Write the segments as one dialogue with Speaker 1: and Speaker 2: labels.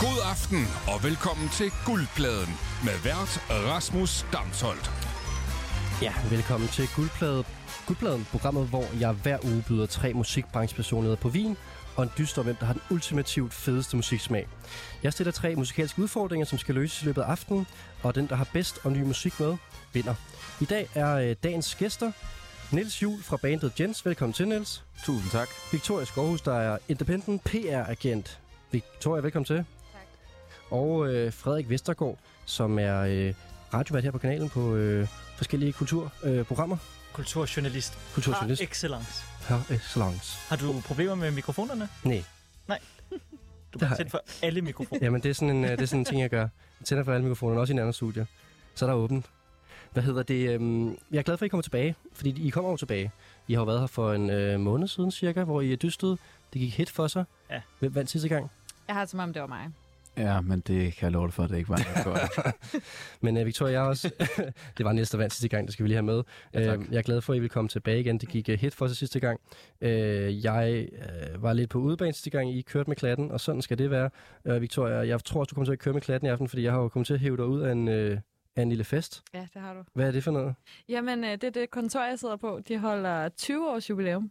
Speaker 1: God aften og velkommen til Guldpladen med vært Rasmus Damsholdt.
Speaker 2: Ja, velkommen til Guldplade, Guldpladen, programmet, hvor jeg hver uge byder tre musikbranchepersonligheder på vin og en dyst om, hvem der har den ultimativt fedeste musiksmag. Jeg stiller tre musikalske udfordringer, som skal løses i løbet af aftenen, og den, der har bedst og ny musik med, vinder. I dag er øh, dagens gæster Niels Jul fra bandet Jens. Velkommen til, Niels.
Speaker 3: Tusind tak.
Speaker 2: Victoria Skovhus, der er independent PR-agent. Victoria, velkommen til.
Speaker 4: Tak.
Speaker 2: Og øh, Frederik Vestergaard, som er øh, radiovært her på kanalen på øh, forskellige kulturprogrammer. Øh, programmer.
Speaker 5: Kulturjournalist.
Speaker 2: Kulturjournalist.
Speaker 5: Ah, excellence.
Speaker 2: Par excellence.
Speaker 5: Har du problemer med mikrofonerne?
Speaker 2: Nej.
Speaker 5: Du
Speaker 2: Det har
Speaker 5: kan tænde for alle mikrofoner.
Speaker 2: Jamen, det er sådan en, øh, det er sådan en ting, jeg gør. Jeg tænder for alle mikrofonerne, også i en anden studie. Så er der åbent. Hvad hedder det? Øhm, jeg er glad for, at I kommer tilbage, fordi I kommer jo tilbage. I har jo været her for en øh, måned siden cirka, hvor I dystede. Det gik hit for sig.
Speaker 5: Ja.
Speaker 2: Hvem vandt sidste gang?
Speaker 4: Jeg har det, som om det var mig.
Speaker 3: Ja, men det kan jeg love dig for, at det ikke var noget godt.
Speaker 2: Men øh, Victoria, jeg er også... det var næste vand sidste gang, det skal vi lige have med. Øhm,
Speaker 3: Ja, tak.
Speaker 2: jeg er glad for, at I vil komme tilbage igen. Det gik øh, hit for sig sidste gang. Øh, jeg øh, var lidt på udebane sidste gang, I kørte med klatten, og sådan skal det være. Øh, Victoria, jeg tror også, du kommer til at køre med klatten i aften, fordi jeg har jo kommet til at hæve dig ud af en, øh, af en lille fest.
Speaker 4: Ja, det har du.
Speaker 2: Hvad er det for noget?
Speaker 4: Jamen, øh, det er det kontor, jeg sidder på. De holder 20 års jubilæum.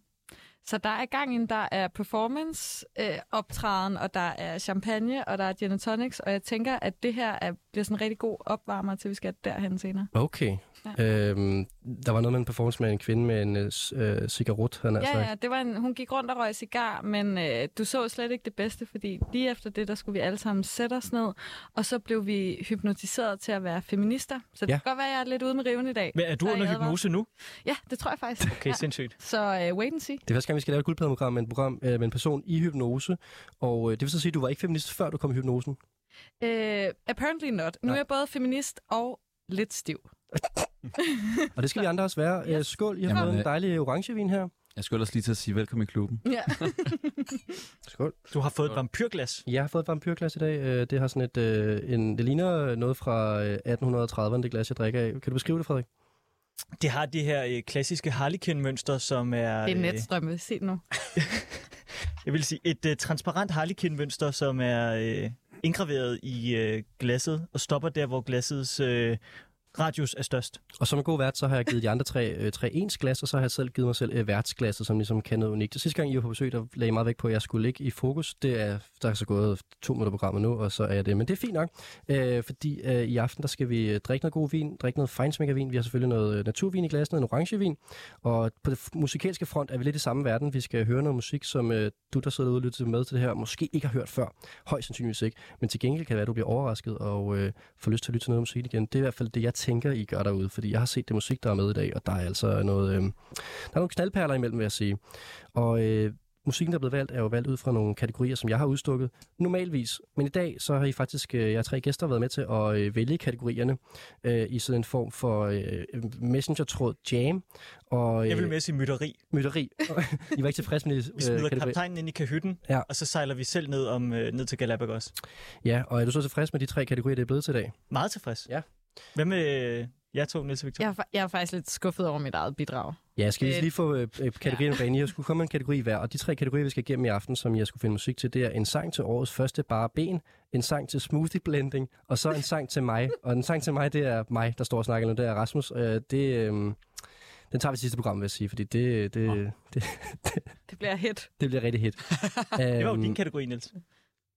Speaker 4: Så der er gang inden, der er performance øh, optræden, og der er champagne, og der er gin and tonics, og jeg tænker, at det her er, bliver sådan en rigtig god opvarmer til, vi skal derhen senere.
Speaker 2: Okay. Ja. Øhm, der var noget med en performance med en kvinde med en øh, s- øh, cigaret, han har
Speaker 4: Ja,
Speaker 2: sagt.
Speaker 4: ja, det var en, hun gik rundt og røg cigar, men øh, du så slet ikke det bedste, fordi lige efter det, der skulle vi alle sammen sætte os ned, og så blev vi hypnotiseret til at være feminister. Så det
Speaker 2: Ja.
Speaker 4: kan godt være, at jeg er lidt ude med riven i dag.
Speaker 5: Men er du
Speaker 4: Der er
Speaker 5: under
Speaker 4: en advarsel.
Speaker 5: hypnose nu?
Speaker 4: Ja, det tror jeg faktisk.
Speaker 5: Okay, sindssygt.
Speaker 4: Så øh, wait and see.
Speaker 2: Det er første gang, vi skal lave et guldpladeprogram med en, program, øh, med en person i hypnose. Og øh, det vil så sige, at du var ikke feminist, før du kom i hypnosen.
Speaker 4: Uh, apparently not. Nu
Speaker 2: Nej.
Speaker 4: er jeg både feminist og lidt stiv.
Speaker 2: Og det skal vi andre også være. Øh, skål, I har
Speaker 3: Jamen,
Speaker 2: fået en
Speaker 3: øh,
Speaker 2: dejlig orangevin her.
Speaker 3: Jeg skulle ellers lige til at sige velkommen i klubben.
Speaker 4: Ja.
Speaker 2: Skål.
Speaker 5: Du har fået et vampyrglas.
Speaker 2: Jeg har fået et vampyrglas i dag. Øh, Det har sådan et, øh, en, det ligner noget fra øh, 1830'erne, det glas, jeg drikker af. Kan du beskrive det, Frederik?
Speaker 5: Det har det her øh, klassiske harlekin-mønster, som er...
Speaker 4: Det er
Speaker 5: øh,
Speaker 4: netstrømme. Se nu.
Speaker 5: Jeg vil sige, et øh, transparent harlekin-mønster, som er øh, indgraveret i øh, glasset, og stopper der, hvor glassets øh, radius er størst.
Speaker 2: Og som en god vært, så har jeg givet de andre tre, øh, tre ens glas, og så har jeg selv givet mig selv øh, værtsglasset, som ligesom kan noget unikt. Og sidste gang, I var på besøg, der lagde I meget vægt på, at jeg skulle ligge i fokus. Det er, der er så gået to minutter på programmet nu, og så er jeg det. Men det er fint nok, øh, fordi øh, i aften, der skal vi øh, drikke noget god vin, drikke noget fejnsmækkervin. Vi har selvfølgelig noget øh, naturvin i glasene, en orangevin. Og på det f- musikalske front er vi lidt i samme verden. Vi skal høre noget musik, som øh, du, der sidder derude og lytter med til det her, måske ikke har hørt før. Højst sandsynligvis ikke. Men til gengæld kan det være, at du bliver overrasket og øh, får lyst til at lytte til noget musik igen. Det er i hvert fald det, jeg tænker, I gør derude. Fordi jeg har set det musik, der er med i dag, og der er altså noget, øh, der er nogle knaldperler imellem, vil jeg sige. Og øh, musikken, der er blevet valgt, er jo valgt ud fra nogle kategorier, som jeg har udstukket normalvis. Men i dag, så har I faktisk, øh, jeg har tre gæster, været med til at øh, vælge kategorierne øh, i sådan en form for øh, messenger-tråd jam. Og,
Speaker 5: Jeg vil
Speaker 2: øh,
Speaker 5: med at sige mytteri.
Speaker 2: mytteri. I var ikke tilfredse med øh, det.
Speaker 5: Vi smider kaptajnen ind i kahytten,
Speaker 2: Ja.
Speaker 5: og så sejler vi selv ned, om, øh, ned til Galapagos.
Speaker 2: Ja, og er du så tilfreds med de tre kategorier, det er blevet til i dag?
Speaker 5: Meget tilfreds.
Speaker 2: Ja.
Speaker 5: Hvad med øh, jer to, Niels og Victor?
Speaker 4: Jeg er, fa- jeg er faktisk lidt skuffet over mit eget bidrag.
Speaker 2: Ja, skal vi
Speaker 4: Øh,
Speaker 2: lige få øh, øh, kategorierne rene? Jeg skulle komme med en kategori hver, og de tre kategorier, vi skal igennem i aften, som jeg skulle finde musik til, det er en sang til årets første bare ben, en sang til smoothie blending, og så en sang til mig. Og en sang til mig, det er mig, der står og snakker nu, det er Rasmus. Øh, det, øh, den tager vi i sidste program, vil jeg sige, fordi det, det, det, det,
Speaker 4: Det bliver hit.
Speaker 2: det bliver rigtig hit.
Speaker 5: Det var jo
Speaker 2: Øhm,
Speaker 5: din kategori, Niels.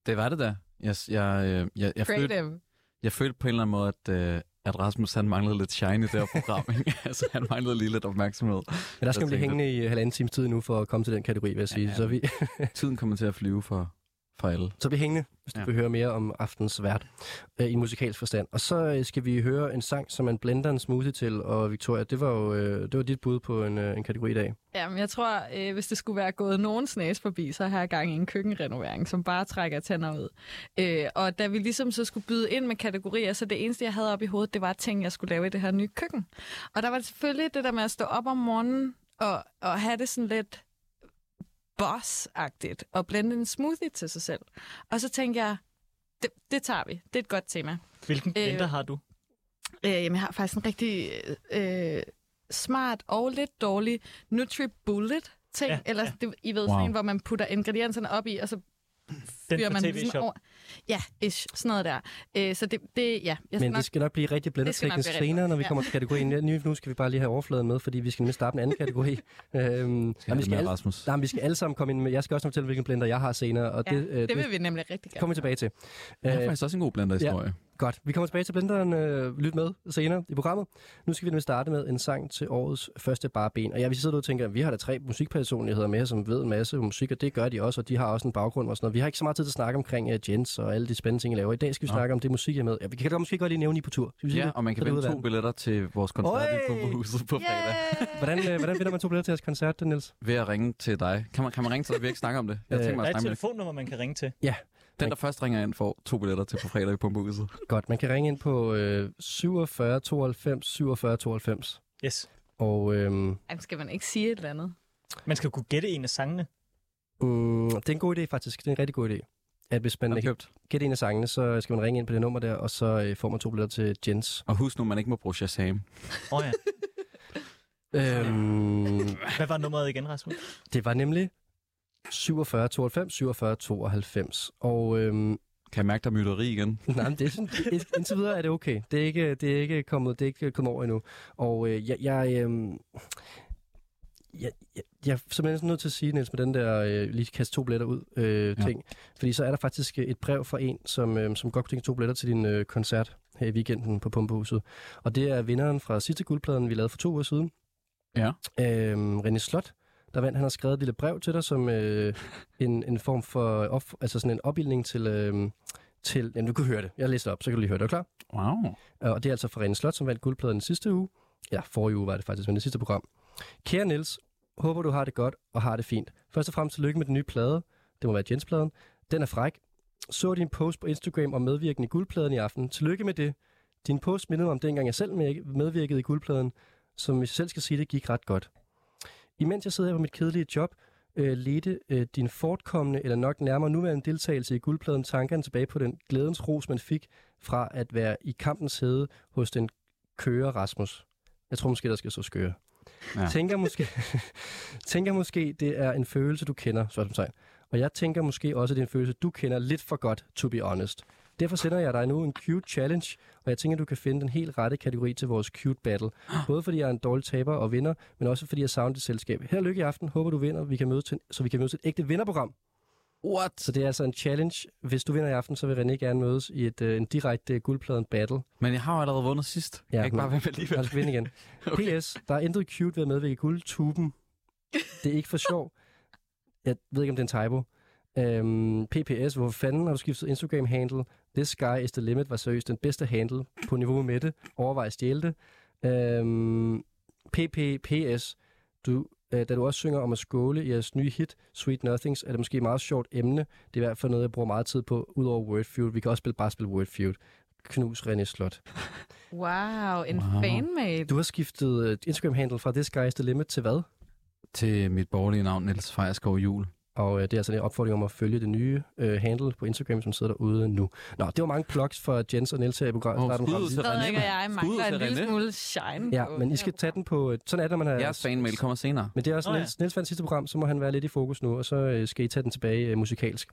Speaker 3: Det var det da. Jeg, jeg, øh, jeg, jeg, følte,
Speaker 4: Creative.
Speaker 3: jeg følte på en eller anden måde, at, øh, at Rasmus han manglede lidt shine i det her program. ikke? altså, han manglede lige lidt opmærksomhed.
Speaker 2: Men der skal
Speaker 3: Jeg
Speaker 2: man blive
Speaker 3: tænkte-
Speaker 2: hængende i halvanden times tid nu for at komme til den kategori, vil jeg sige.
Speaker 3: Ja, ja.
Speaker 2: Så vi,
Speaker 3: Tiden kommer til at flyve for, for alle.
Speaker 2: Så bliv hængende, hvis du ja.
Speaker 3: Ja.
Speaker 2: vil høre mere om aftens vært øh, i en musikalsk forstand. Og så øh, skal vi høre en sang, som man blender en smoothie til. Og Victoria, det var jo øh, det var dit bud på en, øh, en kategori i dag.
Speaker 4: Jamen, jeg tror, øh, hvis det skulle være gået nogen snæs forbi, så har jeg gang i en køkkenrenovering, som bare trækker tænder ud. Øh, og da vi ligesom så skulle byde ind med kategorier, så det eneste, jeg havde op i hovedet, det var ting, jeg skulle lave i det her nye køkken. Og der var det selvfølgelig det der med at stå op om morgenen og, og have det sådan lidt boss-agtigt, og blende en smoothie til sig selv. Og så tænkte jeg, det, det tager vi. Det er et godt tema.
Speaker 5: Hvilken
Speaker 4: Øh,
Speaker 5: blender har du?
Speaker 4: Øh, jamen, jeg har faktisk en rigtig øh, smart og lidt dårlig NutriBullet ting.
Speaker 5: Ja,
Speaker 4: Ja, Eller, ja. Det, I ved, wow.
Speaker 3: Wow.
Speaker 4: sådan en, hvor man putter ingredienserne op i, og så
Speaker 5: Den
Speaker 4: fyrer
Speaker 5: fra
Speaker 4: man
Speaker 5: tv-shop.
Speaker 4: ligesom over. Ja, ish, sådan noget der. Øh, så det, det ja, jeg
Speaker 2: Men
Speaker 4: nok-
Speaker 2: det skal nok blive rigtig blandet
Speaker 4: det skal nok
Speaker 2: teknisk
Speaker 4: blive rigtig
Speaker 2: senere, når vi
Speaker 4: blandet,
Speaker 2: kommer til kategorien. Ja, Nu, nu skal vi bare lige have overfladen med, fordi vi skal nemlig starte en anden kategori. øhm,
Speaker 3: Ja,
Speaker 2: vi,
Speaker 3: det
Speaker 2: skal
Speaker 3: med
Speaker 2: alle,
Speaker 3: Rasmus.
Speaker 2: nej, men vi skal alle sammen komme ind med. Jeg skal også fortælle, hvilken blender jeg har senere, og
Speaker 4: ja,
Speaker 2: det, øh,
Speaker 4: det vil vi nemlig rigtig gerne.
Speaker 2: kommer vi tilbage til.
Speaker 3: Jeg har
Speaker 2: Øh,
Speaker 3: faktisk også en god blanderhistorie.
Speaker 2: Godt. Vi kommer tilbage til blenderen. Øh, lyt med senere i programmet. Nu skal vi nemlig starte med en sang til årets første barben. Og jeg vil sidde og tænke, at vi har da tre musikpersonligheder med, som ved en masse om musik, og det gør de også, og de har også en baggrund og sådan noget. Vi har ikke så meget tid til at snakke omkring uh, Jens og alle de spændende ting, jeg laver. I dag skal vi
Speaker 3: Nå.
Speaker 2: snakke om det musik, jeg er med. Ja, vi kan da måske godt lige nævne I på tur. Skal vi sige
Speaker 3: Ja,
Speaker 2: det?
Speaker 3: og man kan
Speaker 2: Så er det ude
Speaker 3: vinde
Speaker 2: af
Speaker 3: to billetter til vores koncert i
Speaker 2: Oi!
Speaker 3: Pumpehuset på fredag.
Speaker 4: Yeah!
Speaker 2: verden. Hvordan, øh, hvordan vinder man to billetter til jeres koncert, Niels?
Speaker 3: Ved at ringe til dig. Kan man, kan man ringe til dig? Vi har ikke snakket om det. Jeg
Speaker 2: Øh,
Speaker 3: tænker mig
Speaker 5: Der er
Speaker 3: at
Speaker 5: et
Speaker 3: snakke med
Speaker 5: telefonnummer, man kan ringe til.
Speaker 3: dig. Den, der først ringer ind, får to billetter til på fredag i Pumpehuset.
Speaker 2: Godt, man kan ringe ind på øh, 47 92 47 92.
Speaker 5: Yes.
Speaker 2: Og øhm,
Speaker 4: Ej, men skal man ikke sige et eller andet?
Speaker 5: Man skal kunne gætte en af sangene.
Speaker 2: mm, det er en god idé faktisk. Det er en rigtig god idé. At hvis man
Speaker 3: Den er købt.
Speaker 2: gætte en af sangene, så skal man ringe ind på det nummer der, og så øh, får man to billetter til Jens.
Speaker 3: Og husk nu, man ikke må bruge Shazam.
Speaker 5: Åh oh, ja.
Speaker 2: Øhm,
Speaker 5: Hvad var nummeret igen, Rasmus?
Speaker 2: det var nemlig 47 92, 47 92. Og øhm,
Speaker 3: Kan jeg mærke, der er mytteri igen?
Speaker 2: nej, men det er sådan, ind- indtil videre er det okay. Det er ikke, det er ikke, kommet, det er ikke kommet over endnu. Og øh, jeg, jeg, øhm, jeg, jeg, jeg er simpelthen sådan nødt til at sige, Niels, med den der øh, lige kaste to billetter ud øh,
Speaker 3: Ja.
Speaker 2: ting. Fordi så er der faktisk øh, et brev fra en, som, øh, som godt kunne tænke to billetter til din øh, koncert her i weekenden på Pumpehuset. Og det er vinderen fra sidste guldpladen, vi lavede for to uger siden.
Speaker 3: Ja.
Speaker 2: Øhm, René Slot, der vandt, han har skrevet et lille brev til dig, som øh, en, en form for op, altså sådan en opildning til... Øh, til, jamen, du kan høre det. Jeg læser det op, så kan du lige høre det. Er du klar?
Speaker 3: Wow.
Speaker 2: Og det er altså fra René Slot, som vandt guldpladen i sidste uge. Ja, forrige uge var det faktisk, men det sidste program. Kære Niels, håber du har det godt og har det fint. Først og fremmest tillykke med den nye plade. Det må være Jens-pladen. Den er fræk. Så din post på Instagram om medvirken i guldpladen i aften. Tillykke med det. Din post mindede mig om dengang, jeg selv med- medvirkede i guldpladen, som hvis jeg selv skal sige, det gik ret godt. Imens jeg sidder her på mit kedelige job, øh, ledte øh, din fortkommende, eller nok nærmere nuværende deltagelse i guldpladen, tankerne tilbage på den glædens ros, man fik fra at være i kampens hede hos den kører Rasmus. Jeg tror måske, der skal så skøre. Ja.
Speaker 3: Ja.
Speaker 2: Tænker, måske, tænker måske, det er en følelse, du kender, spørgsmålstegn. Og jeg tænker måske også, det er en følelse, du kender lidt for godt, to be honest. Derfor sender jeg dig nu en cute challenge, og jeg tænker, du kan finde den helt rette kategori til vores cute battle. Både fordi jeg er en dårlig taber og vinder, men også fordi jeg savner dit selskab. Held og lykke i aften. Håber, du vinder, vi kan mødes til, så vi kan mødes til et ægte vinderprogram.
Speaker 3: What?
Speaker 2: Så det er altså en challenge. Hvis du vinder i aften, så vil René gerne mødes i et, øh, en direkte øh, guldpladen battle.
Speaker 3: Men jeg har jo allerede vundet sidst. Ja, jeg kan ikke
Speaker 2: men-
Speaker 3: bare være
Speaker 2: Og
Speaker 3: med alligevel.
Speaker 2: du skal vinde igen. okay. PS, der er intet cute ved at medvirke i guldtuben. Det er ikke for sjov. Jeg ved ikke, om det er en typo. Øhm, PPS, hvor fanden har du skiftet Instagram-handle? This guy is the limit var seriøst den bedste handle på niveau med det. Overvej at stjæle det. Øhm, PPPS, du, øh, da du også synger om at skåle i jeres nye hit, Sweet Nothings, er det måske et meget sjovt emne. Det er i hvert fald noget, jeg bruger meget tid på, udover Wordfeud. Vi kan også spille, bare spille Wordfeud. Knus René Slot.
Speaker 4: Wow, en
Speaker 3: Wow.
Speaker 4: wow. fanmail.
Speaker 2: Du har skiftet øh, Instagram-handle fra This Guy is the Limit til hvad?
Speaker 3: Til mit borgerlige navn, Niels Fejerskov Jul.
Speaker 2: Og øh, det er altså en opfordring om at følge det nye øh, handle på Instagram, som sidder derude nu. Nå, det var mange plugs for Jens og Niels her i programmet.
Speaker 3: Åh,
Speaker 2: Starten af
Speaker 3: skud
Speaker 2: programmet.
Speaker 3: til
Speaker 4: Frederik og
Speaker 3: René.
Speaker 4: jeg
Speaker 3: Skud
Speaker 4: mangler
Speaker 3: til
Speaker 4: en lille
Speaker 3: René.
Speaker 4: smule shine.
Speaker 2: Ja,
Speaker 4: på
Speaker 2: men I
Speaker 4: her
Speaker 2: skal tage
Speaker 4: program.
Speaker 2: den på... øh, Sådan er det, når man har...
Speaker 3: Jeres fanmail kommer senere.
Speaker 2: Men det er også
Speaker 5: Nå
Speaker 2: oh,
Speaker 5: ja.
Speaker 2: Niels, Niels vandt sidste program, så må han være lidt i fokus nu, og så øh, skal I tage den tilbage øh, musikalsk.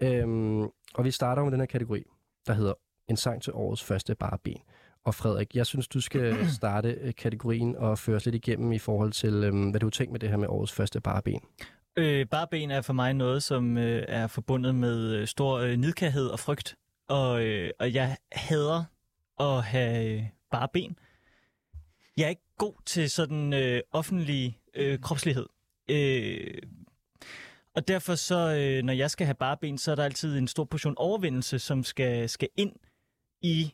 Speaker 2: Øhm, og vi starter med den her kategori, der hedder En sang til årets første bare ben. Og Frederik, jeg synes, du skal starte øh, kategorien og føre os lidt igennem i forhold til, øhm, hvad du har tænkt med det her med årets første bare ben.
Speaker 5: Øh, barben er for mig noget, som øh, er forbundet med øh, stor øh, nidkærhed og frygt. Og, øh, og jeg hader at have øh, bare ben. Jeg er ikke god til sådan øh, offentlig øh, kropslighed. Øh, og derfor så, øh, når jeg skal have bare ben, så er der altid en stor portion overvindelse, som skal, skal ind i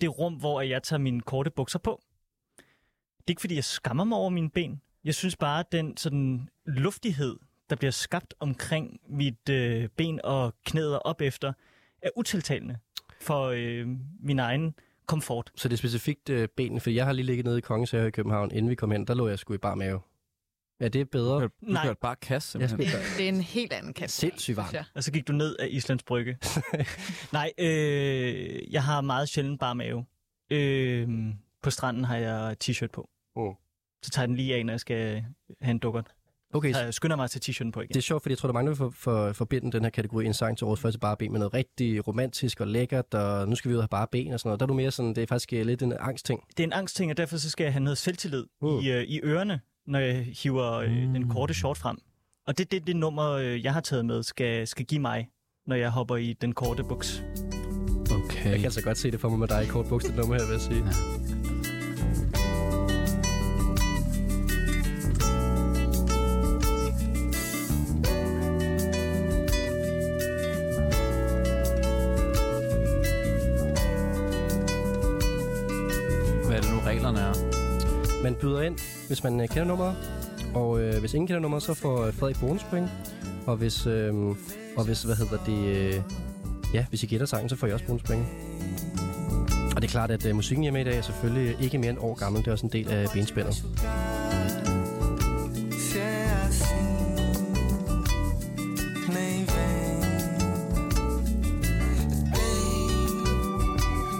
Speaker 5: det rum, hvor jeg tager mine korte bukser på. Det er ikke, fordi jeg skammer mig over mine ben. Jeg synes bare, at den sådan luftighed, der bliver skabt omkring mit øh, ben og knæder op efter, er utiltalende for øh, min egen komfort.
Speaker 2: Så det er specifikt øh, benene, for jeg har lige ligget nede i Kongens Have i København, inden vi kom hen, der lå jeg sgu i bar mave. Ja, det er bedre.
Speaker 3: Du
Speaker 5: Nej.
Speaker 3: kørte bare kasse,
Speaker 2: Jeg
Speaker 3: simpelthen.
Speaker 2: skal...
Speaker 4: Det er en helt anden kategori.
Speaker 2: Sindssygt varmt.
Speaker 4: synes jeg.
Speaker 5: Og så Altså, gik du ned af Islands Brygge. Nej, øh, jeg har meget sjældent bare mave. Øh, på stranden har jeg t-shirt på.
Speaker 2: Mm.
Speaker 5: Så tager jeg den lige af, når jeg skal have en dukkert.
Speaker 2: Okay,
Speaker 5: Så jeg skynder mig at tage t-shirten på igen.
Speaker 2: Det er sjovt, fordi jeg tror, der er mange, der for, for, forbinde den her kategori en sang til årets første bare ben med noget rigtig romantisk og lækkert, og nu skal vi ud og have bare ben og sådan noget. Der er du mere sådan, det er faktisk øh, lidt en angstting.
Speaker 5: det er en angstting, og derfor så skal jeg have noget selvtillid
Speaker 2: Uh.
Speaker 5: uh. i, øh, i ørerne, når jeg hiver øh, den korte short frem. Og det er det, det nummer, øh, jeg har taget med, skal, skal give mig, når jeg hopper i den korte buks.
Speaker 3: Okay.
Speaker 2: Jeg kan altså godt se det for mig med dig i kort bukset nummer her, vil jeg sige.
Speaker 3: Hvad er det nu, reglerne er?
Speaker 2: Man byder ind, hvis man øh, kender nummeret, og øh, hvis ingen kender nummeret, så får øh, Frederik bonuspoint. Og hvis, øh, og hvis, hvad hedder det, øh, ja, hvis I gætter sangen, så får I også bonuspoint. Og det er klart, at øh, musikken, jeg er med i dag, er selvfølgelig ikke mere end år gammel. Det er også en del af benspændet.
Speaker 6: Se é assim, nem vem.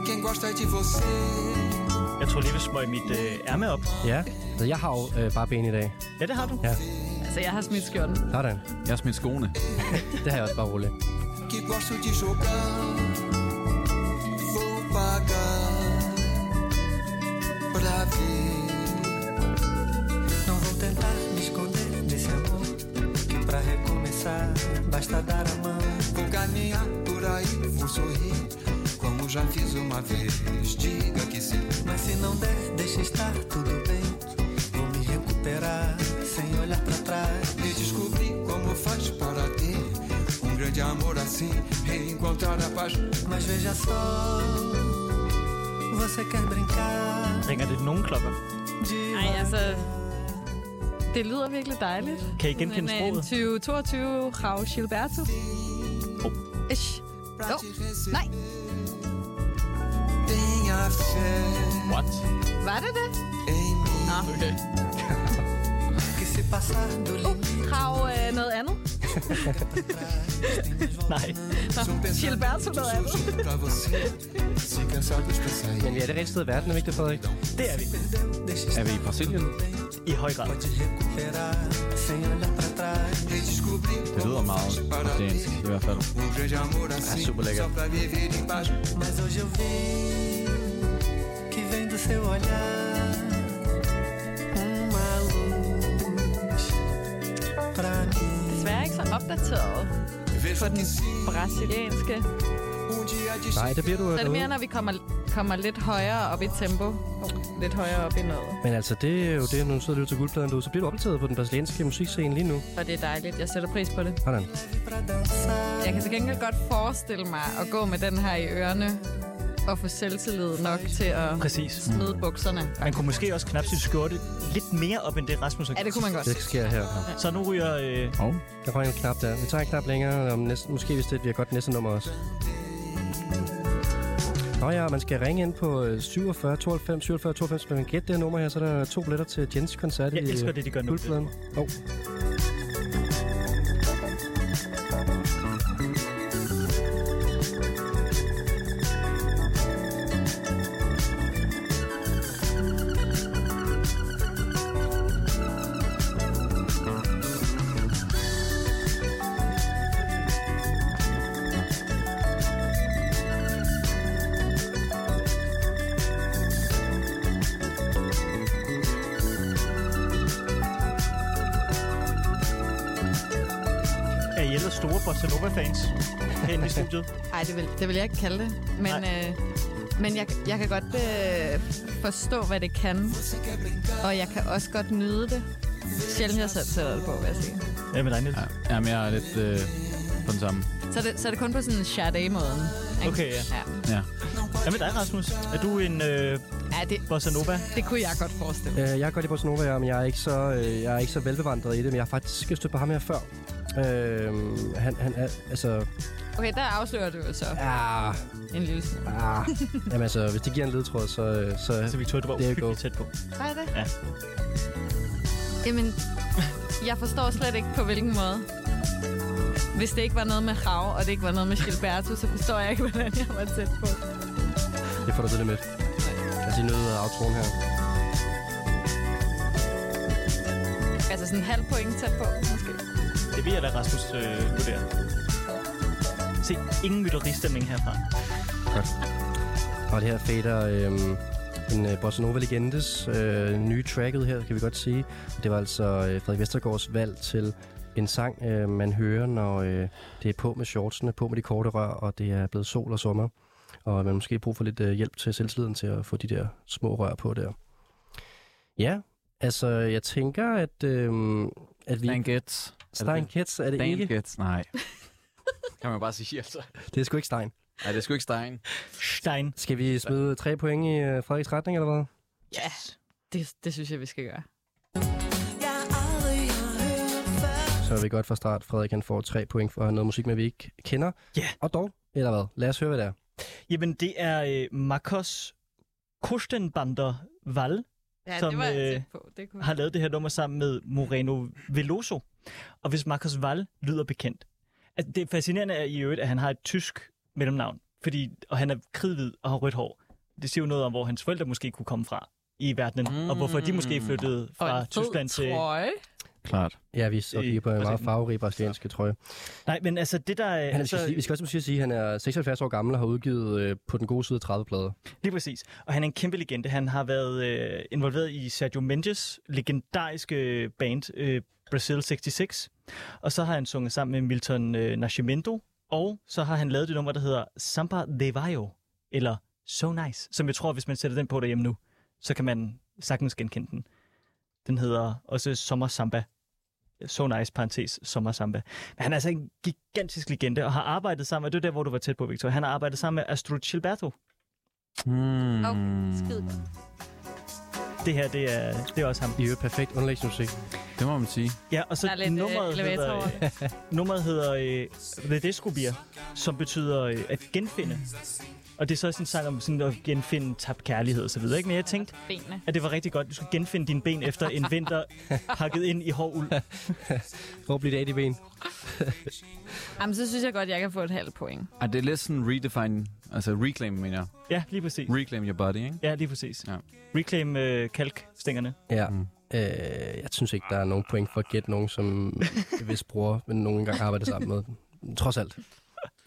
Speaker 6: Quem gosta de você,
Speaker 5: Jeg tror lige, vi smøg mit øh, ærme op.
Speaker 2: Ja, så jeg har jo øh, bare ben i dag.
Speaker 5: Ja, det har du.
Speaker 2: Ja.
Speaker 4: Altså, jeg har smidt skjorten.
Speaker 2: Sådan.
Speaker 3: Jeg har smidt skoene.
Speaker 2: Det har jeg også bare roligt.
Speaker 6: que gosto de jogar, vou pagar pra ver.
Speaker 7: Não vou tentar me esconder desse amor. Que pra recomeçar, basta dar a mão.
Speaker 6: Vou caminhar por aí, vou sorrir, como já fiz uma vez. Diga que sim.
Speaker 7: Mas se não der, deixa estar, tudo bem. Vou me recuperar, sem olhar pra trás.
Speaker 6: E descobri como faz para ter um grande amor assim, reencontrar a paz.
Speaker 7: Mas veja só, você quer brincar
Speaker 5: Ringer det nogen klokker?
Speaker 7: de
Speaker 4: Nej, altså... Det lyder virkelig dejligt.
Speaker 5: Kan I genkende
Speaker 4: Men, øh,
Speaker 5: sproget?
Speaker 4: 2022 Raul Gilberto. Oh. Ish.
Speaker 6: Pra
Speaker 4: Jo.
Speaker 6: te receber.
Speaker 4: Nej,
Speaker 6: Tenha fé
Speaker 3: What?
Speaker 4: var det det?
Speaker 6: em mim.
Speaker 4: Nå.
Speaker 3: Ah.
Speaker 7: que se passar do
Speaker 4: Uh, Rav øh, noget andet.
Speaker 5: Nej.
Speaker 6: São pensamentos
Speaker 4: Gilberto não é, não?
Speaker 6: surgindo pra você. Se cansados pra
Speaker 2: Men
Speaker 6: sair.
Speaker 2: vi er det rigtige sted i verden, er vi ikke det, Frederik?
Speaker 5: Det er vi.
Speaker 3: Er vi i Brasilien?
Speaker 5: I høj grad.
Speaker 7: recuperar, sem olhar pra trás.
Speaker 6: Redescobri
Speaker 3: Det lyder
Speaker 6: como
Speaker 3: meget
Speaker 6: faz para
Speaker 3: brasiliansk i
Speaker 6: ter
Speaker 3: hvert fald.
Speaker 6: um grande amor assim,
Speaker 3: Ah, super legal.
Speaker 6: só pra viver em paz.
Speaker 7: Mas hoje eu vi que vem do seu olhar uma luz pra mim.
Speaker 4: Desværre ikke så opdateret på
Speaker 6: Vejo
Speaker 4: den
Speaker 6: que sim,
Speaker 4: brasilianske.
Speaker 6: um dia de
Speaker 2: Nej, det bliver du
Speaker 4: Så er det mere,
Speaker 2: derude.
Speaker 4: når vi kommer, kommer lidt højere op i tempo. Oh, lidt højere op i noget.
Speaker 2: Men altså, det er jo det, når du sidder og lytter til guldpladen derude, så bliver du opdateret på den brasilianske musikscene lige nu.
Speaker 4: Og det er dejligt. Jeg sætter pris på det.
Speaker 2: Hvordan?
Speaker 4: Jeg kan til gengæld godt forestille mig at gå med den her i ørerne og få selvtillid nok til at
Speaker 5: Præcis.
Speaker 4: smide bukserne.
Speaker 5: Man kunne måske også knap sit skjorte lidt mere op, end det Rasmus har
Speaker 4: Ja, det kunne man godt.
Speaker 2: Det sker her.
Speaker 5: gjort. Så nu ryger... Øh,
Speaker 3: Oh.
Speaker 2: Der røg en knap der. Vi tager en knap længere, om næsten, måske hvis det bliver godt næste nummer også. Nå ja, man skal ringe ind på øh, 47 92 47 92, hvis man kan gætte det her nummer her, så er der to billetter til Jens koncert
Speaker 5: jeg
Speaker 2: i
Speaker 5: elsker det, de gør nu.
Speaker 2: guldpladen. Oh.
Speaker 5: Er I ellers store Bossa Nova-fans? Herinde i studiet.
Speaker 4: Nej, det vil, det vil jeg ikke kalde det. Men, øh, men jeg, jeg kan godt øh, forstå, hvad det kan. Og jeg kan også godt nyde det. Sjældent jeg selv sætter det på, vil jeg sige.
Speaker 5: Ja, med dig, Niels.
Speaker 3: Ja, jamen, jeg er lidt øh, på den samme.
Speaker 4: Så er det, så er det kun på sådan en Sade-måden. ikke?
Speaker 5: Okay, ja.
Speaker 4: ja.
Speaker 3: Ja.
Speaker 5: Hvad med dig, Rasmus? Er du en øh,
Speaker 4: Ja, det,
Speaker 5: Bossa Nova?
Speaker 4: det kunne jeg godt forestille mig.
Speaker 2: Øh, jeg kan godt lide Bossa Nova, ja, men jeg er ikke så, øh, jeg er ikke så velbevandret i det, men jeg har faktisk stødt på ham her før. Øh, han, han er, altså,
Speaker 4: Okay, der afslører du jo så
Speaker 2: ah,
Speaker 4: en lille smule.
Speaker 2: ah. Jamen altså, hvis det giver en ledtråd, så, øh,
Speaker 5: Så
Speaker 2: så
Speaker 5: Altså, Victoria, du var
Speaker 2: Det er
Speaker 5: uhyggeligt
Speaker 2: go.
Speaker 5: tæt på.
Speaker 4: Hvad er det?
Speaker 5: Ja.
Speaker 4: Jamen, jeg forstår slet ikke på hvilken måde. Hvis det ikke var noget med Rav, og det ikke var noget med Gilberto, så forstår jeg ikke, hvordan jeg var tæt på.
Speaker 2: det får du til lidt med. Altså, I nødt af outroen her.
Speaker 4: Altså, Altså sådan en halv point tæt på, måske.
Speaker 5: Det vil jeg lade Rasmus øh, vurdere. Se, ingen mytteristemning herfra.
Speaker 2: Og det her fader øh, en øh, Bossa Nova Legendes øh, nye tracket her, kan vi godt sige. Det var altså øh, Frederik Vestergaards valg til en sang, øh, man hører, når øh, det er på med shortsene, på med de korte rør, og det er blevet sol og sommer. Og man måske har brug for lidt øh, hjælp til selvtilliden til at få de der små rør på der. Ja, altså jeg tænker, at, øh, at vi...
Speaker 3: Stan Getz.
Speaker 2: Stein Kids er det
Speaker 3: Stan
Speaker 2: ikke.
Speaker 3: Getz, nej. kan man bare sige, altså.
Speaker 2: Det er sgu ikke Stein.
Speaker 3: Nej, det er sgu ikke Stein.
Speaker 5: Stein.
Speaker 2: Skal vi smide tre point i øh, Frederiks retning, eller hvad?
Speaker 4: Ja, det, det synes jeg, vi skal gøre.
Speaker 2: Så er vi godt fra start. Frederik han får tre point for noget musik, men vi ikke kender.
Speaker 5: Ja.
Speaker 2: Og dog, eller hvad? Lad os høre, hvad det er.
Speaker 5: Jamen, det er øh, Marcos Kustenbander Val,
Speaker 4: Ja,
Speaker 5: Som,
Speaker 4: det var jeg
Speaker 5: øh,
Speaker 4: tæt på. Det kunne
Speaker 5: har lavet det her nummer sammen med Moreno Veloso. Og hvis Marcos Val lyder bekendt. Altså, det fascinerende er i øvrigt, at han har et tysk mellemnavn, fordi, og han er kridhvid og har rødt hår. Det siger jo noget om, hvor hans forældre måske kunne komme fra i verdenen, mm. og hvorfor de måske
Speaker 2: Mm.
Speaker 5: flyttede fra Tyskland til...
Speaker 4: Trøje.
Speaker 3: Klart.
Speaker 2: Ja, vi så
Speaker 5: Øh,
Speaker 2: kigger på en
Speaker 5: prøv at
Speaker 2: meget
Speaker 5: se.
Speaker 2: farverig brasilianske trøje.
Speaker 5: Nej, men altså det der...
Speaker 2: Han er, vi,
Speaker 5: altså,
Speaker 2: skal, sige- vi skal også måske sige, at han er 76 år gammel og har udgivet øh, på den gode side 30 plader.
Speaker 5: Lige præcis. Og han er en kæmpe legende. Han har været øh, involveret i Sergio Mendes legendariske band øh, Brazil 66. Og så har han sunget sammen med Milton øh, Nascimento. Og så har han lavet det nummer, der hedder Samba de Vaio, eller So Nice, som jeg tror, hvis man sætter den på derhjemme nu, så kan man sagtens genkende den. Den hedder også Sommer Samba. So nice, parentes, sommer samba. Men han er altså en gigantisk legende, og har arbejdet sammen, og det er der, hvor du var tæt på, Victor. Han har arbejdet sammen med Astrid Gilberto,
Speaker 3: Hmm.
Speaker 4: Åh, skid.
Speaker 5: Det her, det er, det er også ham.
Speaker 2: I øvrigt perfekt underlægningsmusik.
Speaker 3: Det må man sige.
Speaker 5: Ja, og så
Speaker 4: Der er lidt øh,
Speaker 5: nummeret,
Speaker 4: elevator
Speaker 5: hedder,
Speaker 4: over det.
Speaker 5: nummeret hedder øh, Redescubir, som betyder øh, at genfinde. Og det er så også en sang om sådan at genfinde tabt kærlighed og så videre, ikke? Men jeg tænkte,
Speaker 4: Benene.
Speaker 5: at det var rigtig godt, du skulle genfinde dine ben efter en vinter pakket ind i hård uld.
Speaker 2: Hvor bliver det af de ben?
Speaker 4: Jamen, så synes jeg godt, jeg kan få et halvt point.
Speaker 3: Ej, det er lidt sådan redefine, altså reclaim, mener jeg.
Speaker 5: Ja, lige præcis.
Speaker 3: Reclaim your body, ikke?
Speaker 5: Ja, lige præcis.
Speaker 3: Ja.
Speaker 5: Reclaim øh, kalkstængerne.
Speaker 2: Ja.
Speaker 3: Mm.
Speaker 2: Øh, jeg synes ikke, der er nogen point for at gætte nogen, som hvis bruger, men nogen engang arbejder sammen med. Trods alt.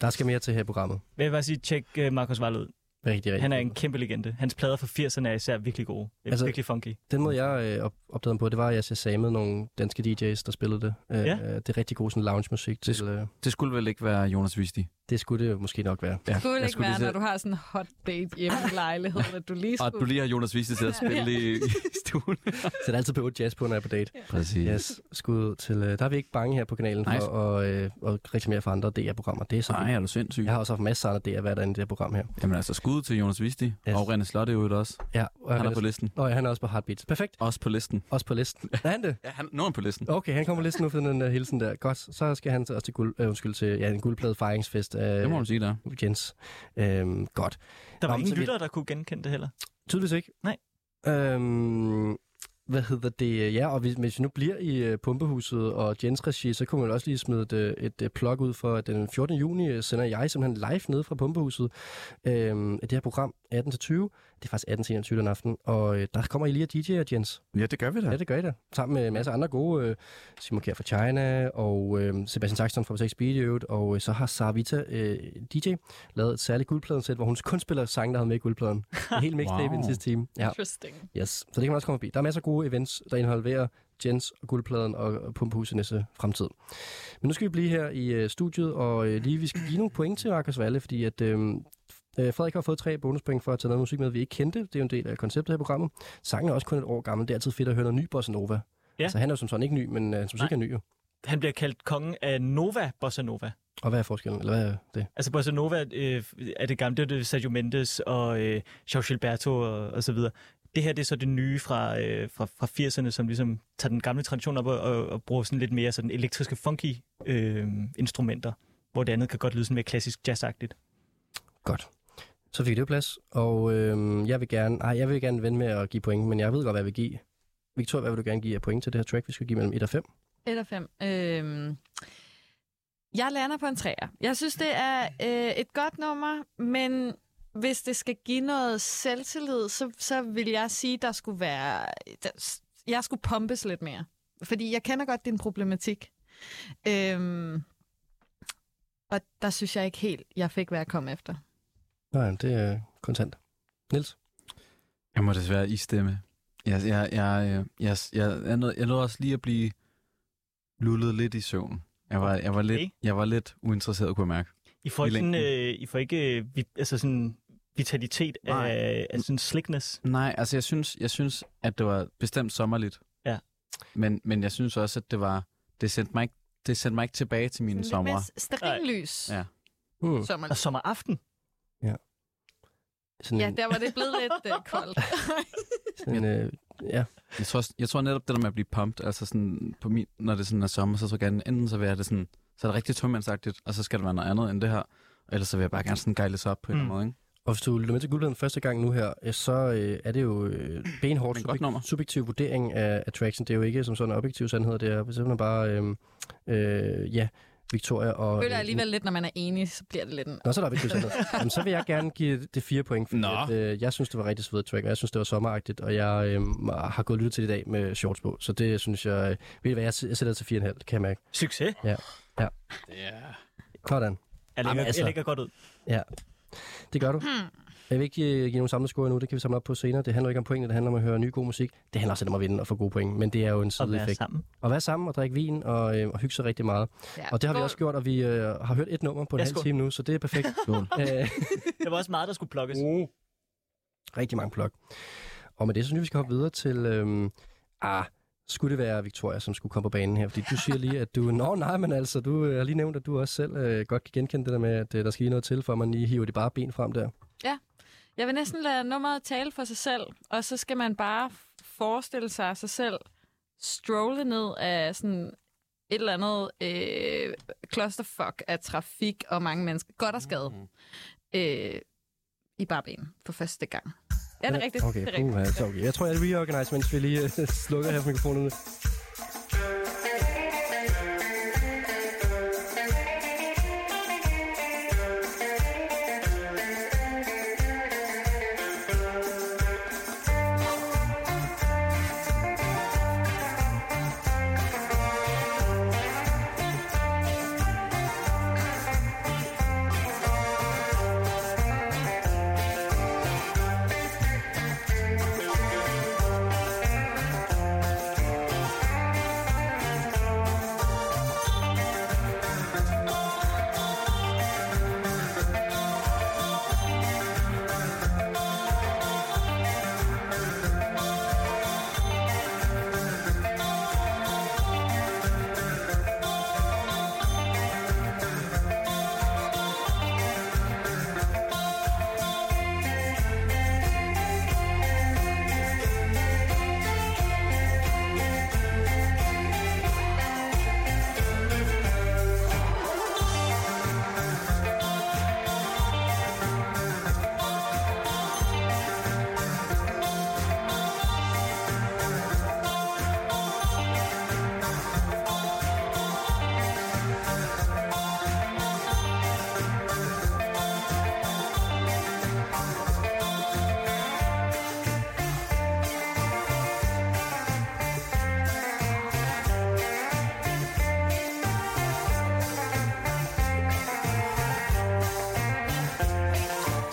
Speaker 2: Der skal mere til her i programmet.
Speaker 5: Men jeg vil bare sige, tjek øh, Markus Wall ud.
Speaker 2: Rigtig, rigtig.
Speaker 5: Han er en kæmpe legende. Hans plader fra 80'erne er især virkelig gode.
Speaker 2: Altså-
Speaker 5: Altså, virkelig funky.
Speaker 2: Den måde, jeg øh, op- opdagede den på, det var, at jeg samede nogle danske DJ's, der spillede det. Øh,
Speaker 5: Ja.
Speaker 2: øh, Det er rigtig god sådan, lounge-musik. Til, øh,
Speaker 3: Det skulle vel ikke være Jonas Visti.
Speaker 2: det skulle det jo måske nok være.
Speaker 3: Ja,
Speaker 4: Det skulle
Speaker 3: jeg
Speaker 4: ikke være,
Speaker 3: lige
Speaker 4: når du har sådan en hot date hjemme i lejligheden, at du lige
Speaker 3: Og at du
Speaker 4: skulle...
Speaker 3: lige har Jonas Visti til at spille i, i stuen.
Speaker 2: Sæt altid på jazz på, når jeg er på date.
Speaker 3: Præcis.
Speaker 2: Yes, skud til... Øh, der er vi ikke bange her på kanalen for
Speaker 3: Nice.
Speaker 2: at øh, og reklamere for andre DR-programmer. Det er så
Speaker 3: Nej, er du sindssyg?
Speaker 2: Jeg har også haft masser af andre DR hverdagen i det her program her.
Speaker 3: Jamen altså, skud til Jonas Visti.
Speaker 2: Yes.
Speaker 3: Yes. Og René Slot er jo også.
Speaker 2: Ja, og
Speaker 3: Han er på listen.
Speaker 2: og han er også på Heartbeats. Perfekt.
Speaker 3: Også på listen.
Speaker 2: Også på listen. Er han det?
Speaker 3: Ja, han, nu er han på listen.
Speaker 2: Okay, han kommer på listen nu for den der hilsen der. Godt, så skal han til- også til, guld, øh, undskyld, til ja, en guldplade fejringsfest af
Speaker 3: Det må man sige, der.
Speaker 2: Jens. Øhm, godt.
Speaker 5: Der var
Speaker 2: Jamen, så
Speaker 5: ingen
Speaker 2: vi-
Speaker 5: lyttere, der kunne genkende det heller.
Speaker 2: Tydeligvis ikke.
Speaker 5: Nej.
Speaker 2: Øhm, hvad hedder det? Ja, og hvis, hvis vi nu bliver i øh, pumpehuset og Jens regi, så kunne man også lige smide et, øh, et øh, plug ud for, at den 14. juni øh, sender jeg simpelthen live ned fra pumpehuset øhm, af det her program 18-20. Det er faktisk 18-21 den aften, og øh, der kommer I lige at DJ'er, Jens.
Speaker 3: Ja, det gør vi da.
Speaker 2: Ja, det gør I da. Sammen med masser af andre gode. Øh, Simon Kjær fra China, og øh, Sebastian Saxton fra 6 Speed i øvrigt, og øh, så har Sarvita øh, DJ lavet et særligt guldpladensæt, hvor hun kun spiller sange, der havde med i guldpladen. En hel mixtape wow. i den
Speaker 3: Wow.
Speaker 2: sidste time. Ja.
Speaker 4: Interesting.
Speaker 2: Yes. Så det kan man også komme forbi. Der er masser af gode events, der involverer Jens og Guldpladen og Pumpehuset næste fremtid. Men nu skal vi blive her i øh, studiet, og øh, lige vi skal give nogle point til Markus Valle, fordi at, øh, øh, Frederik har fået tre bonuspoint for at tage noget musik med, vi ikke kendte. Det er jo en del af konceptet her i programmet. Sangen er også kun et år gammel. Det er altid fedt at høre noget ny Bossa Nova.
Speaker 5: Ja.
Speaker 2: Så han er jo som sådan ikke ny, men øh, hans musik
Speaker 5: Nej.
Speaker 2: er ny jo.
Speaker 5: Han bliver kaldt kongen af Nova Bossa Nova.
Speaker 2: Og hvad er forskellen? Eller hvad er det?
Speaker 5: Altså Bossa Nova øh, er det gamle, det er Sergio Mendes og øh, Joao Gilberto og, og så videre. Det her det er så det nye fra, øh, fra, fra 80'erne, som ligesom tager den gamle tradition op og, og, og bruger sådan lidt mere sådan elektriske funky øh, instrumenter, hvor det andet kan godt lyde sådan mere klassisk jazzagtigt.
Speaker 2: Godt. Så fik det jo plads, og øhm, jeg vil gerne, ej, jeg vil gerne vende med at give point, men jeg ved godt, hvad jeg vil give. Victoria, hvad vil du gerne give af point til det her track, vi skal give mellem 1 og 5?
Speaker 4: 1 og 5. Øhm, jeg lander på en træer. Jeg synes, det er øh, et godt nummer, men hvis det skal give noget selvtillid, så, så vil jeg sige, der skulle være... Der, jeg skulle pumpes lidt mere. Fordi jeg kender godt din problematik. Øhm, og der synes jeg ikke helt, jeg fik, hvad jeg kom efter.
Speaker 2: Nej, det er kontant. Nils?
Speaker 3: Jeg må desværre istemme. Jeg, jeg, jeg, øh, jeg, jeg, jeg, nåede, jeg nåede også lige at blive lullet lidt i søvn. Jeg var, jeg var, lidt,
Speaker 5: Okay.
Speaker 3: jeg var lidt uinteresseret, kunne jeg mærke.
Speaker 5: I får
Speaker 3: I
Speaker 5: ikke, sådan,
Speaker 3: længden.
Speaker 5: øh, I får ikke øh, vi, altså sådan vitalitet
Speaker 3: Nej.
Speaker 5: af, af sådan slickness.
Speaker 3: Nej, altså jeg synes, jeg synes at det var bestemt sommerligt.
Speaker 5: Ja.
Speaker 3: Men, men jeg synes også, at det var... Det sendte mig ikke, det sendte mig ikke tilbage til mine
Speaker 4: Lidt
Speaker 3: sommer.
Speaker 4: mere sterinlys.
Speaker 3: Ja. Hmm.
Speaker 2: Mm.
Speaker 4: Sommer.
Speaker 5: Og sommeraften.
Speaker 2: Sådan
Speaker 4: Ja,
Speaker 2: en,
Speaker 4: der var det blevet lidt øh, koldt.
Speaker 2: sådan, øh, ja.
Speaker 3: Jeg tror, også- jeg tror netop, det der med at blive pumped, altså sådan, på min, når det sådan er sommer, så tror jeg gerne, enten så vil jeg det sådan, så er det rigtig tungmandsagtigt, og så skal det være noget andet end det her. Og ellers så vil jeg bare gerne sådan gejles op på en
Speaker 5: Mm.
Speaker 3: mm. måde, ikke?
Speaker 2: Og hvis du lytter med til guldpladen første gang nu her, øh, så øh, er det jo øh, benhårdt
Speaker 3: Men godt nummer.
Speaker 2: subjek- subjektiv vurdering af attraction. Det er jo ikke som sådan en objektiv sandhed, det er simpelthen bare, øh, øh, ja, Victoria og...
Speaker 4: Jeg føler alligevel lidt, når man er enig, så bliver det lidt en...
Speaker 2: Nå, så er der objektiv sandhed. Jamen, så vil jeg gerne give det fire point, fordi
Speaker 3: Nå.
Speaker 2: at, øh, jeg synes, det var rigtig svedigt track, og jeg synes, det var sommeragtigt, og jeg øh, har gået og lyttet til det i dag med shorts på, så det synes jeg... Øh, ved I hvad, jeg, s- jeg sætter det til 4,5, kan jeg mærke.
Speaker 5: Succes.
Speaker 2: Sådan.
Speaker 5: Jeg lægger,
Speaker 2: altså-
Speaker 5: altså... jeg lægger godt ud.
Speaker 2: Det gør du. Jeg vil ikke øh, give nogen samlet score endnu, det kan vi samle op på senere. Det handler ikke om pointene, det handler om at høre ny god musik. Det handler også lidt om at vinde og få gode point, men det er jo en
Speaker 5: Og være
Speaker 2: sideeffekt.
Speaker 5: sammen.
Speaker 2: At være sammen og drikke vin og, øh, og hygge sig rigtig meget.
Speaker 4: Ja.
Speaker 2: Og det har vi
Speaker 4: Hvor-
Speaker 2: også gjort, og vi øh, har hørt et nummer på en
Speaker 5: Ja,
Speaker 2: halv
Speaker 5: skål.
Speaker 2: time nu, så det er perfekt. Øh,
Speaker 3: Skål.
Speaker 2: Æh,
Speaker 5: Der var også meget, der skulle plukkes.
Speaker 2: rigtig mange plug. Og med det, så synes jeg, vi skal hoppe videre til... Øh, ah, skulle det være Victoria, som skulle komme på banen her? Fordi du siger lige, at du... Nå, nej, men altså, du øh, har lige nævnt, at du også selv øh, godt kan genkende det der med, at øh, der skal lige noget til, for at man lige hiver det bare ben frem der.
Speaker 4: Jeg vil næsten lade nummeret tale for sig selv, og så skal man bare forestille sig sig selv strolle ned af sådan et eller andet øh, clusterfuck af trafik og mange mennesker. Godt og skadet.
Speaker 2: Mm-hmm.
Speaker 4: Øh, I barben for første gang. Ja, det er rigtigt.
Speaker 2: Okay,
Speaker 4: det er
Speaker 2: puh,
Speaker 4: rigtigt.
Speaker 2: ja, så okay. Jeg tror, jeg reorganiserer, mens vi lige øh, slukker her for mikrofonerne.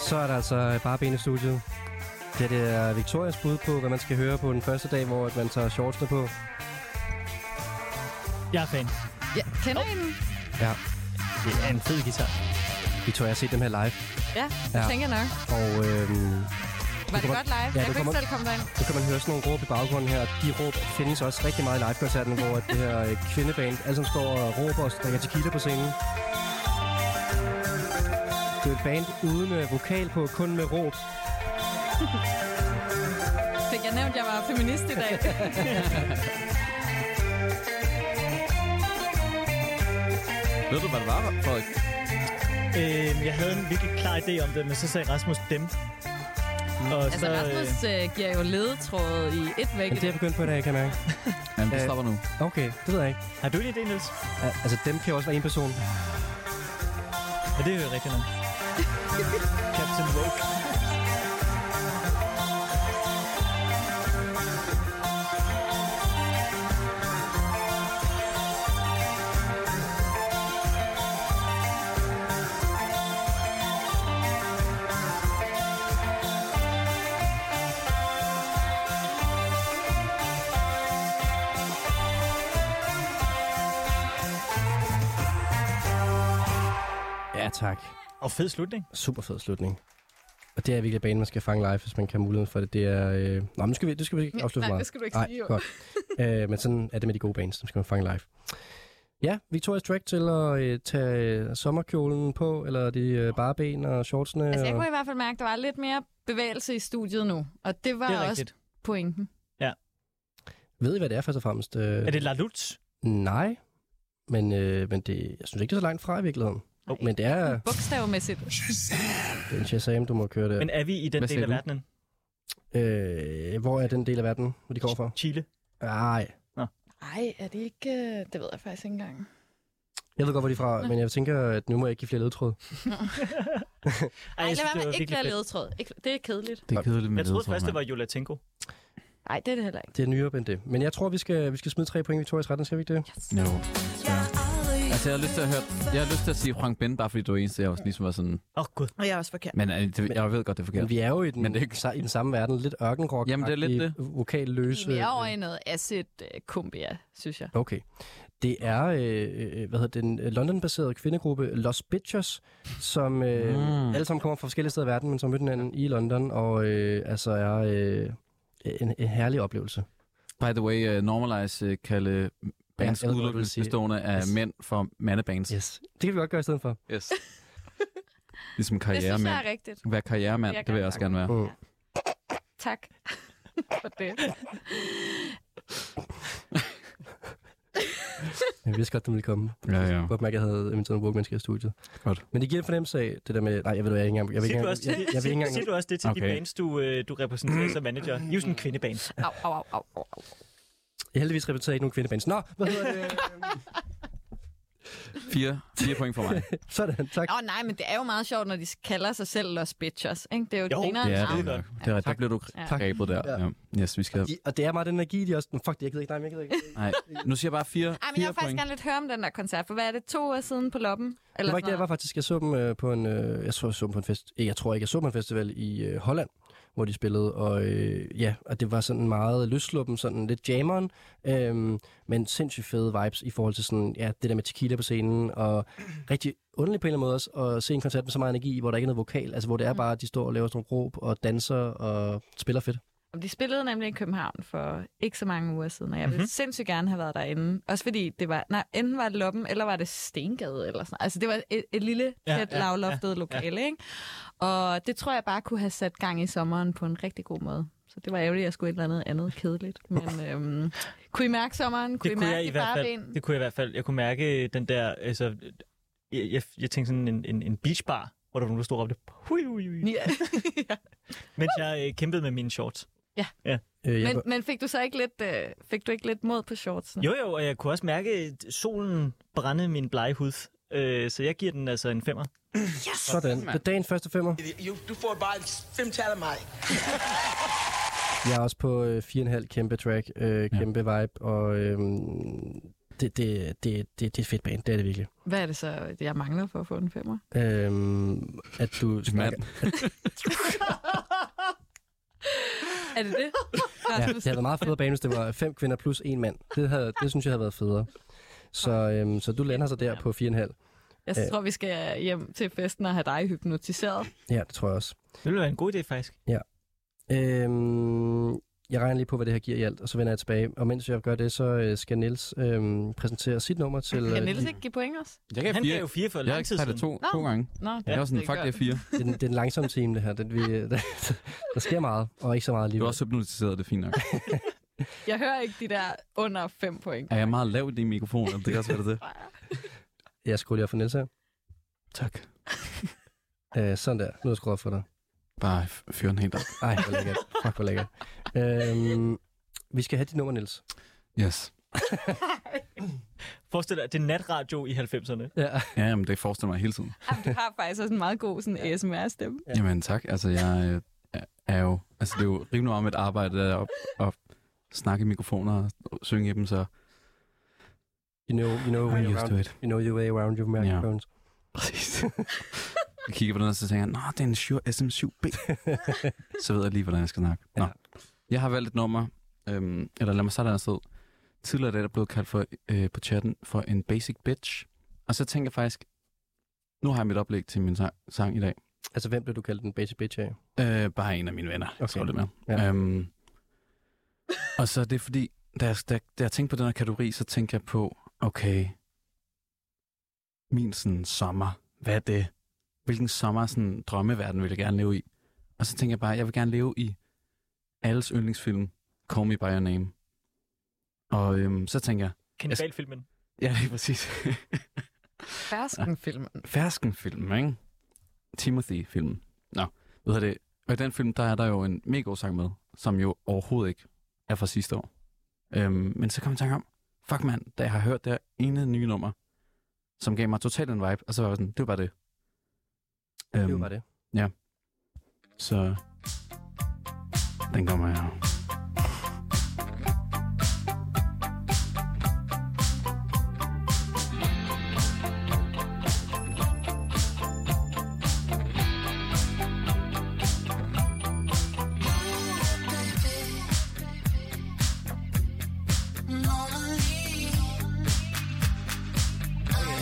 Speaker 2: Så er der altså bare ben i studiet. Det her, det er Victorias bud på, hvad man skal høre på den første dag, hvor at man tager shortsene på.
Speaker 5: Jeg er fan.
Speaker 4: Ja, kender I den?
Speaker 2: Ja,
Speaker 5: Det er en fed guitar.
Speaker 2: Victoria har set dem her live,
Speaker 4: Ja,
Speaker 2: Ja.
Speaker 4: det ja. tænker jeg nok.
Speaker 2: og øhm,
Speaker 4: Var det
Speaker 2: kommer-
Speaker 4: godt live?
Speaker 2: Ja,
Speaker 4: Ja, jeg
Speaker 2: du
Speaker 4: kunne
Speaker 2: kommer-
Speaker 4: ikke selv komme derind.
Speaker 2: nu kan man høre sådan nogle råb i baggrunden her. De råb findes også rigtig meget i live-koncerten, hvor at det her øh, kvindeband alle sammen står og råber og drikker tequila på scenen. Det er et band uden øh, vokal på, kun med råb.
Speaker 4: Fik jeg nævnt, at jeg var feminist i dag?
Speaker 3: Ved du, hvad det var, Frederik?
Speaker 5: Øh, jeg havde en virkelig klar idé om det, men så sagde Rasmus dem. Og
Speaker 4: altså,
Speaker 5: så, øh,
Speaker 4: Rasmus øh, giver jo ledetråd i et væk.
Speaker 2: Men det er begyndt på i dag, kan jeg mærke.
Speaker 3: Jamen, det
Speaker 2: Øh,
Speaker 3: stopper nu.
Speaker 2: Okay, det ved jeg ikke.
Speaker 5: har du en idé, Niels?
Speaker 2: Al- Altså, dem kan jo også være en person.
Speaker 5: Ja, det er jo rigtigt nok. Captain Woke.
Speaker 2: Ja, tak.
Speaker 5: Og fed slutning.
Speaker 2: Super fed slutning. Og det er virkelig banen, man skal fange live, hvis man kan have muligheden for det. Det er... Øh... Nå, men nu skal vi, det skal vi ikke afsløre for
Speaker 4: Nej,
Speaker 2: meget.
Speaker 4: det skal du ikke
Speaker 2: Nej,
Speaker 4: sige. jo.
Speaker 2: godt. øh, men sådan er det med de gode bands, dem skal man fange live. Ja, Victoria's Track til at øh, tage øh, sommerkjolen på, eller de øh, bare ben og shortsene.
Speaker 4: Altså, jeg
Speaker 2: og...
Speaker 4: kunne i hvert fald mærke, at der var lidt mere bevægelse i studiet nu. Og det var
Speaker 5: Det er
Speaker 4: det også
Speaker 5: rigtigt.
Speaker 4: pointen.
Speaker 2: Ved I, hvad det er først og fremmest? Øh...
Speaker 5: Er det Laluts?
Speaker 2: Nej, men, øh, men det, jeg synes ikke, det er så langt fra i virkeligheden.
Speaker 5: Jo,
Speaker 2: Men det er
Speaker 4: Bogstavmæssigt.
Speaker 2: det er en Shazam, du må køre der.
Speaker 5: Men
Speaker 2: Men...
Speaker 5: er vi i den
Speaker 3: Hvad
Speaker 5: del
Speaker 3: sagde
Speaker 5: af
Speaker 3: du?
Speaker 5: verdenen?
Speaker 2: Øh, hvor er den del af verden, hvor de kommer fra? Ah,
Speaker 5: Chile.
Speaker 2: Nej,
Speaker 4: Nej, er det ikke... øh, Det ved jeg faktisk ikke engang.
Speaker 2: jeg ved godt, hvor de er fra, men jeg tænker, at nu må jeg ikke give flere ledtråde.
Speaker 5: Ej,
Speaker 4: Nej,
Speaker 5: jeg
Speaker 4: lad
Speaker 5: synes,
Speaker 4: være
Speaker 5: det var
Speaker 4: med ikke
Speaker 5: virkelig
Speaker 4: lade
Speaker 5: fedt.
Speaker 4: ledetråd. Ikke, det er kedeligt.
Speaker 3: Det er kedeligt med
Speaker 5: Jeg troede
Speaker 3: ledetråd,
Speaker 5: først, det
Speaker 3: mand.
Speaker 5: var Jolatenko.
Speaker 4: Nej, det er det heller ikke.
Speaker 2: Det er nyere end det. Men jeg tror, vi skal, vi skal smide tre point i Victoria's retning, skal vi ikke det?
Speaker 3: Jo. Ja. Altså, jeg har lyst til at høre... Jeg har lyst til at sige Frank Ben, bare fordi du er eneste, jeg også ligesom var sådan...
Speaker 5: Åh, oh, gud.
Speaker 4: Og jeg er også forkert.
Speaker 3: Men øh, det, jeg ved godt, det er
Speaker 2: Men
Speaker 3: forkert.
Speaker 2: vi er jo i den,
Speaker 3: Men det er
Speaker 2: ikke... i den samme verden, lidt ørkenrock
Speaker 3: Jamen, det er lidt det.
Speaker 2: vokalløse.
Speaker 4: Vi er over i noget acid øh, kumbia, synes jeg.
Speaker 2: Okay. Det er øh, øh, hvad hedder den øh, London-baserede kvindegruppe Los Bitches, som øh,
Speaker 3: Mm.
Speaker 2: mm. alle sammen kommer fra forskellige steder i verden, men som mødte hinanden i London, og øh, altså er øh, en, en herlig oplevelse.
Speaker 3: By the way, uh, Normalize uh, kalde bands
Speaker 2: jeg
Speaker 3: ja,
Speaker 2: ved godt, hvad du vil
Speaker 3: udelukkende
Speaker 2: sige.
Speaker 3: bestående af
Speaker 2: Yes.
Speaker 3: mænd for mandebands. Yes.
Speaker 2: Yes. Det kan vi godt gøre i stedet for.
Speaker 3: yes. ligesom
Speaker 4: Det synes jeg
Speaker 3: karrieremænd.
Speaker 4: er rigtigt.
Speaker 3: Vær karrieremand,
Speaker 4: Jeg
Speaker 3: det
Speaker 4: kan
Speaker 3: vil jeg også
Speaker 4: godt.
Speaker 3: gerne
Speaker 2: Mm.
Speaker 3: være.
Speaker 4: Tak for det.
Speaker 2: Jeg vidste godt, den ville komme.
Speaker 3: Ja, ja.
Speaker 2: Jeg kunne godt mærke, at jeg havde inviteret nogle workmennesker i studiet.
Speaker 3: Godt.
Speaker 2: Men det giver en fornemmelse af det der med... Nej, jeg ved du, jeg ikke engang... Jeg vil
Speaker 5: Siger
Speaker 2: ikke
Speaker 5: du,
Speaker 2: engang,
Speaker 5: også
Speaker 2: jeg,
Speaker 5: det?
Speaker 2: jeg, jeg vil ikke
Speaker 5: Siger-
Speaker 2: engang Mm.
Speaker 5: siger du også det til okay. de
Speaker 3: Okay.
Speaker 5: bands, du, øh, du repræsenterer som manager? I er jo sådan en kvindeband.
Speaker 4: Au, au, au, au, au.
Speaker 2: Jeg heldigvis repræsenterer ikke nogen kvindebands. Nå, hvad hedder det?
Speaker 3: Fire, fire point for mig.
Speaker 2: Sådan, tak.
Speaker 4: Nå, nej, men det er jo meget sjovt, når de kalder sig selv Los Bitches. Ikke? Det er jo,
Speaker 5: Jo,
Speaker 4: jo
Speaker 3: det er
Speaker 4: navn.
Speaker 3: det nok. Det er, der blev du
Speaker 4: Ja.
Speaker 2: Tak.
Speaker 3: grebet der.
Speaker 2: Ja.
Speaker 3: Ja. Yes, vi skal...
Speaker 2: I, og det er meget den energi, de også... Fuck det, jeg gider ikke. Nej, men jeg gider ikke.
Speaker 3: Nej, nu siger jeg bare fire,
Speaker 4: Ej, men jeg
Speaker 3: fire
Speaker 4: vil faktisk
Speaker 3: point.
Speaker 4: gerne lidt høre om den der koncert, for hvad er det, to år siden på loppen?
Speaker 2: Det
Speaker 4: Eller
Speaker 2: var ikke der, jeg var faktisk. Jeg så dem øh, på en... Øh, jeg tror, jeg så dem på en fest. eh, Jeg tror ikke, jeg så dem på en festival i øh, Holland, hvor de spillede. Og øh, ja, og det var sådan meget løsluppen, sådan lidt jammeren. Øh, men sindssygt fede vibes i forhold til sådan, ja, det der med tequila på scenen. Og rigtig underligt på en eller anden måde også at se en koncert med så meget energi, hvor der ikke er noget vokal. Altså, hvor det er
Speaker 4: Mm.
Speaker 2: bare, at de står og laver sådan nogle råb og danser og spiller fedt.
Speaker 4: Jamen, De spillede nemlig i København for ikke så mange uger siden, og jeg
Speaker 5: Mhm.
Speaker 4: ville mm-hmm. sindssygt gerne have været derinde. Også fordi det var, nej, enten var det Loppen, eller var det Stengade, eller sådan noget. Altså det var et, et lille,
Speaker 5: Ja,
Speaker 4: tæt,
Speaker 5: ja,
Speaker 4: ja, lavloftet ja, lokale, ikke? Og det tror jeg bare kunne have sat gang i sommeren på en rigtig god måde. Så det var ærgerligt, at jeg skulle et eller andet andet kedeligt. Men øhm, kunne I mærke sommeren? Kunne I
Speaker 5: Det kunne,
Speaker 4: mærke
Speaker 5: jeg i
Speaker 4: de
Speaker 5: hvert
Speaker 4: bare
Speaker 5: fald, det kunne jeg i hvert fald. Jeg kunne mærke den der... Altså, jeg, jeg, jeg tænkte sådan en, en, en beachbar, hvor der var nogen, der stod og råbte, hui, hui, hui,
Speaker 4: Ja. ja.
Speaker 5: mens jeg øh, kæmpede med mine shorts.
Speaker 2: Øh, jeg,
Speaker 4: men, men fik du så ikke lidt, øh, fik du ikke lidt mod på shortsene?
Speaker 5: Jo, jo, og jeg kunne også mærke øh, solen brænde min blege hud. Øh, så jeg giver den altså en femmer.
Speaker 4: altså,
Speaker 2: sådan. Det er dagen første femmer.
Speaker 8: Jo, Du får bare fem tal af mig.
Speaker 2: Jeg er også på øh, 4,5 kæmpe track, øh, kæmpe ja. vibe, og øh, det, det, det, det, det er et fedt band, det er det virkelig.
Speaker 4: Hvad er det så, jeg mangler for at få en femmer?
Speaker 2: Øh, at du snakker,
Speaker 4: Er det det?
Speaker 2: ja, det havde været meget federe band, hvis det var fem kvinder plus en mand. Det, havde, det synes jeg havde været federe. Så, øhm, så du lander så der på 4,5.
Speaker 3: Øh.
Speaker 4: Jeg tror, vi skal hjem til festen og have dig hypnotiseret.
Speaker 2: Ja, det tror jeg også.
Speaker 5: Det ville være en god idé, faktisk.
Speaker 2: Øhm, jeg regner lige på, hvad det her giver i alt, og så vender jeg tilbage. Og mens jeg gør det, så øh, skal Niels øhm, præsentere sit nummer til...
Speaker 4: Kan
Speaker 2: Øh,
Speaker 4: Niels ikke give point også?
Speaker 3: Jeg gav
Speaker 5: Han
Speaker 3: fire.
Speaker 5: gav jo fire for
Speaker 3: Jeg har
Speaker 5: lang
Speaker 3: ikke
Speaker 5: tid
Speaker 3: sagt det
Speaker 5: siden.
Speaker 3: to, to
Speaker 4: Nå.
Speaker 3: gange.
Speaker 4: Nå,
Speaker 5: Ja.
Speaker 3: Jeg var sådan, fuck, det er fire.
Speaker 2: det, er den- det er en langsom time, det her. Den, vi, der, der sker meget, og ikke så meget
Speaker 3: Du
Speaker 2: alligevel.
Speaker 3: er også hypnotiseret, det er fint nok.
Speaker 4: Jeg hører ikke de der under 5 point.
Speaker 3: Er jeg meget lav i din mikrofon? Det kan også være det. er det.
Speaker 2: Jeg skulle lige op for Niels her.
Speaker 3: Tak.
Speaker 2: Øh, sådan der. Nu er jeg skruet op for dig.
Speaker 3: Bare fyre den helt op.
Speaker 2: Ej, hvor lækkert. Fuck, hvor lækkert. Øhm, vi skal have dit nummer, Niels.
Speaker 3: Yes.
Speaker 5: Forestil dig, det er natradio i 90'erne.
Speaker 2: Ja.
Speaker 3: Ja, jamen, det forestiller mig hele tiden.
Speaker 4: Jamen, du har faktisk også en meget god sådan, ASMR-stemme.
Speaker 2: Ja.
Speaker 3: Jamen tak, altså jeg øh, er- er jo, altså det er jo rimelig meget mit arbejde at, at, at snakke i mikrofoner og synge i dem, så
Speaker 2: You know, you know,
Speaker 3: I'm
Speaker 2: way
Speaker 3: used to
Speaker 2: around,
Speaker 3: it.
Speaker 2: you know your way around your microphones.
Speaker 3: Præcis. Jeg kigger på den, og så tænker jeg, nå, det er en Shure SM7B. så ved jeg lige, hvordan jeg skal snakke. Nå.
Speaker 2: Ja.
Speaker 3: Jeg har valgt et nummer, øhm, eller lad mig starte andet sted. Tidligere i dag er der blevet kaldt for, øh, på chatten for en basic bitch. Og så tænker jeg faktisk, nu har jeg mit oplæg til min sang, sang i dag.
Speaker 2: Altså, hvem blev du kaldt den basic bitch af?
Speaker 3: Øh, bare en af mine venner,
Speaker 2: Okay.
Speaker 3: okay. tror det med.
Speaker 2: Ja.
Speaker 3: Ja. Øhm, og så er det fordi, da jeg, da, da jeg tænkte på den her kategori, så tænkte jeg på, okay, min sådan sommer, hvad er det? Hvilken sommer, sådan drømmeverden vil jeg gerne leve i? Og så tænkte jeg bare, jeg vil gerne leve i alles yndlingsfilm, Call Me By Your Name. Og øhm, så tænkte jeg,
Speaker 5: Kanibalfilmen.
Speaker 3: ja, det er præcis.
Speaker 4: Ferskenfilmen.
Speaker 3: Ferskenfilm, ikke? Timothy-filmen. Nå, ved jeg det. Og i den film, der er der jo en mega god sang med, som jo overhovedet ikke er fra sidste år. Øhm, men så kom jeg i tanke om, fuck mand, da jeg har hørt det her ene nye nummer, som gav mig totalt en vibe, og så var jeg sådan, det var bare det.
Speaker 2: Øhm. Det var det.
Speaker 3: Så den kommer her.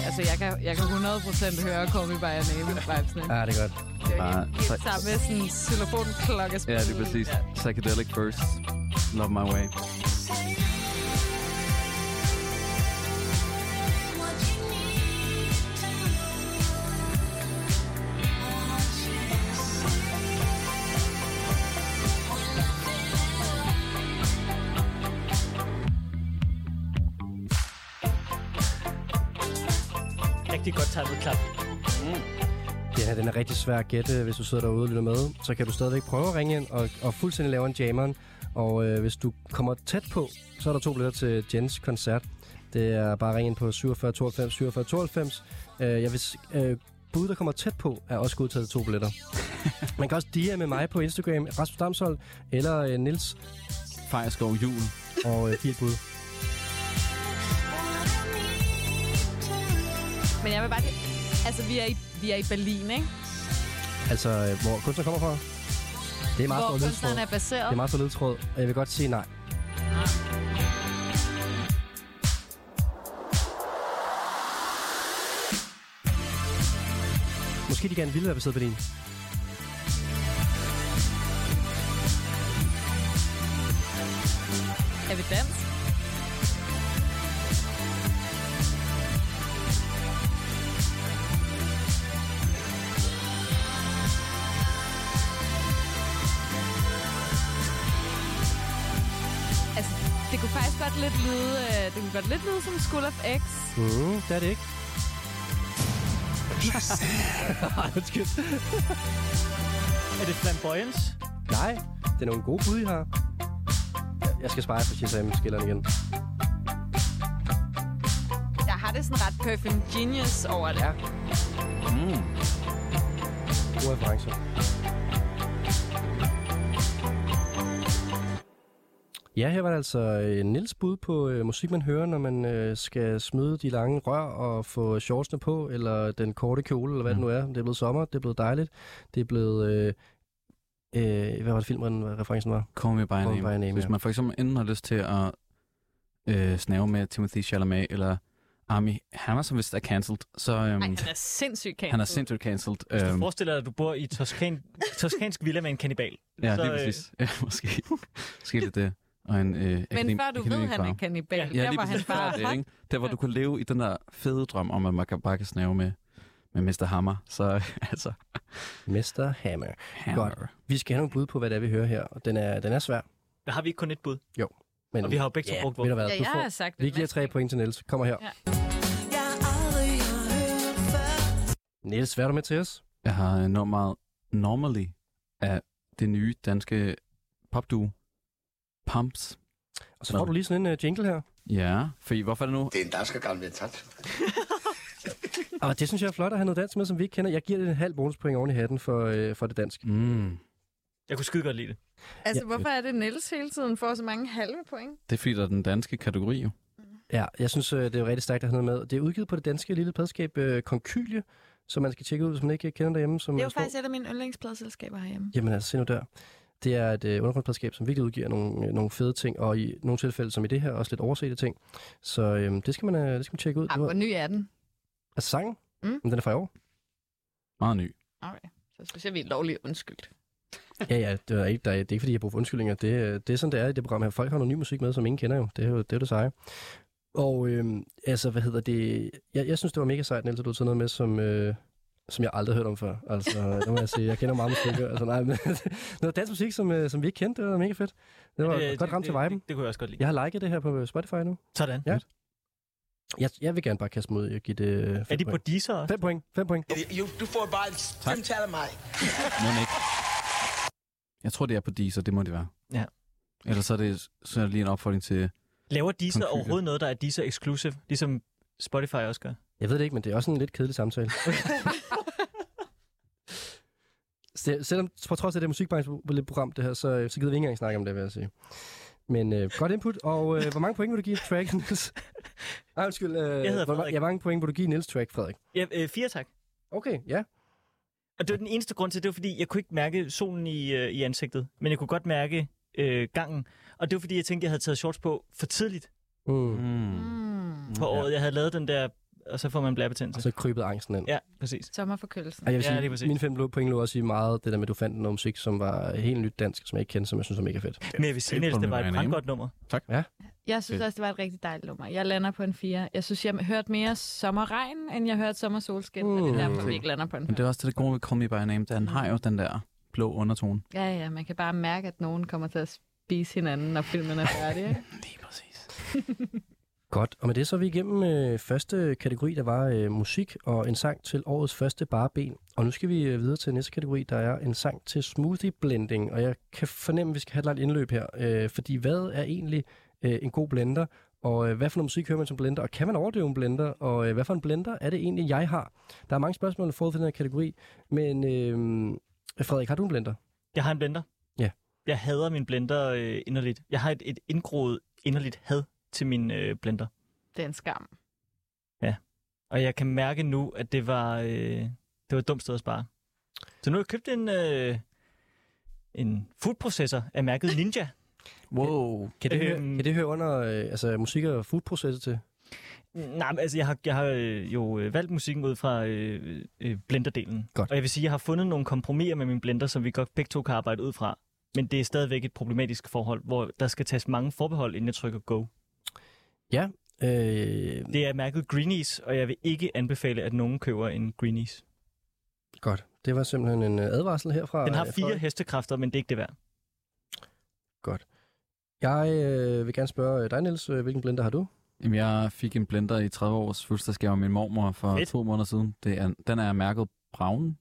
Speaker 4: Altså, jeg kan, jeg kan 100% høre Call Me By Your Name vibesene.
Speaker 2: Ja, ah, det er godt.
Speaker 4: Det er
Speaker 3: Bare-
Speaker 4: helt- helt sammen med sådan en xylofonklokke.
Speaker 3: Ja, det er præcis. Psychedelic Burst. Love My Way.
Speaker 5: Rigtig godt timet klap.
Speaker 2: Den her, den er rigtig svær at gætte, hvis du sidder derude og lytter med. Så kan du stadigvæk prøve at ringe ind og, og fuldstændig lave en jammeren. Og øh, hvis du kommer tæt på, så er der to billetter til Jens koncert. Det er bare at ringe ind på 47 92 47 92. Øh, jeg vil, s- øh, bud, der kommer tæt på, er også godtaget til to billetter. Man kan også DM med mig på Instagram, Rasmus Damshold eller øh, Nils
Speaker 3: Fejrskov Jul.
Speaker 2: og øh, give et bud.
Speaker 4: Men jeg vil bare lige... Altså, vi er i, vi er i Berlin, ikke?
Speaker 2: Altså, øh, hvor kunstneren kommer fra? Det er meget
Speaker 4: Hvor
Speaker 2: stor ledtråd.
Speaker 4: kunstneren er baseret.
Speaker 2: Det er meget stor ledtråd, og jeg vil godt sige nej. Måske de gerne ville være baseret på din.
Speaker 4: Er vi dansk? Altså, Altså, det kunne faktisk godt lidt lyde, øh, det kunne godt lidt lyde som School of X.
Speaker 2: Mm, det er det ikke. Ej, Undskyld.
Speaker 5: Er det flamboyance?
Speaker 2: Nej, det er nogle gode bud, I har. Jeg- Jeg skal spare på Shazam-skilleren igen.
Speaker 4: Der har det sådan ret perfect genius over det.
Speaker 2: Ja. Gode referencer. Ja, her var det altså øh, Nils bud på øh, musik, man hører, når man øh, skal smide de lange rør og få shortsene på, eller den korte kjole, eller hvad
Speaker 5: Mm.
Speaker 2: det nu er. Det er blevet sommer, det er blevet dejligt, det er blevet... Øh, øh, hvad var det filmen, referencen var?
Speaker 3: Call Me By Your
Speaker 2: Call Me
Speaker 3: Name.
Speaker 2: By Your Name,
Speaker 3: Hvis
Speaker 2: ja.
Speaker 3: man for eksempel enten har lyst til at øh, snave med Timothy Chalamet eller Army Hammer, som vist er cancelled, så øhm,
Speaker 4: Ej, han er sindssygt kendt.
Speaker 3: han er sindssygt cancelled.
Speaker 5: Hvis du
Speaker 3: Øhm,
Speaker 5: forestiller dig, at du bor i toskan, toskansk villa med en kanibal.
Speaker 3: ja,
Speaker 5: så,
Speaker 3: det er
Speaker 5: øh,
Speaker 3: præcis. Ja, måske. måske lidt det. Og en, øh,
Speaker 4: Men
Speaker 3: akadem-
Speaker 4: før du ved,
Speaker 3: akademiker.
Speaker 4: han er kanibal,
Speaker 5: Ja,
Speaker 4: ja, der
Speaker 3: lige
Speaker 4: var han
Speaker 3: præcis.
Speaker 4: bare...
Speaker 3: det, ikke? Der, hvor du kunne leve i den der fede drøm om, at man kan bare kan snave med, med Mr. Hammer. Så altså,
Speaker 2: Mester Hammer.
Speaker 3: Hammer.
Speaker 2: Godt. Vi skal have nogle bud på, hvad det er, vi hører her, og den er, den er svær.
Speaker 5: Der har vi ikke kun et bud.
Speaker 2: Men,
Speaker 5: Og vi har jo begge to
Speaker 2: ja,
Speaker 5: brugt
Speaker 2: ved du hvad, du
Speaker 4: Ja, jeg
Speaker 2: får,
Speaker 4: har sagt
Speaker 2: Vi
Speaker 4: en
Speaker 2: giver
Speaker 4: masse
Speaker 2: tre
Speaker 4: ting.
Speaker 2: point til Niels. Kommer her.
Speaker 4: Ja.
Speaker 2: Niels, hvad er du med til os?
Speaker 3: Jeg har øh, nummeret Normally af det nye danske popduo Pumps.
Speaker 2: Og så får du lige sådan en uh, jingle her.
Speaker 3: Ja, fordi hvorfor er det nu?
Speaker 9: Den danske gamle tat.
Speaker 2: Og det synes jeg er flot at have noget dansk med, som vi ikke kender. Jeg giver det en halv bonuspoint oven i hatten for, øh, for det danske.
Speaker 3: Mm.
Speaker 5: Jeg kunne skide godt lide det.
Speaker 4: Altså,
Speaker 2: Ja.
Speaker 4: hvorfor er det, Niels hele tiden får så mange halve point?
Speaker 3: Det er fordi, der er den danske kategori jo.
Speaker 2: Ja, jeg synes, øh, det er rigtig stærkt at have noget med. Det er udgivet på det danske lille pladskab øh, Konkylie, som man skal tjekke ud, hvis man ikke kender derhjemme. Som
Speaker 4: Det
Speaker 2: øh,
Speaker 4: er jo
Speaker 2: små-
Speaker 4: faktisk et af mine yndlingspladselskaber herhjemme.
Speaker 2: Jamen altså, se nu der. Det er et øh, undergrundspladskab, som virkelig udgiver nogle, øh, nogle fede ting, og i nogle tilfælde, som i det her, også lidt oversete ting. øhm, Så øh, det, skal man, øh, det skal man tjekke ud.
Speaker 4: Ah,
Speaker 2: Det var-
Speaker 4: hvor ny er den?
Speaker 2: Altså sangen?
Speaker 4: Mm.
Speaker 2: Mm. Den er fra i år.
Speaker 3: Meget ny.
Speaker 4: Okay. Så synes jeg, vi er lovligt undskyldt.
Speaker 2: Ja, ja, det er ikke, der er, det er ikke fordi, jeg bruger undskyldninger. Det, øh, det er sådan, det er i det program her. Folk har noget ny musik med, som ingen kender jo. Det er jo det, er jo det seje. Og øhm, altså, hvad hedder det? Jeg, jeg synes, det var mega sejt, Niels, at du havde taget noget med, som, øh, som jeg aldrig har hørt om før. Altså, det må jeg sige. Jeg kender meget musik. Altså, nej, men, noget dansk musik, som, øh, som vi ikke kendte, det var mega fedt. Det var øh, godt ramt til
Speaker 5: det,
Speaker 2: viben.
Speaker 5: det, det kunne jeg også godt lide.
Speaker 2: Jeg har liket det her på øh, Spotify nu.
Speaker 5: Sådan.
Speaker 2: Ja. Jeg, jeg vil gerne bare kaste mod og give det øh,
Speaker 5: Er
Speaker 2: fem
Speaker 5: de på
Speaker 2: point.
Speaker 5: deezer?
Speaker 2: 5 point. 5 point.
Speaker 8: You, du får bare et
Speaker 3: Tá.
Speaker 8: fem tal af mig.
Speaker 3: Må den ikke. Jeg tror, det er på Deezer, det må det være.
Speaker 5: Ja.
Speaker 3: Ellers så er det, så er det lige en opfordring til...
Speaker 5: Laver deezer
Speaker 3: Computer.
Speaker 5: overhovedet noget, der er deezer exclusive? Ligesom Spotify også gør.
Speaker 2: Jeg ved det ikke, men det er også en lidt kedelig samtale. Sel- Selvom på trods af det er musikbrancheprogram, det her, så, øh, så gider vi ikke engang snakke om det, vil jeg sige. Men øh, godt input, og øh, hvor mange point vil du give track, Niels? Nej, undskyld. Øh,
Speaker 5: Jeg hedder
Speaker 2: hvor,
Speaker 5: Frederik.
Speaker 2: ja, hvor mange point vil du give Niels track, Frederik?
Speaker 5: Ja, øh, fire tak.
Speaker 2: Okay, ja.
Speaker 5: Og det var den eneste grund til, det var fordi, jeg kunne ikke mærke solen i, øh, i ansigtet, men jeg kunne godt mærke øh, gangen. Og det var fordi, jeg tænkte, jeg havde taget shorts på for tidligt
Speaker 2: Mm.
Speaker 3: Mm.
Speaker 4: Mm.
Speaker 5: på året. Jeg havde lavet den der, og så får man
Speaker 2: Og
Speaker 5: blærebetændelse.
Speaker 2: så krybede angsten ind.
Speaker 5: Ja, præcis.
Speaker 4: Sommerforkølelsen.
Speaker 2: Og jeg vil
Speaker 5: Ja,
Speaker 2: sige,
Speaker 5: lige præcis.
Speaker 2: mine fem point lå også i meget det der med, at du fandt noget musik, som var helt nyt dansk, som jeg ikke kendte, som jeg synes var mega fedt.
Speaker 5: Men jeg vil sige,
Speaker 3: Det er
Speaker 5: Niels, det var et
Speaker 3: på min
Speaker 5: brandgodt nummer.
Speaker 4: Jeg synes
Speaker 3: Fedt.
Speaker 4: også, det var et rigtig dejligt nummer. Jeg lander på en 4. Jeg synes, jeg hørte mere sommerregn, end jeg hørte sommersolskin, mm. og det er derfor, vi ikke lander på en
Speaker 3: Men
Speaker 4: 5.
Speaker 3: det er også det gode ved Call Me By Your Name. Den har jo den der blå undertone.
Speaker 4: Ja, ja, man kan bare mærke, at nogen kommer til at spise hinanden, når filmen er færdig. ikke?
Speaker 3: Lige præcis.
Speaker 2: Godt, og med det så er vi igennem øh, første kategori, der var øh, musik og en sang til årets første bare ben. Og nu skal vi øh, videre til næste kategori, der er en sang til smoothie blending. Og jeg kan fornemme, at vi skal have et langt indløb her, øh, fordi hvad er egentlig øh, en god blender? Og øh, hvad for noget musik hører man som blender? Og kan man overdøve en blender? Og øh, hvad for en blender er det egentlig, jeg har? Der er mange spørgsmål forud for den her kategori, men øh, Frederik, har du en blender?
Speaker 5: Jeg har en blender.
Speaker 2: Ja.
Speaker 5: Jeg hader min blender øh, inderligt. Jeg har et, et indgroet inderligt had til min øh, blender.
Speaker 4: Det er en skam.
Speaker 5: Og jeg kan mærke nu, at det var, øh, det var et dumt sted at spare. Så nu har jeg købt en, øh, en foodprocessor af mærket Ninja.
Speaker 3: Wow.
Speaker 2: Kan det, høre,
Speaker 5: Øhm.
Speaker 2: kan det høre under øh, altså, musik- og foodprocesser til?
Speaker 5: Nej, men altså, jeg har, jeg har øh, jo øh, valgt musikken ud fra øh, øh, blenderdelen.
Speaker 2: Godt.
Speaker 5: Og jeg vil sige, jeg har fundet nogle kompromiser med min blender, som vi godt begge to kan arbejde ud fra. Men det er stadigvæk et problematisk forhold, hvor der skal tages mange forbehold, inden jeg trykker go.
Speaker 2: Øh,
Speaker 5: Det er mærket Greenies, og jeg vil ikke anbefale, at nogen køber en Greenies.
Speaker 2: Godt. Det var simpelthen en øh, advarsel herfra.
Speaker 5: Den har
Speaker 2: øh,
Speaker 5: fire
Speaker 2: Frederik.
Speaker 5: hestekræfter, men det er ikke det værd.
Speaker 2: Jeg øh, vil gerne spørge øh, dig, Niels, øh, hvilken blender har du?
Speaker 3: Jamen, jeg fik en blender i 30 års fødselsdagsgave af min mormor for
Speaker 5: Fedt.
Speaker 3: Fedt. to måneder siden. Det er, den er mærket Braun.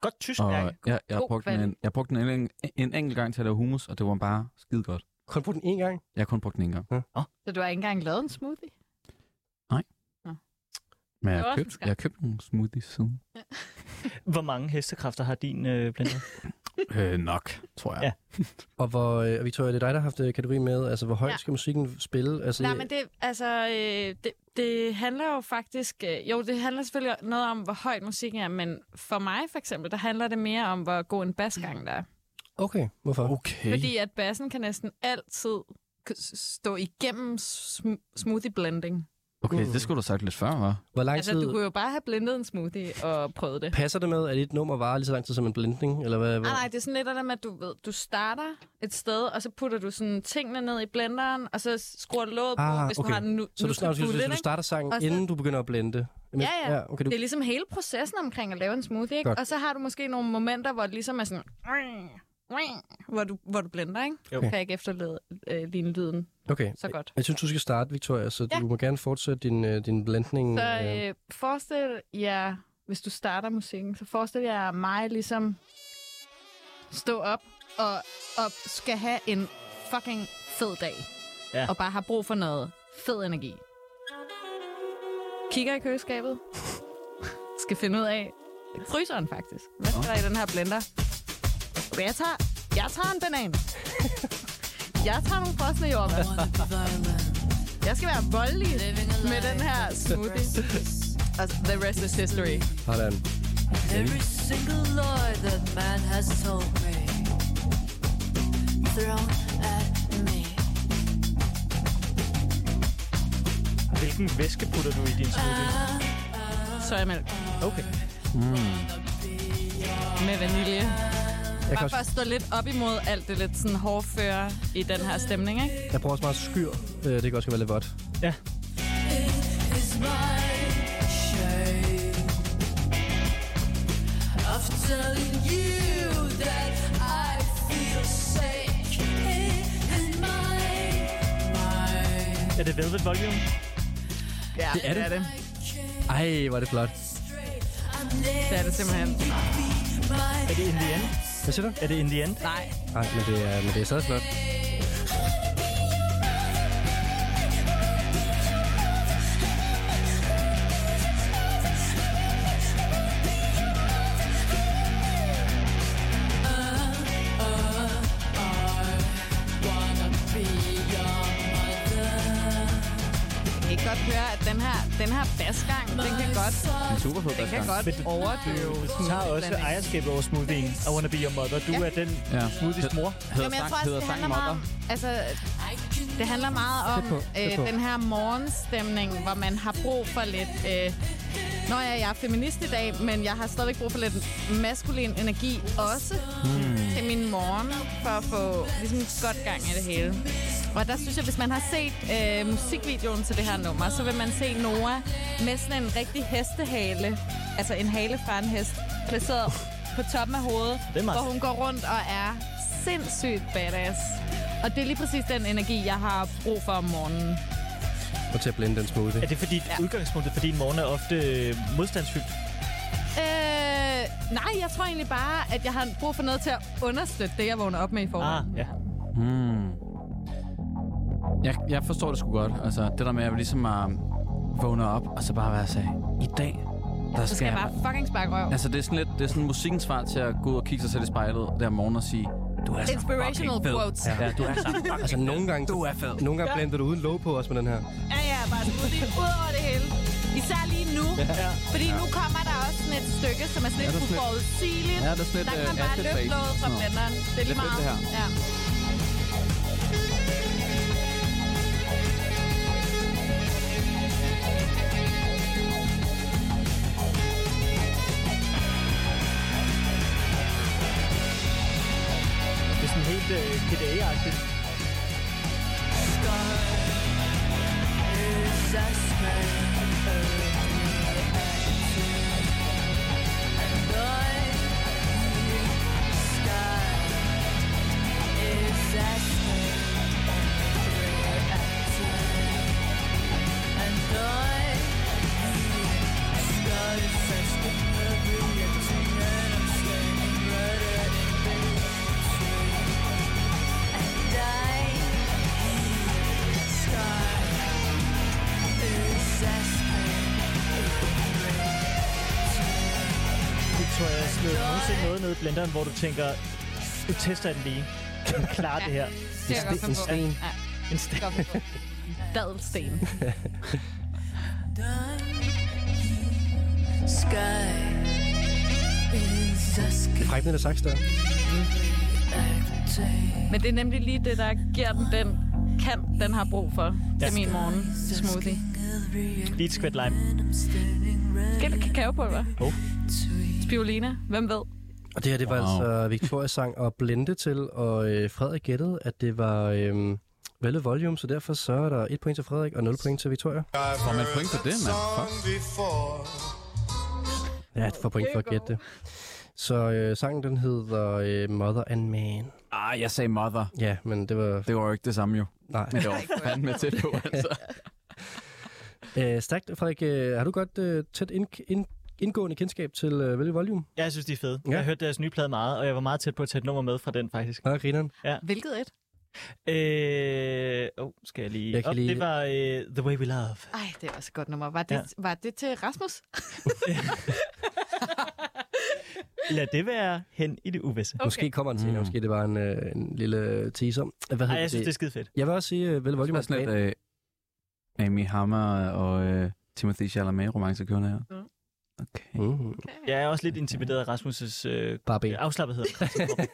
Speaker 5: Godt tysk
Speaker 3: Og
Speaker 5: mærke.
Speaker 3: jeg, jeg, har
Speaker 4: God
Speaker 3: brugt den,
Speaker 4: valg.
Speaker 3: en, jeg har brugt den en, en enkelt gang til at lave hummus, og det var bare skide godt.
Speaker 2: Kun på den en gang.
Speaker 3: Jeg har kun brugt den en gang.
Speaker 4: Så du har ikke engang lavet en smoothie?
Speaker 3: Men jeg
Speaker 4: Det var
Speaker 3: har
Speaker 4: også en
Speaker 3: købt,
Speaker 4: skam.
Speaker 3: jeg har købt nogle smoothies siden.
Speaker 5: Hvor mange hestekræfter har din øh, blender?
Speaker 3: øh, nok, tror jeg.
Speaker 5: Ja.
Speaker 2: Og hvor, øh, Victoria, det er dig, der har haft øh, kategori med. Altså, hvor højt ja.
Speaker 4: Ja.
Speaker 2: skal musikken spille? Altså,
Speaker 4: Nej, men det, altså, øh, det, det handler jo faktisk... Øh, jo, det handler selvfølgelig noget om, hvor højt musikken er, men for mig for eksempel, der handler det mere om, hvor god en basgang der er.
Speaker 2: Okay, hvorfor? Okay.
Speaker 3: Okay.
Speaker 4: Fordi at bassen kan næsten altid k- stå igennem sm- smoothie blending.
Speaker 3: Okay, det skulle du have sagt lidt før, hva'?
Speaker 2: Hvor lang
Speaker 4: Altså,
Speaker 2: tid
Speaker 4: du kunne jo bare have blendet en smoothie og prøvet det. Ah,
Speaker 2: passer det med, at et nummer varer lige så lang tid som en blending? Eller hvad? hvad?
Speaker 4: Nej, nej, det er sådan lidt af det med, at du ved, du starter et sted, og så putter du sådan tingene ned i blenderen, og så skruer låget på,
Speaker 2: Ah,
Speaker 4: hvis
Speaker 2: okay.
Speaker 4: du har den nu.
Speaker 2: så du,
Speaker 4: nu
Speaker 2: snart, så,
Speaker 4: skulle
Speaker 2: så
Speaker 4: lidt,
Speaker 2: du
Speaker 4: ikke?
Speaker 2: starter sangen,
Speaker 4: Og så-
Speaker 2: inden du begynder at blende? Men-
Speaker 4: Ja, ja.
Speaker 2: ja okay, du...
Speaker 4: Det er ligesom hele processen omkring at lave en smoothie, ikke?
Speaker 2: Godt.
Speaker 4: Og så har du måske nogle momenter, hvor det ligesom er sådan... Hvor du, hvor du blender, ikke?
Speaker 2: Jo.
Speaker 4: Kan jeg ikke efterlede øh, din lyden
Speaker 2: Okay.
Speaker 4: så godt.
Speaker 2: Jeg synes, du skal starte, Victoria, så
Speaker 4: Ja.
Speaker 2: du må gerne fortsætte din, øh, din blendning.
Speaker 4: Så
Speaker 2: øh,
Speaker 4: øh, forestil jer, hvis du starter musikken, så forestil jer mig ligesom stå op og, og skal have en fucking fed dag.
Speaker 5: Ja.
Speaker 4: Og bare har brug for noget fed energi. Kigger i køleskabet. skal finde ud af fryseren faktisk. Hvad skal der i den her blender? Okay, jeg tager, jeg tager en banan. jeg tager nogle frosne jordbær. Jeg skal være voldelig med den her smoothie. Og the rest is history.
Speaker 2: Sådan.
Speaker 9: Every single lie that man has told me, thrown at me.
Speaker 5: Hvilken væske putter du i din smoothie?
Speaker 4: Sojamælk.
Speaker 5: Okay.
Speaker 4: med vanilje.
Speaker 2: Jeg, kan
Speaker 4: Bare for
Speaker 2: også,
Speaker 4: at stå lidt op imod alt det lidt sådan hårdføre i den her stemning, ikke?
Speaker 2: jeg bruger også meget skyr. Øh, det kan også være lidt vådt.
Speaker 5: Ja.
Speaker 9: is my shame of telling you that I feel safe in my mind.
Speaker 5: Er det Velvet Volume?
Speaker 4: Ja,
Speaker 2: Det er det.
Speaker 4: det.
Speaker 2: Ej, var det flot.
Speaker 4: Det er det simpelthen.
Speaker 5: Er det In The End?
Speaker 2: Hvad siger du?
Speaker 5: Er det In The End?
Speaker 4: Nej,
Speaker 2: Nej, men det er, men det er stadig flot.
Speaker 4: jeg kan godt høre, at den her, den her basgang, den kan godt,
Speaker 3: En super fed
Speaker 4: den kan
Speaker 3: basgang.
Speaker 4: godt overdøve.
Speaker 5: Du tager også ejerskab over smoothien. I wanna be your mother. Du
Speaker 4: Ja.
Speaker 5: er den
Speaker 3: Ja.
Speaker 5: smoothies mor.
Speaker 3: Hedder
Speaker 4: Jamen, jeg
Speaker 3: sang,
Speaker 4: tror også,
Speaker 3: hedder
Speaker 4: det
Speaker 3: sangen
Speaker 4: handler meget
Speaker 3: Mother.
Speaker 4: om, altså, det handler meget om
Speaker 2: på, tæt på.
Speaker 4: øh, den her morgenstemning, hvor man har brug for lidt... Øh, Nå ja, jeg er feminist i dag, men jeg har stadigvæk brug for lidt maskulin energi også mm. til min morgen, for at få ligesom, godt gang i det hele. Og der synes jeg, hvis man har set øh, musikvideoen til det her nummer, så vil man se Nora med sådan en rigtig hestehale, altså en hale fra en hest, placeret på toppen af hovedet,
Speaker 5: Det er meget
Speaker 4: hvor hun går rundt og er sindssygt badass. Og det er lige præcis den energi, jeg har brug for om morgenen.
Speaker 2: Og til at blende den smoothie.
Speaker 5: Er det fordi, ja. udgangspunktet for din morgen er ofte øh, modstandsfyldt?
Speaker 4: Øh, nej, jeg tror egentlig bare, at jeg har brug for noget til at understøtte det, jeg vågner op med i
Speaker 5: Ah,
Speaker 4: forvejen.
Speaker 5: ja.
Speaker 3: Mm. Jeg, jeg forstår det sgu godt. Altså, det der med, at jeg ligesom at vågne op, og så bare være sagde, i dag, der
Speaker 4: Så skal jeg bare fucking sparke røv.
Speaker 3: Altså, det er sådan lidt det er sådan musikkens svar til at gå ud og kigge sig selv i spejlet der om morgenen og sige, du er så
Speaker 4: Inspirational
Speaker 3: fucking fed.
Speaker 4: quotes.
Speaker 3: Ja, ja, du er så fucking
Speaker 2: Altså, nogle gange,
Speaker 3: Du er fed.
Speaker 2: nogle gange blender du uden låg på os med den her.
Speaker 4: Ja, ja, bare smid det ud over det hele. Især lige nu. Ja. Fordi nu kommer der også sådan et stykke, som er sådan
Speaker 3: Ja,
Speaker 4: lidt
Speaker 3: der er sådan lidt-
Speaker 4: uforudsigeligt.
Speaker 3: Ja, der er sådan lidt,
Speaker 4: der kan man
Speaker 3: øh,
Speaker 4: bare
Speaker 3: acid
Speaker 4: løfte
Speaker 3: phase,
Speaker 4: låget fra
Speaker 3: sådan noget.
Speaker 4: blenderen. Det er
Speaker 3: Det
Speaker 4: lige
Speaker 3: er fedt,
Speaker 4: meget.
Speaker 3: det
Speaker 4: Ja.
Speaker 5: Det er sådan helt øh, PDA-agtigt. Victoria, smed du nogensinde noget ned i blenderen, hvor du tænker, nu tester jeg den lige. Kan den klare det her?
Speaker 4: Det er jeg godt
Speaker 2: En
Speaker 4: finde på.
Speaker 2: sten.
Speaker 4: Ja,
Speaker 5: En st-
Speaker 4: godt finde på. Dadelsten.
Speaker 9: Sky is a sky
Speaker 2: Frækken der saks der.
Speaker 4: Men det er nemlig lige det, der giver den den kant, den har brug for til min morgen smoothie.
Speaker 5: lige et skvæt lime.
Speaker 4: Skal det kakaopulver?
Speaker 5: Hov.
Speaker 4: Spirulina? Hvem ved?
Speaker 2: Og det her, det var wow.
Speaker 3: Wow.
Speaker 2: altså Victorias sang og blende til, og øh, Frederik gættede, at det var øh, Velle Volume, så derfor så er der et point til Frederik og 0 point til Victoria.
Speaker 3: Får man point for det, mand? Fuck.
Speaker 2: Ja, det får point for at gætte det. Så øh, sangen, den hedder øh, Mother and Man.
Speaker 3: Ah, jeg sagde mother.
Speaker 2: Ja, men det var...
Speaker 3: Det var jo ikke det samme jo.
Speaker 2: Nej.
Speaker 3: Men det var fandme tæt på, altså.
Speaker 2: Øh, stærkt, Frederik. Øh, har du godt øh, tæt ind, ind, indgående kendskab til øh, Velle Volume?
Speaker 5: Ja, jeg synes, de er fede.
Speaker 2: Ja.
Speaker 5: Ja. Jeg hørte deres nye plade meget, og jeg var meget tæt på at tage et nummer med fra den, faktisk.
Speaker 2: Nå, grineren.
Speaker 4: Hvilket et?
Speaker 5: Øh, oh, skal jeg lige...
Speaker 2: Jeg kan
Speaker 5: op?
Speaker 2: lige-
Speaker 5: Det var øh, The Way We Love.
Speaker 4: Ej, det er også et godt nummer. Var det, ja. var det til Rasmus?
Speaker 5: Lad det være hen i det uvisse.
Speaker 2: Okay. Måske kommer den senere.
Speaker 3: Mm.
Speaker 2: Måske det var en, øh, en lille teaser. Hvad hedder
Speaker 5: Ej, jeg synes, det er skide fedt.
Speaker 2: Jeg vil også sige, at Velle
Speaker 3: Det
Speaker 2: Volume er
Speaker 3: var sådan
Speaker 2: en
Speaker 3: lidt øh, Amy Hammer og øh, Timothy Chalamet romance kørende her. Okay.
Speaker 2: Mm-hmm.
Speaker 5: Jeg er også lidt intimideret af Rasmus' øh,
Speaker 2: Bare ben.
Speaker 5: afslappethed.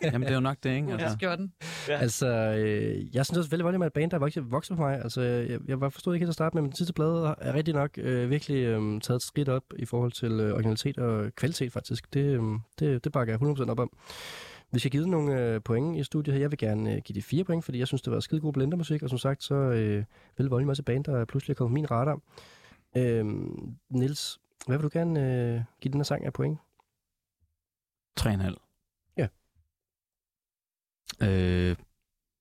Speaker 3: Jamen, det er jo nok det, ikke?
Speaker 4: Ja.
Speaker 3: Altså,
Speaker 4: Skjorten.
Speaker 2: Altså, øh, jeg synes også, Veldig Voldelig er et band, der vokser, vokser for mig. Altså, jeg, jeg var- forstod ikke helt at starte med, men den sidste plade er rigtig nok øh, virkelig øh, taget et skridt op i forhold til øh, originalitet og kvalitet, faktisk. Det, øh, det, det bakker jeg 100% op om. Vi skal give den nogle øh, point i studiet her. Jeg vil gerne øh, give det fire point, fordi jeg synes, det var skide god blendermusik, og som sagt, så øh, Veldig Voldelig er også et band, der pludselig er kommet på min radar. Øh, Nils, hvad vil du gerne øh, give den her sang af point?
Speaker 3: 3,5.
Speaker 2: Ja.
Speaker 3: Øh,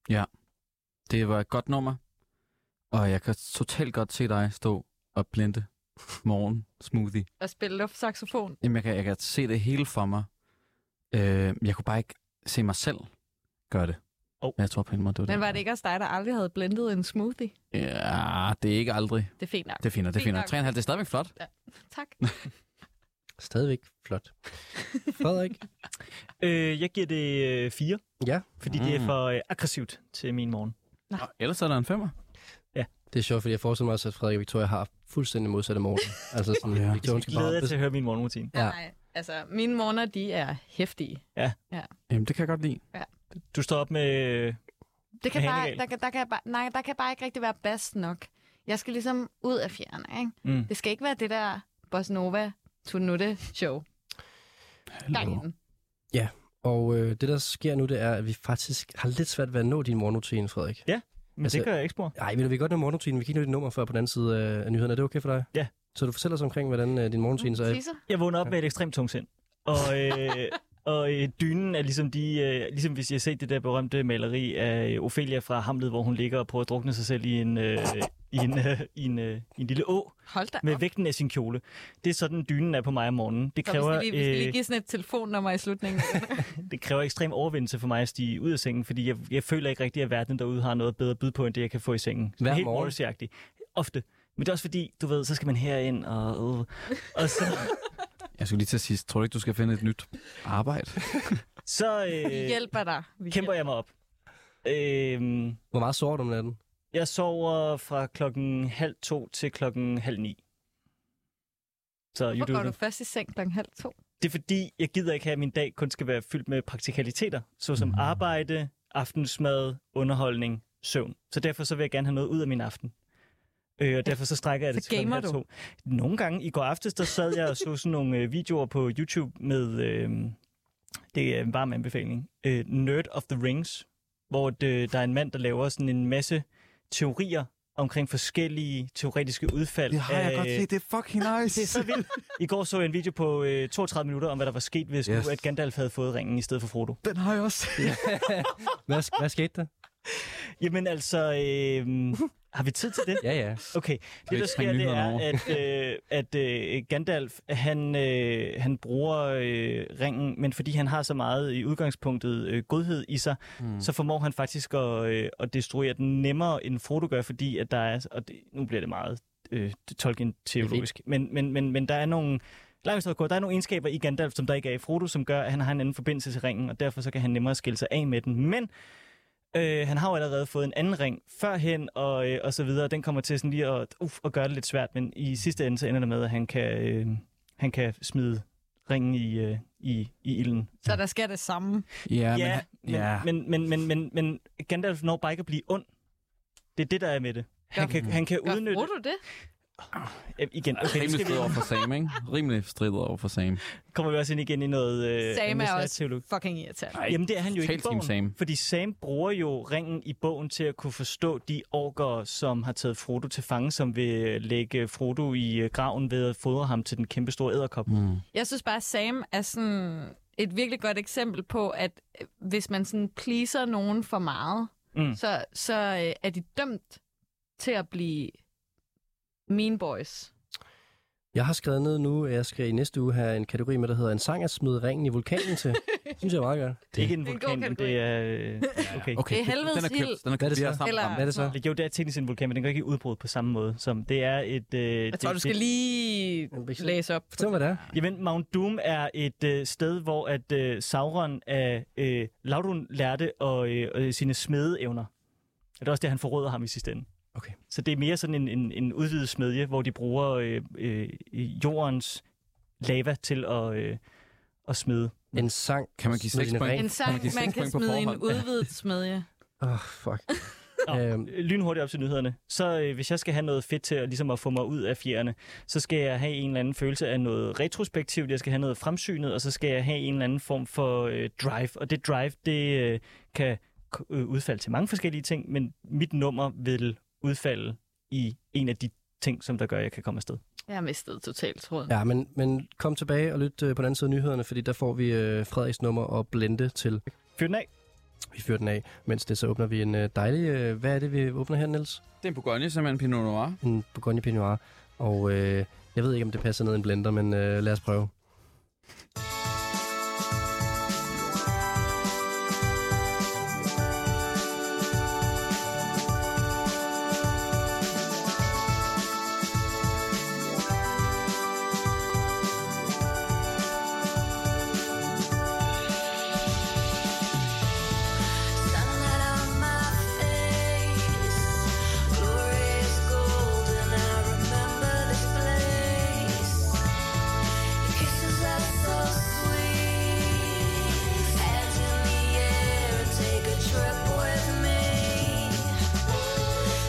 Speaker 3: ja. Det var et godt nummer. Og jeg kan totalt godt se dig stå og blende morgen smoothie.
Speaker 4: Og spille luftsaxofon.
Speaker 3: Jamen, jeg kan, jeg kan se det hele for mig. Øh, jeg kunne bare ikke se mig selv gøre det.
Speaker 5: Åh.
Speaker 3: Men jeg tror på en måde, det var
Speaker 4: Men
Speaker 3: det.
Speaker 4: var det ikke også dig, der aldrig havde blendet en smoothie?
Speaker 3: Ja, det er ikke aldrig.
Speaker 4: Det er fint nok.
Speaker 3: Det finder, det
Speaker 4: Fint
Speaker 3: finder.
Speaker 4: nok.
Speaker 3: 3,5, det er stadigvæk flot.
Speaker 4: Tak.
Speaker 2: Stadigvæk flot. Frederik?
Speaker 5: Øh, jeg giver det øh, fire,
Speaker 2: Ja.
Speaker 5: fordi mm. det
Speaker 3: Mm.
Speaker 5: er for øh, aggressivt til min morgen.
Speaker 3: Nå, ellers er der en femmer.
Speaker 2: Det er sjovt, fordi jeg forestiller mig også, at Frederik og Victoria har fuldstændig modsatte mål. altså sådan,
Speaker 3: Ja.
Speaker 2: ja. Victoria, hun skal
Speaker 5: Glæder
Speaker 2: bare...
Speaker 5: jeg til at høre min morgenrutine.
Speaker 2: Ja.
Speaker 4: Nej, altså, mine morgener, de er hæftige.
Speaker 3: Jamen, det kan jeg godt lide.
Speaker 5: Du står op med... Øh,
Speaker 4: Det kan
Speaker 5: Med
Speaker 4: bare,
Speaker 5: hanegal.
Speaker 4: der, kan, der, kan bare, nej, der kan bare ikke rigtig være bas nok. Jeg skal ligesom ud af fjerne, ikke?
Speaker 5: mm.
Speaker 4: Det skal ikke være det der Bossa Nova Tunutte show. Gang i den.
Speaker 2: Og øh, det, der sker nu, det er, at vi faktisk har lidt svært ved at nå din morgenrutine, Frederik.
Speaker 5: Men
Speaker 2: Altså-
Speaker 5: det gør jeg ikke spor.
Speaker 2: Nej, vil du vi kan godt nå morgenrutinen? Vi kan ikke nå dit nummer før på den anden side af af nyhederne. Er det okay for dig?
Speaker 5: Ja.
Speaker 2: Så du fortæller os omkring, hvordan øh, din morgenrutine så er.
Speaker 4: Teaser?
Speaker 5: Jeg vågner op med et ekstremt tungt sind. Og, øh, og øh, dynen er ligesom de, øh, ligesom hvis jeg har set det der berømte maleri af øh, Ophelia fra Hamlet, hvor hun ligger og prøver at drukne sig selv i en, øh, i en, øh, i en, øh, i en lille å
Speaker 4: Hold da
Speaker 5: med
Speaker 4: op.
Speaker 5: vægten af sin kjole. Det er sådan, dynen er på mig om morgenen. Det
Speaker 4: Nå, vi,
Speaker 5: kræver,
Speaker 4: skal lige, vi skal lige
Speaker 5: øh,
Speaker 4: give sådan et telefonnummer i slutningen.
Speaker 5: det kræver ekstrem overvindelse for mig at stige ud af sengen, fordi jeg, jeg føler ikke rigtigt, at verden derude har noget bedre at byde på, end det, jeg kan få i sengen.
Speaker 2: Hver
Speaker 5: Helt
Speaker 2: morgen?
Speaker 5: morgensjagtigt. Ofte. Men det er også fordi, du ved, så skal man herind, og, øh, og så,
Speaker 3: Jeg skulle lige til sidst. Tror du ikke, du skal finde et nyt arbejde?
Speaker 5: så øh,
Speaker 4: Vi hjælper dig. Vi
Speaker 5: kæmper jeg mig op. Øhm,
Speaker 2: Hvor meget sover du om natten?
Speaker 5: jeg sover fra klokken halv to til klokken halv ni. Så you
Speaker 4: Hvorfor
Speaker 5: do
Speaker 4: går du
Speaker 5: it.
Speaker 4: først i seng klokken halv to?
Speaker 5: Det er fordi, jeg gider ikke have, at min dag kun skal være fyldt med praktikaliteter, såsom mm. arbejde, aftensmad, underholdning, søvn. Så derfor så vil jeg gerne have noget ud af min aften. Øh, og derfor så strækker jeg det
Speaker 4: Så
Speaker 5: til klokken
Speaker 4: gamer
Speaker 5: halv
Speaker 4: du?
Speaker 5: to. Nogle gange, i går aftes, der sad jeg og så sådan nogle øh, videoer på YouTube med, øh, det er en varm anbefaling, øh, Nerd of the Rings, hvor det, der er en mand, der laver sådan en masse teorier omkring forskellige teoretiske udfald.
Speaker 3: Det har jeg
Speaker 5: af-
Speaker 3: godt set. Det er fucking nice.
Speaker 5: det er så vildt. I går så jeg en video på øh, 32 minutter om, hvad der var sket, hvis yes.
Speaker 3: Yes.
Speaker 5: nu, at Gandalf havde fået ringen i stedet for Frodo.
Speaker 3: Den har jeg også.
Speaker 2: Hvad, hvad skete der?
Speaker 5: Jamen altså, øh, har vi tid til det?
Speaker 2: Ja, ja.
Speaker 5: Okay, det der
Speaker 3: ikke
Speaker 5: sker,
Speaker 3: springe
Speaker 5: det er,
Speaker 3: nyhederne
Speaker 5: at, øh, at øh, Gandalf, han, øh, han bruger øh, ringen, men fordi han har så meget i udgangspunktet øh, godhed i sig,
Speaker 3: Hmm.
Speaker 5: mm. så formår han faktisk at, øh, at destruere den nemmere, end Frodo gør, fordi at der er, og det, nu bliver det meget øh, Tolkien-teologisk, men, men, men, men der er nogle... Langt at gå, der er nogle egenskaber i Gandalf, som der ikke er i Frodo, som gør, at han har en anden forbindelse til ringen, og derfor så kan han nemmere skille sig af med den. Men Øh, han har jo allerede fået en anden ring førhen, og, øh, og så videre. Den kommer til sådan lige at, uff, at gøre det lidt svært, men i sidste ende så ender det med, at han kan, øh, han kan smide ringen i, øh, i, i ilden.
Speaker 4: Så der sker det samme.
Speaker 3: Ja,
Speaker 5: Ja, men,
Speaker 3: ja.
Speaker 5: men, men, men, men, men Gandalf når bare ikke at blive ond. Det er det, der er med det. Han
Speaker 4: Gør-
Speaker 5: kan, han kan
Speaker 4: Gør
Speaker 5: udnytte...
Speaker 4: du det?
Speaker 5: Øh, igen, okay, nu
Speaker 3: Rimelig
Speaker 5: skal vi,
Speaker 3: strid over for Sam, ikke? Rimelig strid over for Sam.
Speaker 5: kommer vi også ind igen i noget... Øh,
Speaker 4: Sam er
Speaker 5: masser af
Speaker 4: også
Speaker 5: teologi.
Speaker 4: Fucking irriterende.
Speaker 5: Nej, Jamen det er han jo ikke i
Speaker 3: Total Team
Speaker 5: bogen,
Speaker 3: Sam.
Speaker 5: fordi Sam bruger jo ringen i bogen til at kunne forstå de orker, som har taget Frodo til fange, som vil lægge Frodo i øh, graven ved at fodre ham til den kæmpe store æderkop. Mm.
Speaker 4: Jeg synes bare, at Sam er sådan et virkelig godt eksempel på, at øh, hvis man sådan pleaser nogen for meget,
Speaker 5: Mm.
Speaker 4: så, så øh, er de dømt til at blive mean boys.
Speaker 2: Jeg har skrevet ned nu, at jeg skal i næste uge have en kategori med, der hedder En sang at smide ringen i vulkanen til. synes jeg er meget godt.
Speaker 5: Det er ikke en
Speaker 4: Det er en
Speaker 5: vulkan,
Speaker 4: god
Speaker 5: men det er... øh, Okay.
Speaker 3: Okay,
Speaker 4: Det er helvedes
Speaker 3: den er
Speaker 4: ild.
Speaker 3: købt. Den er
Speaker 2: Hvad er
Speaker 3: købt.
Speaker 2: det
Speaker 3: Vi har
Speaker 2: så?
Speaker 3: sammen
Speaker 4: Eller
Speaker 3: ramt.
Speaker 2: Hvad er det så?
Speaker 5: Jo, det er teknisk en vulkan, men den går ikke i udbrud på samme måde. Som det er et... Øh,
Speaker 4: Jeg tror,
Speaker 5: det,
Speaker 4: du skal
Speaker 5: det-
Speaker 4: lige læse op.
Speaker 2: Fortæl mig, hvad det er.
Speaker 5: Jamen, Mount Doom er et øh, sted, hvor at øh, Sauron af øh, Laudun lærte og, øh, og sine smedeevner. Og Det er også det, han forråder ham i sidste ende.
Speaker 2: Okay.
Speaker 5: Så det er mere sådan en, en, en udvidet smedje, hvor de bruger øh, øh, jordens lava til at, øh, at smide.
Speaker 2: En sang.
Speaker 3: Kan man give
Speaker 2: med
Speaker 3: seks
Speaker 2: Line
Speaker 3: point?
Speaker 2: Rehn.
Speaker 4: En sang,
Speaker 3: man give
Speaker 4: man
Speaker 3: seks
Speaker 4: kan
Speaker 3: point på
Speaker 4: smide i en
Speaker 3: forhånd.
Speaker 4: udvidet smedje.
Speaker 2: Åh, oh, fuck.
Speaker 5: Nå,
Speaker 2: Øhm.
Speaker 5: øhm. Lynhurtigt op til nyhederne. Så øh, hvis jeg skal have noget fedt til at, ligesom at få mig ud af fjerne, så skal jeg have en eller anden følelse af noget retrospektivt, jeg skal have noget fremsynet, og så skal jeg have en eller anden form for øh, drive. Og det drive, det øh, kan k- øh, udfalde til mange forskellige ting, men mit nummer vil udfalde i en af de ting, som der gør, at jeg kan komme afsted.
Speaker 4: Jeg har mistet totalt tråden.
Speaker 2: Ja, men, men kom tilbage og lyt øh, på den anden side af nyhederne, fordi der får vi øh, Frederiks nummer og Blende til.
Speaker 5: Fyr den af.
Speaker 2: Vi fyrer den af, mens det så åbner vi en øh, dejlig... Øh, hvad er det, vi åbner her, Niels?
Speaker 3: Det er en Bourgogne, som er en Pinot Noir.
Speaker 2: En Bourgogne Pinot Noir. Og øh, jeg ved ikke, om det passer ned i en blender, men øh, lad os prøve.
Speaker 9: Sunlight on my face, glory is gold, and I remember this place. Your kisses are so sweet. Hands in the air and take a trip with me.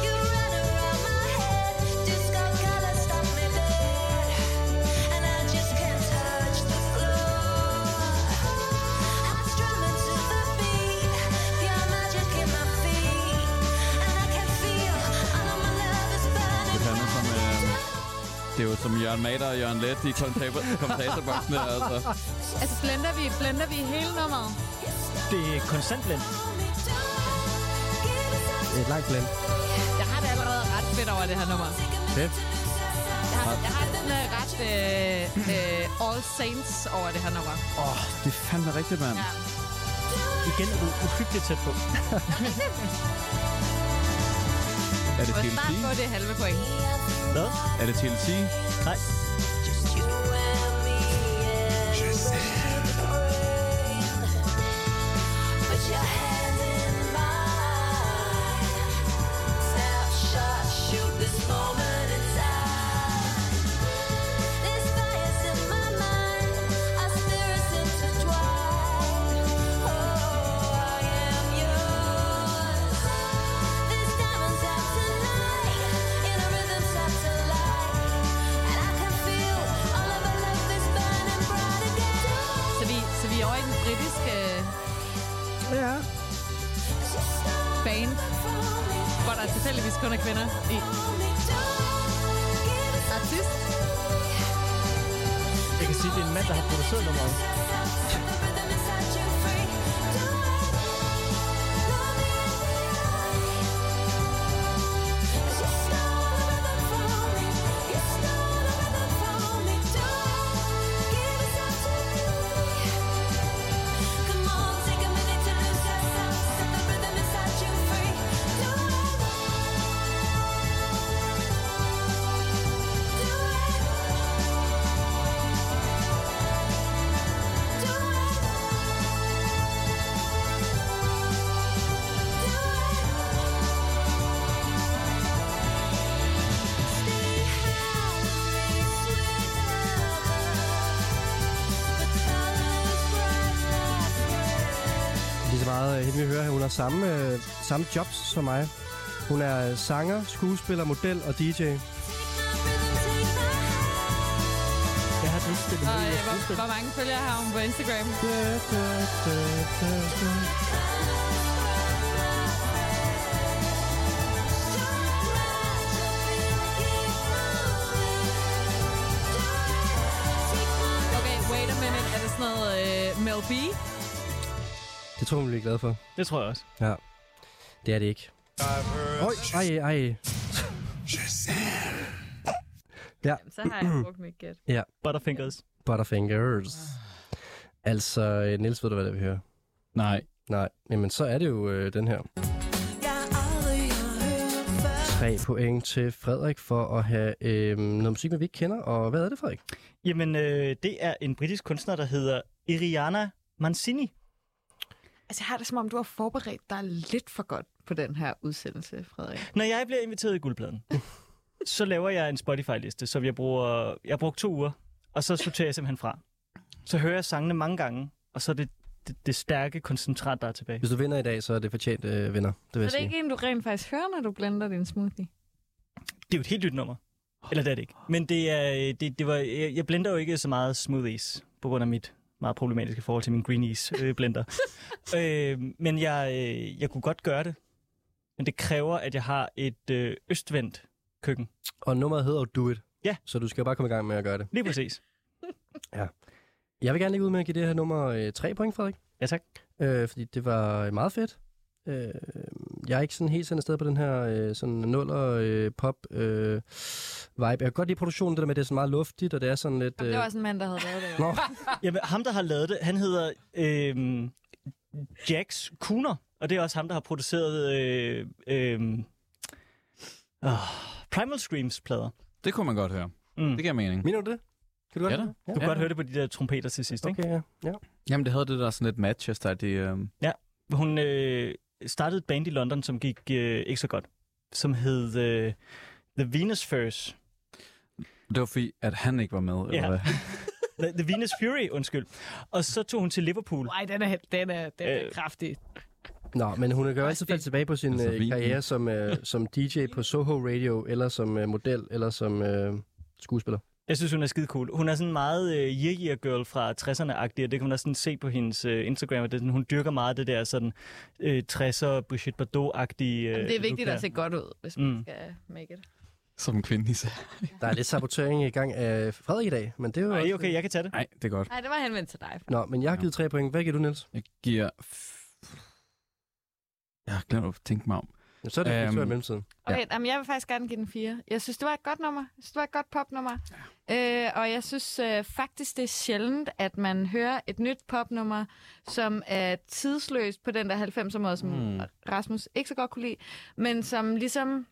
Speaker 9: You run around my head, disco colors stop me dead, and I just can't touch the floor. I'm strumming to the beat, pure magic in my feet, and I can feel all of my love is burning.
Speaker 3: Det handler som, øh, det er jo som Jørgen Mader og Jørgen Let i kommentator- kommentatorboksen her, altså.
Speaker 4: Altså, blender vi, blender vi hele nummeret?
Speaker 5: Det er konstant blend.
Speaker 2: er Et langt blend.
Speaker 4: Jeg har det allerede ret fedt over det her nummer.
Speaker 3: Fedt.
Speaker 4: Jeg har, jeg har den øh, ret øh, øh, All Saints over det her nummer.
Speaker 3: Åh, oh, det er fandme rigtigt, mand.
Speaker 4: Ja.
Speaker 5: Igen er du uhyggeligt tæt på.
Speaker 3: Er det
Speaker 4: Og
Speaker 3: TLC?
Speaker 4: snart få det halve point.
Speaker 5: Hvad?
Speaker 3: Er det TLC?
Speaker 5: Nej.
Speaker 9: Oh,
Speaker 4: Så vi, så vi er over i den britiske øh,
Speaker 2: Ja.
Speaker 4: bane, hvor der tilfældigvis kun er kvinder i. Artist.
Speaker 5: Jeg kan sige, at det er en mand, der har produceret nummeret.
Speaker 2: Lige så meget øh, hende, vi hører her, hun har samme, øh, samme jobs som mig. Hun er øh, sanger, skuespiller, model og DJ.
Speaker 5: Jeg har lyst til det.
Speaker 4: Og øh, hvor, hvor mange følgere har hun på Instagram? Okay, wait a minute. Er det sådan noget øh, Mel B?
Speaker 2: Det tror jeg, hun bliver glad for.
Speaker 5: Det tror jeg også.
Speaker 2: Ja. Det er det ikke. Oj, ej, ej.
Speaker 4: Så har jeg brugt mit gæt.
Speaker 5: Butterfingers.
Speaker 2: Butterfingers. Altså, øh, Niels, ved du, hvad det er, vi hører?
Speaker 3: Nej.
Speaker 2: Nej, jamen så er det jo øh, den her. Tre point til Frederik for at have øh, noget musik, vi ikke kender. Og hvad er det, Frederik?
Speaker 5: Jamen, øh, det er en britisk kunstner, der hedder Iriana Mancini.
Speaker 4: Altså, jeg har det som om, du har forberedt dig lidt for godt på den her udsendelse, Frederik.
Speaker 5: Når jeg bliver inviteret i guldpladen, så laver jeg en Spotify-liste, som jeg bruger... Jeg brugte to uger Og så sorterer jeg simpelthen fra. Så hører jeg sangene mange gange, og så er det det, det stærke koncentrat, der er tilbage.
Speaker 2: Hvis du vinder i dag, så er det fortjent øh, vinder. Det vil jeg
Speaker 4: Er det
Speaker 2: sige.
Speaker 4: ikke en, du rent faktisk hører, når du blander din smoothie?
Speaker 5: Det er jo et helt nyt nummer. Eller det er det ikke. Men det er, øh, det, det var, jeg, jeg blender jo ikke så meget smoothies, på grund af mit meget problematiske forhold til min greenies øh, blender. øh, men jeg, øh, jeg kunne godt gøre det. Men det kræver, at jeg har et øh, østvendt køkken.
Speaker 2: Og nummeret hedder jo Do It.
Speaker 5: Ja.
Speaker 2: Så du skal jo bare komme i gang med at gøre det.
Speaker 5: Lige præcis.
Speaker 2: Jeg vil gerne lægge ud med at give det her nummer øh, 3 point, Frederik.
Speaker 5: Ja, tak.
Speaker 2: Øh, fordi det var meget fedt. Øh, jeg er ikke sådan helt sendt afsted på den her øh, sådan nuller øh, pop øh, vibe. Jeg kan godt lide produktionen, det der med, at det er sådan meget luftigt, og det er sådan lidt... øh,
Speaker 4: Jamen, det var også en mand, der havde lavet det. jo.
Speaker 2: Nå,
Speaker 5: Jamen, ham, der har lavet det, han hedder øh, Jax Kuner, og det er også ham, der har produceret øh, øh, oh, Primal Screams-plader.
Speaker 3: Det kunne man godt høre.
Speaker 5: Mm.
Speaker 3: Det giver mening.
Speaker 2: mener du det? Kan du godt
Speaker 3: Ja da.
Speaker 2: lide det?
Speaker 5: Du kan godt høre det på de der trompeter til sidst, ikke?
Speaker 2: Okay, ja. ja.
Speaker 3: Jamen, det havde det der sådan lidt Manchester. Det, øh...
Speaker 5: Hun øh, startede et band i London, som gik øh, ikke så godt, som hed øh, The Venus Furs.
Speaker 3: det var fordi, at han ikke var med. Eller
Speaker 5: Ja.
Speaker 3: hvad?
Speaker 5: The, The Venus Fury, undskyld. Og så tog hun til Liverpool.
Speaker 4: Ej, den er, den er, den er
Speaker 5: Øh.
Speaker 4: kraftig.
Speaker 2: Nå, men hun kan jo altid falde tilbage på sin
Speaker 3: Altså,
Speaker 2: øh,
Speaker 3: vinen.
Speaker 2: karriere som, øh, som DJ på Soho Radio, eller som øh, model, eller som øh, skuespiller.
Speaker 5: Jeg synes, hun er skide cool. Hun er sådan meget øh, year, year girl fra 60'erne-agtig, og det kan man også sådan se på hendes øh, Instagram. Og det er sådan, hun dyrker meget det der sådan, øh, 60'er Brigitte Bardot-agtige... Øh,
Speaker 4: Jamen, det er
Speaker 5: look
Speaker 4: vigtigt
Speaker 5: der.
Speaker 4: at se godt ud, hvis man
Speaker 5: Mm.
Speaker 4: skal make it.
Speaker 3: Som kvinde især.
Speaker 2: Der er lidt sabotering i gang af Frederik i dag, men det er jo...
Speaker 5: Ej,
Speaker 2: også-
Speaker 5: okay, jeg kan tage det.
Speaker 3: Nej, det er godt.
Speaker 4: Nej, det var henvendt til dig.
Speaker 2: Nå, men jeg har givet tre point. Hvad giver du, Niels?
Speaker 3: Jeg giver... Jeg har glemt at tænke mig om.
Speaker 2: Jamen, Så er det
Speaker 3: Øhm,
Speaker 2: øhm, i mellemtiden.
Speaker 4: Okay, ja. jamen, jeg vil faktisk gerne give den fire. Jeg synes, det var et godt nummer. Jeg synes, det var et godt popnummer. Ja. Øh, og jeg synes øh, faktisk, det er sjældent, at man hører et nyt popnummer, som er tidsløst på den der 90'er måde, som
Speaker 3: Mm.
Speaker 4: mm. Rasmus ikke så godt kunne lide, men som ligesom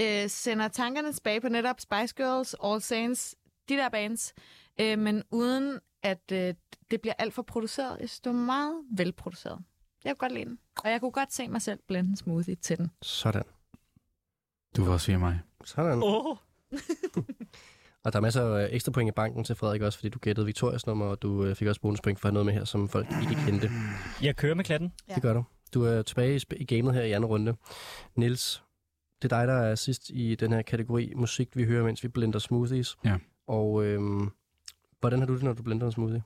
Speaker 4: øh, sender tankerne tilbage på netop Spice Girls, All Saints, de der bands, øh, men uden at øh, det bliver alt for produceret. Jeg synes, det var meget velproduceret. Jeg kunne godt lide den. Og jeg kunne godt se mig selv blande en smoothie til den.
Speaker 2: Sådan.
Speaker 3: Du var også via mig.
Speaker 2: Sådan.
Speaker 5: Åh, oh,
Speaker 2: Og der er masser af øh, ekstra point i banken til Frederik også, fordi du gættede Victorias nummer, og du øh, fik også bonuspoint for at have noget med her, som folk ikke kendte.
Speaker 5: jeg kører med klatten.
Speaker 2: Ja. Det gør du. Du er tilbage i, sp- i gamet her i anden runde. Nils, det er dig, der er sidst i den her kategori musik, vi hører, mens vi blender smoothies.
Speaker 3: Ja.
Speaker 2: Og øhm, hvordan har du det, når du blender en smoothie?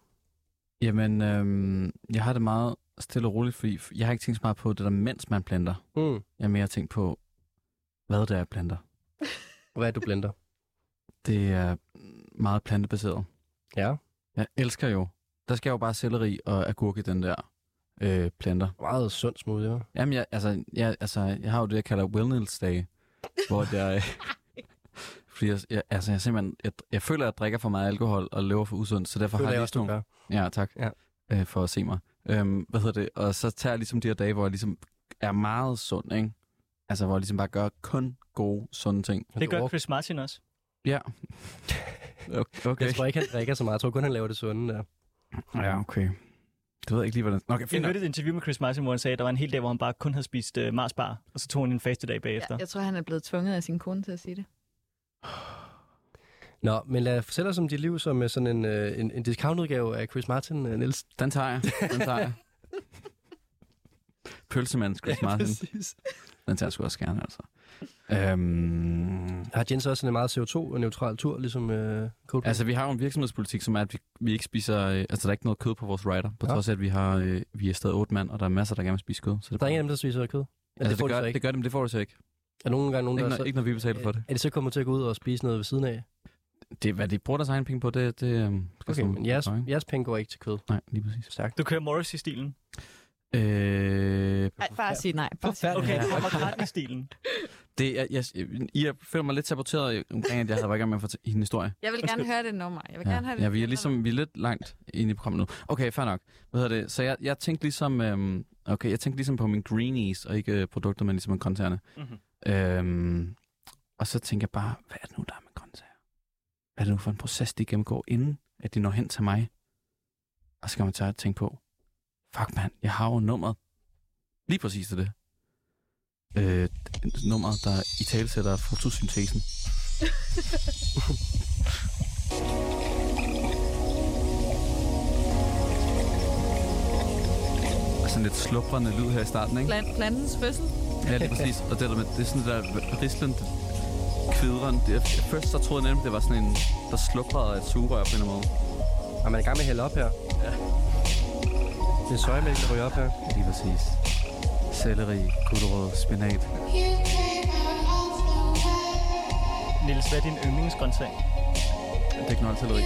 Speaker 3: Jamen, øhm, jeg har det meget stille og roligt, fordi jeg har ikke tænkt så meget på det der, mens man planter.
Speaker 2: Mm.
Speaker 3: Jeg har mere tænkt på, hvad det er, jeg planter.
Speaker 2: Hvad er det, du blender?
Speaker 3: Det er meget plantebaseret.
Speaker 2: ja,
Speaker 3: Jeg elsker jo. Der skal jo bare selleri og agurk i den der øh, planter.
Speaker 2: meget sund smoothie, hva'?
Speaker 3: Jamen, jeg, altså, jeg, altså, jeg har jo det, jeg kalder wellness day, hvor jeg... fordi jeg, jeg, altså, jeg, simpelthen, jeg, jeg føler, at jeg drikker for meget alkohol og lever for usundt, så derfor
Speaker 2: Det
Speaker 3: har
Speaker 2: er det
Speaker 3: jeg lige
Speaker 2: også,
Speaker 3: sådan
Speaker 2: du
Speaker 3: nogle...
Speaker 2: gør.
Speaker 3: Ja, tak.
Speaker 2: Ja.
Speaker 3: Øh, for at se mig. Øhm, hvad hedder det? Og så tager jeg ligesom de her dage, hvor jeg ligesom er meget sund, ikke? Altså, hvor jeg ligesom bare gør kun gode, sunde ting.
Speaker 5: Det
Speaker 2: Du
Speaker 5: gør
Speaker 2: over-
Speaker 5: Chris Martin også.
Speaker 3: Ja. Okay. okay.
Speaker 2: Jeg tror ikke, han drikker så meget. Jeg tror kun, han laver det sunde der.
Speaker 3: Ja, okay. Det ved jeg ikke lige, hvordan... Okay,
Speaker 5: Jeg
Speaker 3: fint. nok.
Speaker 5: hørte et interview med Chris Martin, hvor han sagde, at der var en hel dag, hvor han bare kun havde spist uh, Mars Bar, og så tog han en faste dag bagefter.
Speaker 4: Ja, jeg tror, han er blevet tvunget af sin kone til at sige det.
Speaker 2: Nå, men lad os fortælle os om dit liv som øh, sådan en, øh, en, en discountudgave af Chris Martin, øh, Niels.
Speaker 3: Den tager jeg. Den tager jeg. Pølsemandens Chris Martin.
Speaker 2: præcis.
Speaker 3: Den tager jeg sgu også gerne, altså. Øhm,
Speaker 2: Har Jens også sådan en meget CO2-neutral tur, ligesom øh, Coldplay?
Speaker 3: altså, vi har jo en virksomhedspolitik, som er, at vi, vi ikke spiser... Øh, altså, der er ikke noget kød på vores rider, på
Speaker 2: Ja.
Speaker 3: ja. trods af, at vi, har, øh, vi er stadig otte mand, og der er masser, der gerne vil spise kød. Så det,
Speaker 2: der er ingen af dem, der spiser kød. Ja,
Speaker 3: altså, det,
Speaker 2: får de
Speaker 3: gør,
Speaker 2: så
Speaker 3: det gør dem, det får du så ikke.
Speaker 2: Er nogle gange nogen,
Speaker 3: Ikke,
Speaker 2: der
Speaker 3: når,
Speaker 2: så,
Speaker 3: ikke når vi betaler for det.
Speaker 2: Øh, Er de så kommet til at gå ud og spise noget ved siden af?
Speaker 3: det. Hvad de bruger deres egen penge på, det... det øhm, skal
Speaker 2: Okay,
Speaker 3: stå-
Speaker 2: men jeres,
Speaker 3: stå, ikke?
Speaker 2: jeres penge går ikke til kød.
Speaker 3: Nej, lige præcis.
Speaker 2: Stærkt.
Speaker 5: Du kører Morris-stilen.
Speaker 3: Øh,
Speaker 4: Ej, bare sige nej. Bare sige nej.
Speaker 5: Okay, du kører McCartney-stilen.
Speaker 3: det, jeg, jeg, I er- føler mig lidt saboteret øh, omkring, at jeg havde været i gang med at fortælle en historie.
Speaker 4: Jeg vil gerne høre det nummer. Jeg vil gerne høre det
Speaker 3: ja, vi er
Speaker 4: nummer.
Speaker 3: ligesom vi er lidt langt inde i programmet nu. Okay, fair nok. Hvad hedder det? Så jeg, jeg tænkte ligesom, øhm, okay, jeg tænkte ligesom på min greenies, og ikke øh, produkter, men ligesom en grøntsager.
Speaker 5: Mhm.
Speaker 3: Mm-hmm. Øhm, og så tænker jeg bare, hvad er det nu, der er med grøntsager? Hvad er det nu for en proces, de gennemgår, inden at de når hen til mig? Og så kan man tage og tænke på, fuck mand, jeg har jo nummeret. Lige præcis til det. Øh, d- nummeret, der i tale sætter fotosyntesen. sådan lidt slubrende lyd her i starten, ikke?
Speaker 4: Plan, planens fødsel.
Speaker 3: Ja, lige præcis. Og det, der med, det er sådan det der rislen, kvidren. Det, først så troede jeg nemlig, det var sådan en, der slubrede af et sugerør på en eller anden måde.
Speaker 2: Og man er i gang med at hælde op her. Ja. Det er søjmælk, der ryger op her.
Speaker 3: Lige præcis. Selleri, gulerod, spinat.
Speaker 9: Niels, hvad er din yndlingsgrøntsag?
Speaker 3: Det er knoldselleri.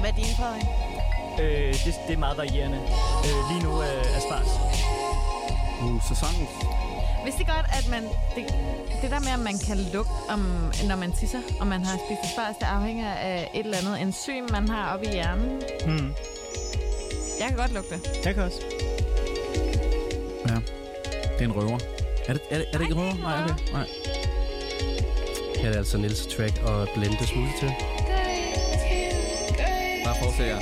Speaker 10: Hvad er din Frederik?
Speaker 9: Øh, det, det er meget varierende. Øh, lige nu er øh, asparges.
Speaker 3: Uh, sæsonen.
Speaker 4: Hvis det godt, at man... Det, det der med, at man kan lugte, om, når man tisser, og man har spist asparges, det afhænger af et eller andet enzym, man har oppe i hjernen.
Speaker 9: Hmm.
Speaker 4: Jeg kan godt lugte det.
Speaker 9: Jeg kan også.
Speaker 3: Det er en røver. Er det, er det, er det ikke en røver? Nej, okay. Nej.
Speaker 2: Her er det altså Nils track og blende smoothie til.
Speaker 3: Bare fortsæt jer.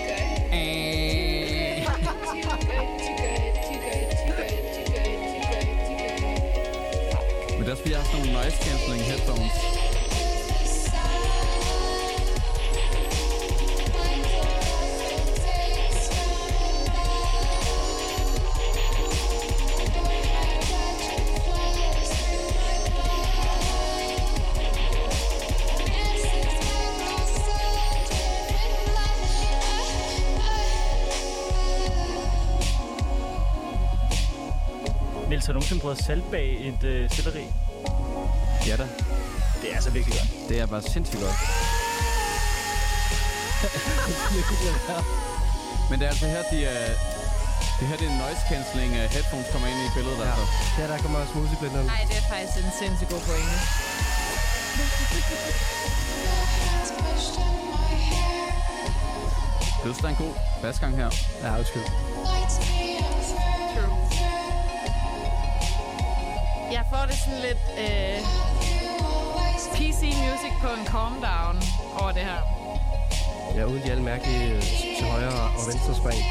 Speaker 3: Men det er også fordi, jeg har sådan nogle noise cancelling headphones.
Speaker 9: Niels, har du nogensinde prøvet salt bag et øh, selleri?
Speaker 3: Ja da.
Speaker 9: Det er altså virkelig godt.
Speaker 3: Det er bare sindssygt godt. Men det er altså her, de er... Det her det er noise cancelling uh, headphones kommer ind i billedet, ja. altså.
Speaker 2: Der, der kommer smoothieblenderen.
Speaker 10: Nej, det er faktisk en sindssygt god pointe.
Speaker 3: Det er også, der er en god basgang her.
Speaker 2: Ja, undskyld.
Speaker 4: Jeg får det sådan lidt øh, PC music på en calm down over det her.
Speaker 2: Ja, uden de alle mærkelige øh, til højre og venstre spring.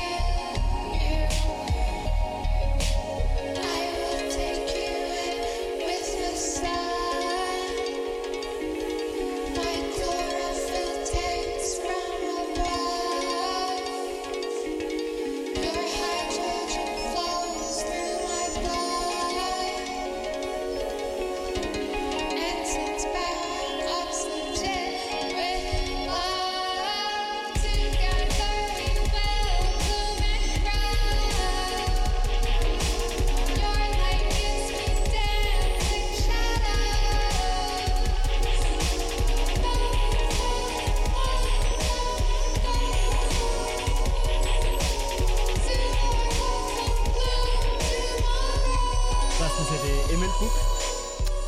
Speaker 9: Rasmus, er det ML Book?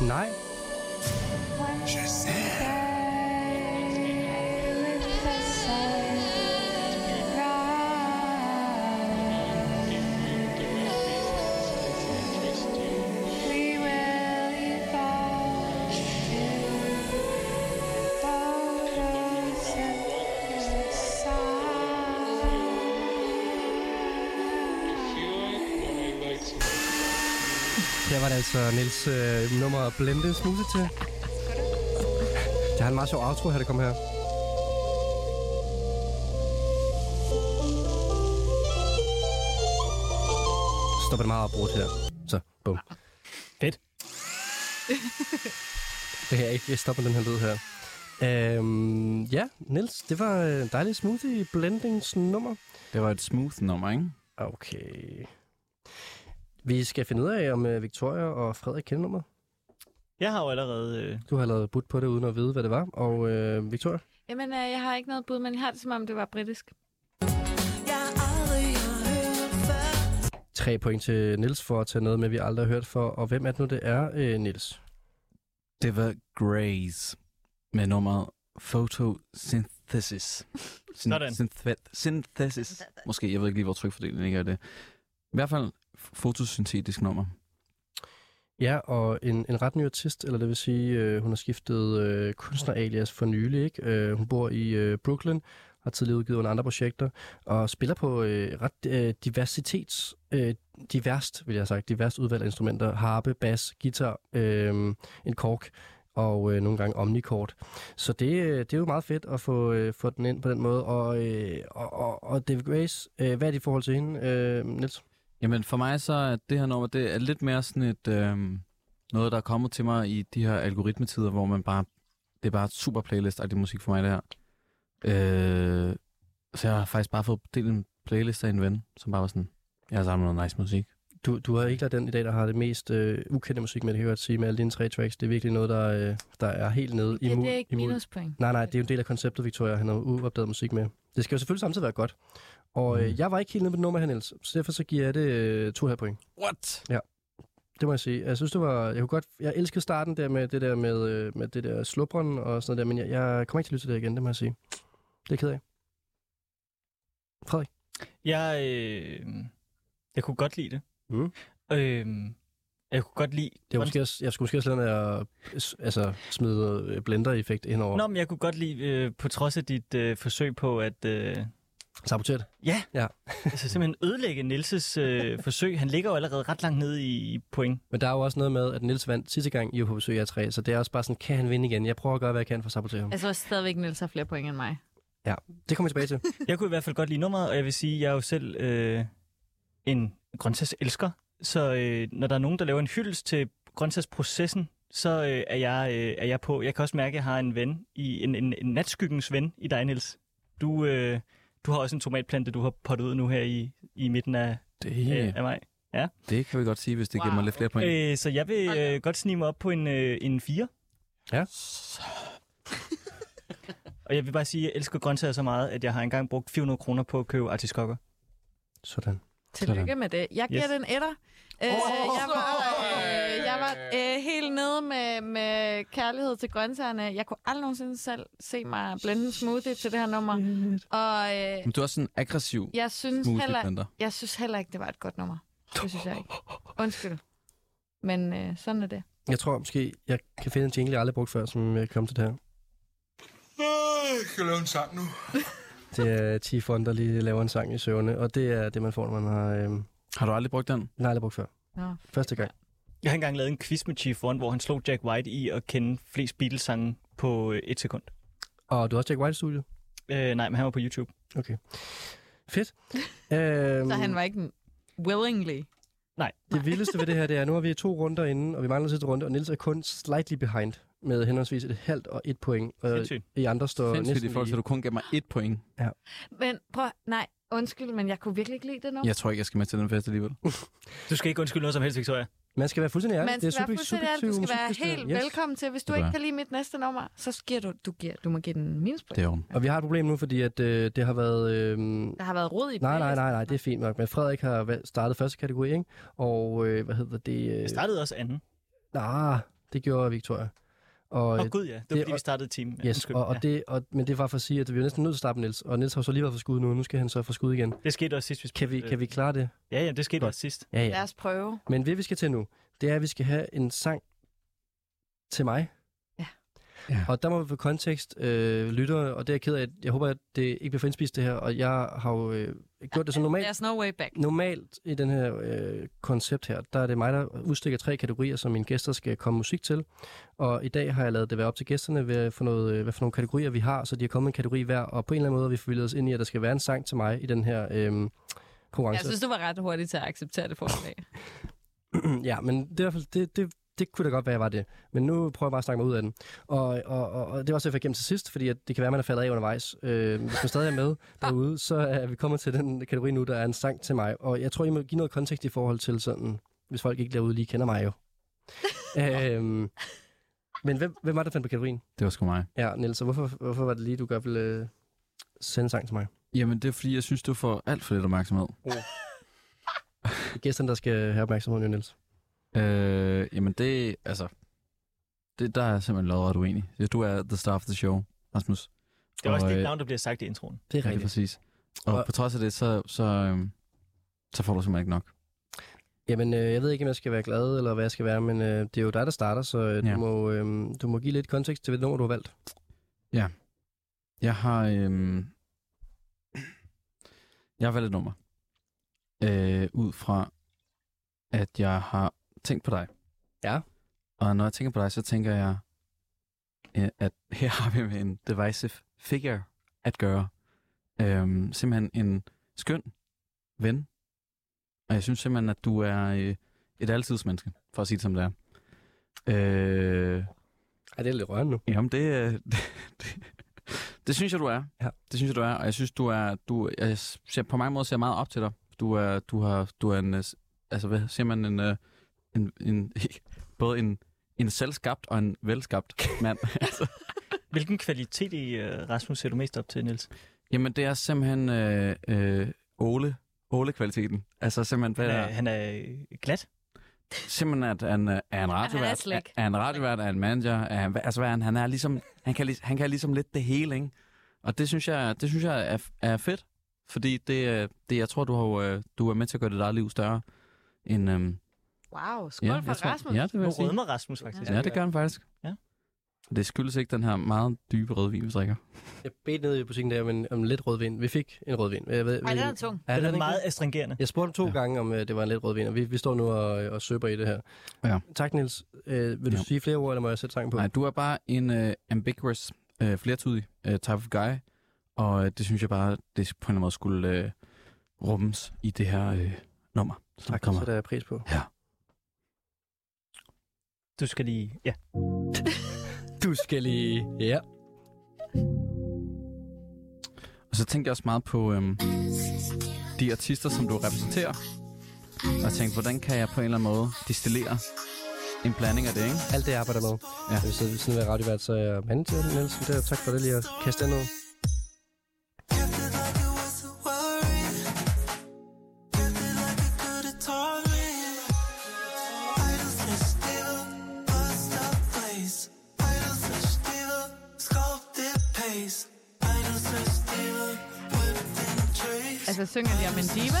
Speaker 2: Nej, der var det altså Nils øh, nummer blende smoothie til. Det har en meget sjov outro her, der kom her. Stopper det meget opbrudt her. Så, bum.
Speaker 9: Fedt.
Speaker 2: Det her ikke. Jeg stopper den her lyd her. Øhm, ja, Nils, det var øh, en dejlig smoothie blendings nummer.
Speaker 3: Det var et smooth nummer, ikke?
Speaker 2: Okay. Vi skal finde ud af, om øh, Victoria og Frederik kender nummeret.
Speaker 9: Jeg har jo allerede... Øh,
Speaker 2: Du har allerede budt på det, uden at vide, hvad det var. Og øh, Victoria?
Speaker 4: Jamen, øh, jeg har ikke noget bud, men jeg har det, som om det var britisk.
Speaker 2: Tre point til Nils for at tage noget med, vi aldrig har hørt for. Og hvem er det nu, det er, øh, Nils?
Speaker 3: Det var Grace med nummeret Photosynthesis. Syn-
Speaker 9: Sådan.
Speaker 3: synthet- synthesis. Måske, jeg ved ikke lige, hvor trykfordelingen ligger i det. I hvert fald f- fotosyntetisk nummer.
Speaker 2: Ja, og en, en ret ny artist, eller det vil sige, øh, hun har skiftet øh, kunstneralias for nylig. Ikke? Øh, hun bor i øh, Brooklyn, har tidligere udgivet under andre projekter, og spiller på øh, ret øh, diversitets... Øh, diverst, vil jeg have sagt, diverst udvalg af instrumenter. Harpe, bas, guitar, øh, en kork og øh, nogle gange Omnicord. Så det, øh, det er jo meget fedt at få, øh, få den ind på den måde. Og, øh, og, og, og David Grace, øh, hvad er dit forhold til hende, øh, Niels?
Speaker 3: Jamen for mig så er det her nummer, det er lidt mere sådan et, øhm, noget, der er kommet til mig i de her algoritmetider, hvor man bare, det er bare super playlist det musik for mig, det her. Øh, så jeg har faktisk bare fået delt en playlist af en ven, som bare var sådan, jeg har samlet noget nice musik.
Speaker 2: Du, du har ikke været den i dag, der har det mest øh, ukendte musik, men det kan jeg godt sige med alle dine tre tracks. Det er virkelig noget, der, øh, der er helt nede i
Speaker 4: Ja,
Speaker 2: mul-
Speaker 4: det er ikke
Speaker 2: i mul-
Speaker 4: minuspoint.
Speaker 2: Nej, nej, det er jo en del af konceptet, Victoria, han har uopdaget musik med. Det skal jo selvfølgelig samtidig være godt. Og øh, jeg var ikke helt nede på det nummer her, Niels, så derfor så giver jeg det øh, to her point.
Speaker 3: What?
Speaker 2: Ja, det må jeg sige. Jeg synes, det var... Jeg kunne godt... Jeg elskede starten der med det der med, øh, med det der slubren og sådan noget der, men jeg, jeg kommer ikke til at lytte til det igen, det må jeg sige. Det er jeg ked af. Frederik?
Speaker 5: Jeg, øh, jeg kunne godt lide det.
Speaker 2: Mm.
Speaker 5: Øh,
Speaker 9: Øhm,
Speaker 5: jeg kunne godt lide...
Speaker 2: Det var måske også, jeg skulle måske også lade være at altså, smide noget blender-effekt ind over.
Speaker 5: Nå, men jeg kunne godt lide, øh, på trods af dit øh, forsøg på at... Øh,
Speaker 2: Sabotere det.
Speaker 5: ja,
Speaker 2: Ja.
Speaker 5: altså simpelthen ødelægge Nilses øh, forsøg. Han ligger jo allerede ret langt nede i, i point.
Speaker 2: Men der er jo også noget med, at Nils vandt sidste gang, I var på besøg af tre, så det er også bare sådan, kan han vinde igen? Jeg prøver at gøre, hvad jeg kan for at sabotere ham.
Speaker 4: Jeg tror stadigvæk, Niels har flere point end mig.
Speaker 2: Ja, det kommer jeg tilbage til.
Speaker 5: Jeg kunne i hvert fald godt lide nummeret, og jeg vil sige, at jeg er jo selv øh, en grøntsags-elsker. Så øh, når der er nogen, der laver en hyldest til grøntsagsprocessen, så øh, er, jeg, øh, er jeg på. Jeg kan også mærke, at jeg har en ven, i, en, en, en natskyggens ven i dig, Niels. Du, øh, du har også en tomatplante, du har pottet ud nu her i, i midten af,
Speaker 3: Det-
Speaker 5: øh, af maj. Ja.
Speaker 3: Det kan vi godt sige, hvis det wow. giver mig lidt flere point.
Speaker 5: Øh, så jeg vil øh, godt snige mig op på en, øh, en 4.
Speaker 2: Ja.
Speaker 5: Og jeg vil bare sige, at jeg elsker grøntsager så meget, at jeg har engang brugt 400 kroner på at købe artiskokker.
Speaker 2: Sådan.
Speaker 4: Tillykke med det. Jeg giver
Speaker 5: Yes.
Speaker 4: yes. den etter. Øh, jeg var, øh, jeg var øh, helt nede med, med kærlighed til grøntsagerne. Jeg kunne aldrig nogensinde selv se mig blende en smoothie til det her nummer. Og øh,
Speaker 3: Men du er også sådan aggressiv.
Speaker 4: jeg, synes
Speaker 3: Smoothie
Speaker 4: heller,
Speaker 3: blender.
Speaker 4: jeg synes heller ikke, det var et godt nummer. Det synes jeg ikke. Undskyld. Men øh, sådan er det.
Speaker 2: Jeg tror måske, jeg kan finde en jingle, jeg aldrig har brugt før, som jeg kom til det her.
Speaker 6: Jeg kan lave en sang nu.
Speaker 2: Det er Tifon, der lige laver en sang i søvne, og det er det, man får, når man har... Øh...
Speaker 3: Har du aldrig brugt den?
Speaker 2: Nej, aldrig brugt før.
Speaker 4: Nå.
Speaker 2: Første gang.
Speaker 5: Jeg har engang lavet en quiz med Chief One, hvor han slog Jack White i at kende flest Beatles-sange på øh, et sekund.
Speaker 2: Og du har også Jack White i studiet?
Speaker 5: Øh, nej, men han var på YouTube.
Speaker 2: Okay. Fedt. øhm,
Speaker 4: Så han var ikke willingly.
Speaker 5: Nej.
Speaker 2: Det vildeste ved det her, det er, at nu har vi to runder inde, og vi mangler sidste runde, og Nils er kun slightly behind med henholdsvis et halvt og et point. Og
Speaker 5: Sindssygt.
Speaker 2: I andre står
Speaker 3: Sindssygt i
Speaker 2: næsten
Speaker 3: forhold til,
Speaker 2: lige.
Speaker 3: at du kun gav mig et point.
Speaker 4: Men prøv, nej, undskyld, men jeg kunne virkelig ikke lide det nummer.
Speaker 3: Jeg tror ikke, jeg skal med til den fest alligevel.
Speaker 5: Du skal ikke undskylde noget som helst, Victoria.
Speaker 2: Man skal være fuldstændig ærlig.
Speaker 4: Man skal
Speaker 2: det er
Speaker 4: være
Speaker 2: subjek-
Speaker 4: fuldstændig ærlig. Du skal
Speaker 2: subjektiv
Speaker 4: være
Speaker 2: musik,
Speaker 4: helt
Speaker 2: yes.
Speaker 4: yes. velkommen til. Hvis du
Speaker 3: Det gør
Speaker 4: ikke
Speaker 3: jeg.
Speaker 4: kan lide mit næste nummer, så giver du, du, giver, du må give den minus
Speaker 3: Det
Speaker 4: point.
Speaker 3: er hun.
Speaker 2: Og vi har et problem nu, fordi at, øh, det har været... Øh,
Speaker 4: Der har været rod i
Speaker 2: nej, nej,
Speaker 4: playlisten.
Speaker 2: nej, nej, det er fint nok. Men Frederik har valgt- startet første kategori, ikke? Og øh, hvad hedder det?
Speaker 5: Jeg
Speaker 2: Øh,
Speaker 5: startede også anden.
Speaker 2: nej, det gjorde Victoria. Og,
Speaker 5: Åh
Speaker 2: øh,
Speaker 5: oh, gud ja, det var
Speaker 2: det-
Speaker 5: fordi, vi startede team. Ja,
Speaker 2: yes,
Speaker 5: undskyld.
Speaker 2: og, og
Speaker 5: ja.
Speaker 2: det, og, men det var for at sige, at vi er næsten nødt til at starte med Niels. Og Niels har jo så lige været for skud nu, og nu skal han så for skud igen.
Speaker 5: det skete også sidst, vi
Speaker 2: Kan vi,
Speaker 5: spillede,
Speaker 2: kan vi klare det?
Speaker 5: øh, Ja, ja, det skete
Speaker 2: Godt.
Speaker 5: også sidst.
Speaker 2: Ja,
Speaker 4: Lad
Speaker 2: ja.
Speaker 4: os prøve.
Speaker 2: Men det, vi skal til nu, det er, at vi skal have en sang til mig.
Speaker 4: Ja.
Speaker 3: Ja.
Speaker 2: Og der må vi få kontekst, øh, lyttere, og det er jeg ked af. Jeg håber, at det ikke bliver for indspist, det her. Og jeg har jo øh, gjort det så normalt.
Speaker 4: There's no way back.
Speaker 2: Normalt i den her øh, koncept her, der er det mig, der udstikker tre kategorier, som mine gæster skal komme musik til. Og i dag har jeg lavet det være op til gæsterne, hvad for, noget, øh, hvad for nogle kategorier vi har, så de har kommet med en kategori hver, og på en eller anden måde har vi forvildet os ind i, at der skal være en sang til mig i den her øh, konkurrence.
Speaker 4: Jeg synes, du var ret hurtig til at acceptere det forslag.
Speaker 2: ja, men det, er i hvert fald- det, det, det kunne da godt være, jeg var det. Men nu prøver jeg bare at snakke mig ud af den. Og, og, og, og det var også, jeg fik gennem til sidst, fordi at det kan være, at man er faldet af undervejs. Øh, hvis man stadig er med derude, så er vi kommet til den kategori nu, der er en sang til mig. Og jeg tror, I må give noget kontekst i forhold til sådan, hvis folk ikke derude lige kender mig jo. øhm, men hvem, hvem var det, der fandt på kategorien?
Speaker 3: Det var sgu mig.
Speaker 2: Ja, Niels, og hvorfor, hvorfor var det lige, du godt ville øh, sende en sang til mig?
Speaker 3: Jamen, det er fordi, jeg synes, du får alt for lidt opmærksomhed.
Speaker 2: Det er Gæsterne, der skal have opmærksomheden, jo, Niels.
Speaker 3: Øh, jamen, det altså... Det, der er jeg simpelthen lodret uenig. Du er the star of the show, Rasmus.
Speaker 5: Det var også
Speaker 3: Og,
Speaker 5: dit
Speaker 3: øh,
Speaker 5: navn, der bliver sagt i introen.
Speaker 2: Det er
Speaker 3: Ja, lige
Speaker 2: rigtigt.
Speaker 3: præcis. Og,
Speaker 2: Og-
Speaker 3: og på trods af det, så, så, øhm, så får du simpelthen ikke nok.
Speaker 2: Jamen, øh, jeg ved ikke, om jeg skal være glad, eller hvad jeg skal være, men øh, det er jo dig, der starter, så øh, ja.
Speaker 3: Ja.
Speaker 2: du, må, øh, du må give lidt kontekst til, hvilket nummer du har valgt.
Speaker 3: Jeg har... Øhm, jeg har valgt et nummer. Øh, ud fra, at jeg har tænkt på dig.
Speaker 2: Ja.
Speaker 3: Og når jeg tænker på dig, så tænker jeg øh, at her har vi med en divisive figure at gøre. Øhm, simpelthen en skøn ven. Og jeg synes simpelthen, at du er øh, et altidsmenneske, for at sige det som det er. Øh,
Speaker 2: Ja, det er lidt rørende nu.
Speaker 3: Jamen, det, øh, det, det, det synes jeg, du er.
Speaker 2: Ja.
Speaker 3: Det synes jeg, du er, og jeg synes, du er... Du, jeg ser, på mange måder ser jeg meget op til dig. Du er, du har, du er en... øh, s- Altså, hvad siger man? En, øh, en, en, både en, en selvskabt og en velskabt mand. altså,
Speaker 5: Hvilken kvalitet i øh, Rasmus ser du mest op til, Niels?
Speaker 3: jamen, det er simpelthen øh, øh, Ole. Ole-kvaliteten. Altså simpelthen, hvad
Speaker 5: Han
Speaker 3: er,
Speaker 5: er, han er øh, glat.
Speaker 3: simpelthen at han øh, er
Speaker 11: Han
Speaker 3: en
Speaker 11: er
Speaker 3: radiovært, er,
Speaker 11: slik.
Speaker 3: er en radiovært, er en manager, er, han- altså hvad er han, han er ligesom, han kan, lig- han kan ligesom lidt det hele, ikke? Og det synes jeg, det synes jeg er, er fedt, fordi det, øh, det, jeg tror, du, har, jo, øh, du er med til at gøre dit eget liv større end, øhm,
Speaker 11: Wow, skål
Speaker 3: ja,
Speaker 11: for
Speaker 3: jeg tror,
Speaker 11: Rasmus.
Speaker 3: ja, det vil
Speaker 5: Nu
Speaker 3: jeg sige.
Speaker 5: rødmer Rasmus faktisk.
Speaker 3: Ja, det gør han faktisk.
Speaker 5: Ja.
Speaker 3: Det skyldes ikke den her meget dybe rødvin, vi drikker.
Speaker 2: Jeg bedte ned i butikken der om, en, om lidt rødvin. Vi fik en rødvin. Jeg ved,
Speaker 11: Ej,
Speaker 2: vi-
Speaker 11: den er tung.
Speaker 2: Ja,
Speaker 5: Den
Speaker 2: ikke
Speaker 5: er meget
Speaker 2: det?
Speaker 5: astringerende.
Speaker 2: Jeg spurgte to
Speaker 3: Ja.
Speaker 2: ja. gange, om øh, det var en lidt rødvin, og vi, vi står nu og, øh, og søber i det her.
Speaker 3: Ja.
Speaker 2: Tak, Niels. Øh, vil du
Speaker 3: Ja.
Speaker 2: ja. sige flere ord, eller må jeg sætte sangen på?
Speaker 3: Nej, du er bare en øh, ambiguous, øh, flertydig øh, type of guy, og øh, det synes jeg bare, det på en eller anden måde skulle øh, rummes i det her øh, nummer. som
Speaker 2: tak,
Speaker 3: kommer.
Speaker 2: så der er pris på.
Speaker 5: Du skal lige... Ja.
Speaker 2: Du skal lige... Ja.
Speaker 3: Og så tænkte jeg også meget på øhm, de artister, som du repræsenterer. Og tænkte, hvordan kan jeg på en eller anden måde distillere en blanding af det, ikke?
Speaker 2: Alt det, jeg arbejder med.
Speaker 3: Ja.
Speaker 2: Ja. Hvis jeg siden ved radiovært, så er jeg manden til det, Niels. Det er, tak for det lige at kaste den ud.
Speaker 4: Altså, synger de om en diva?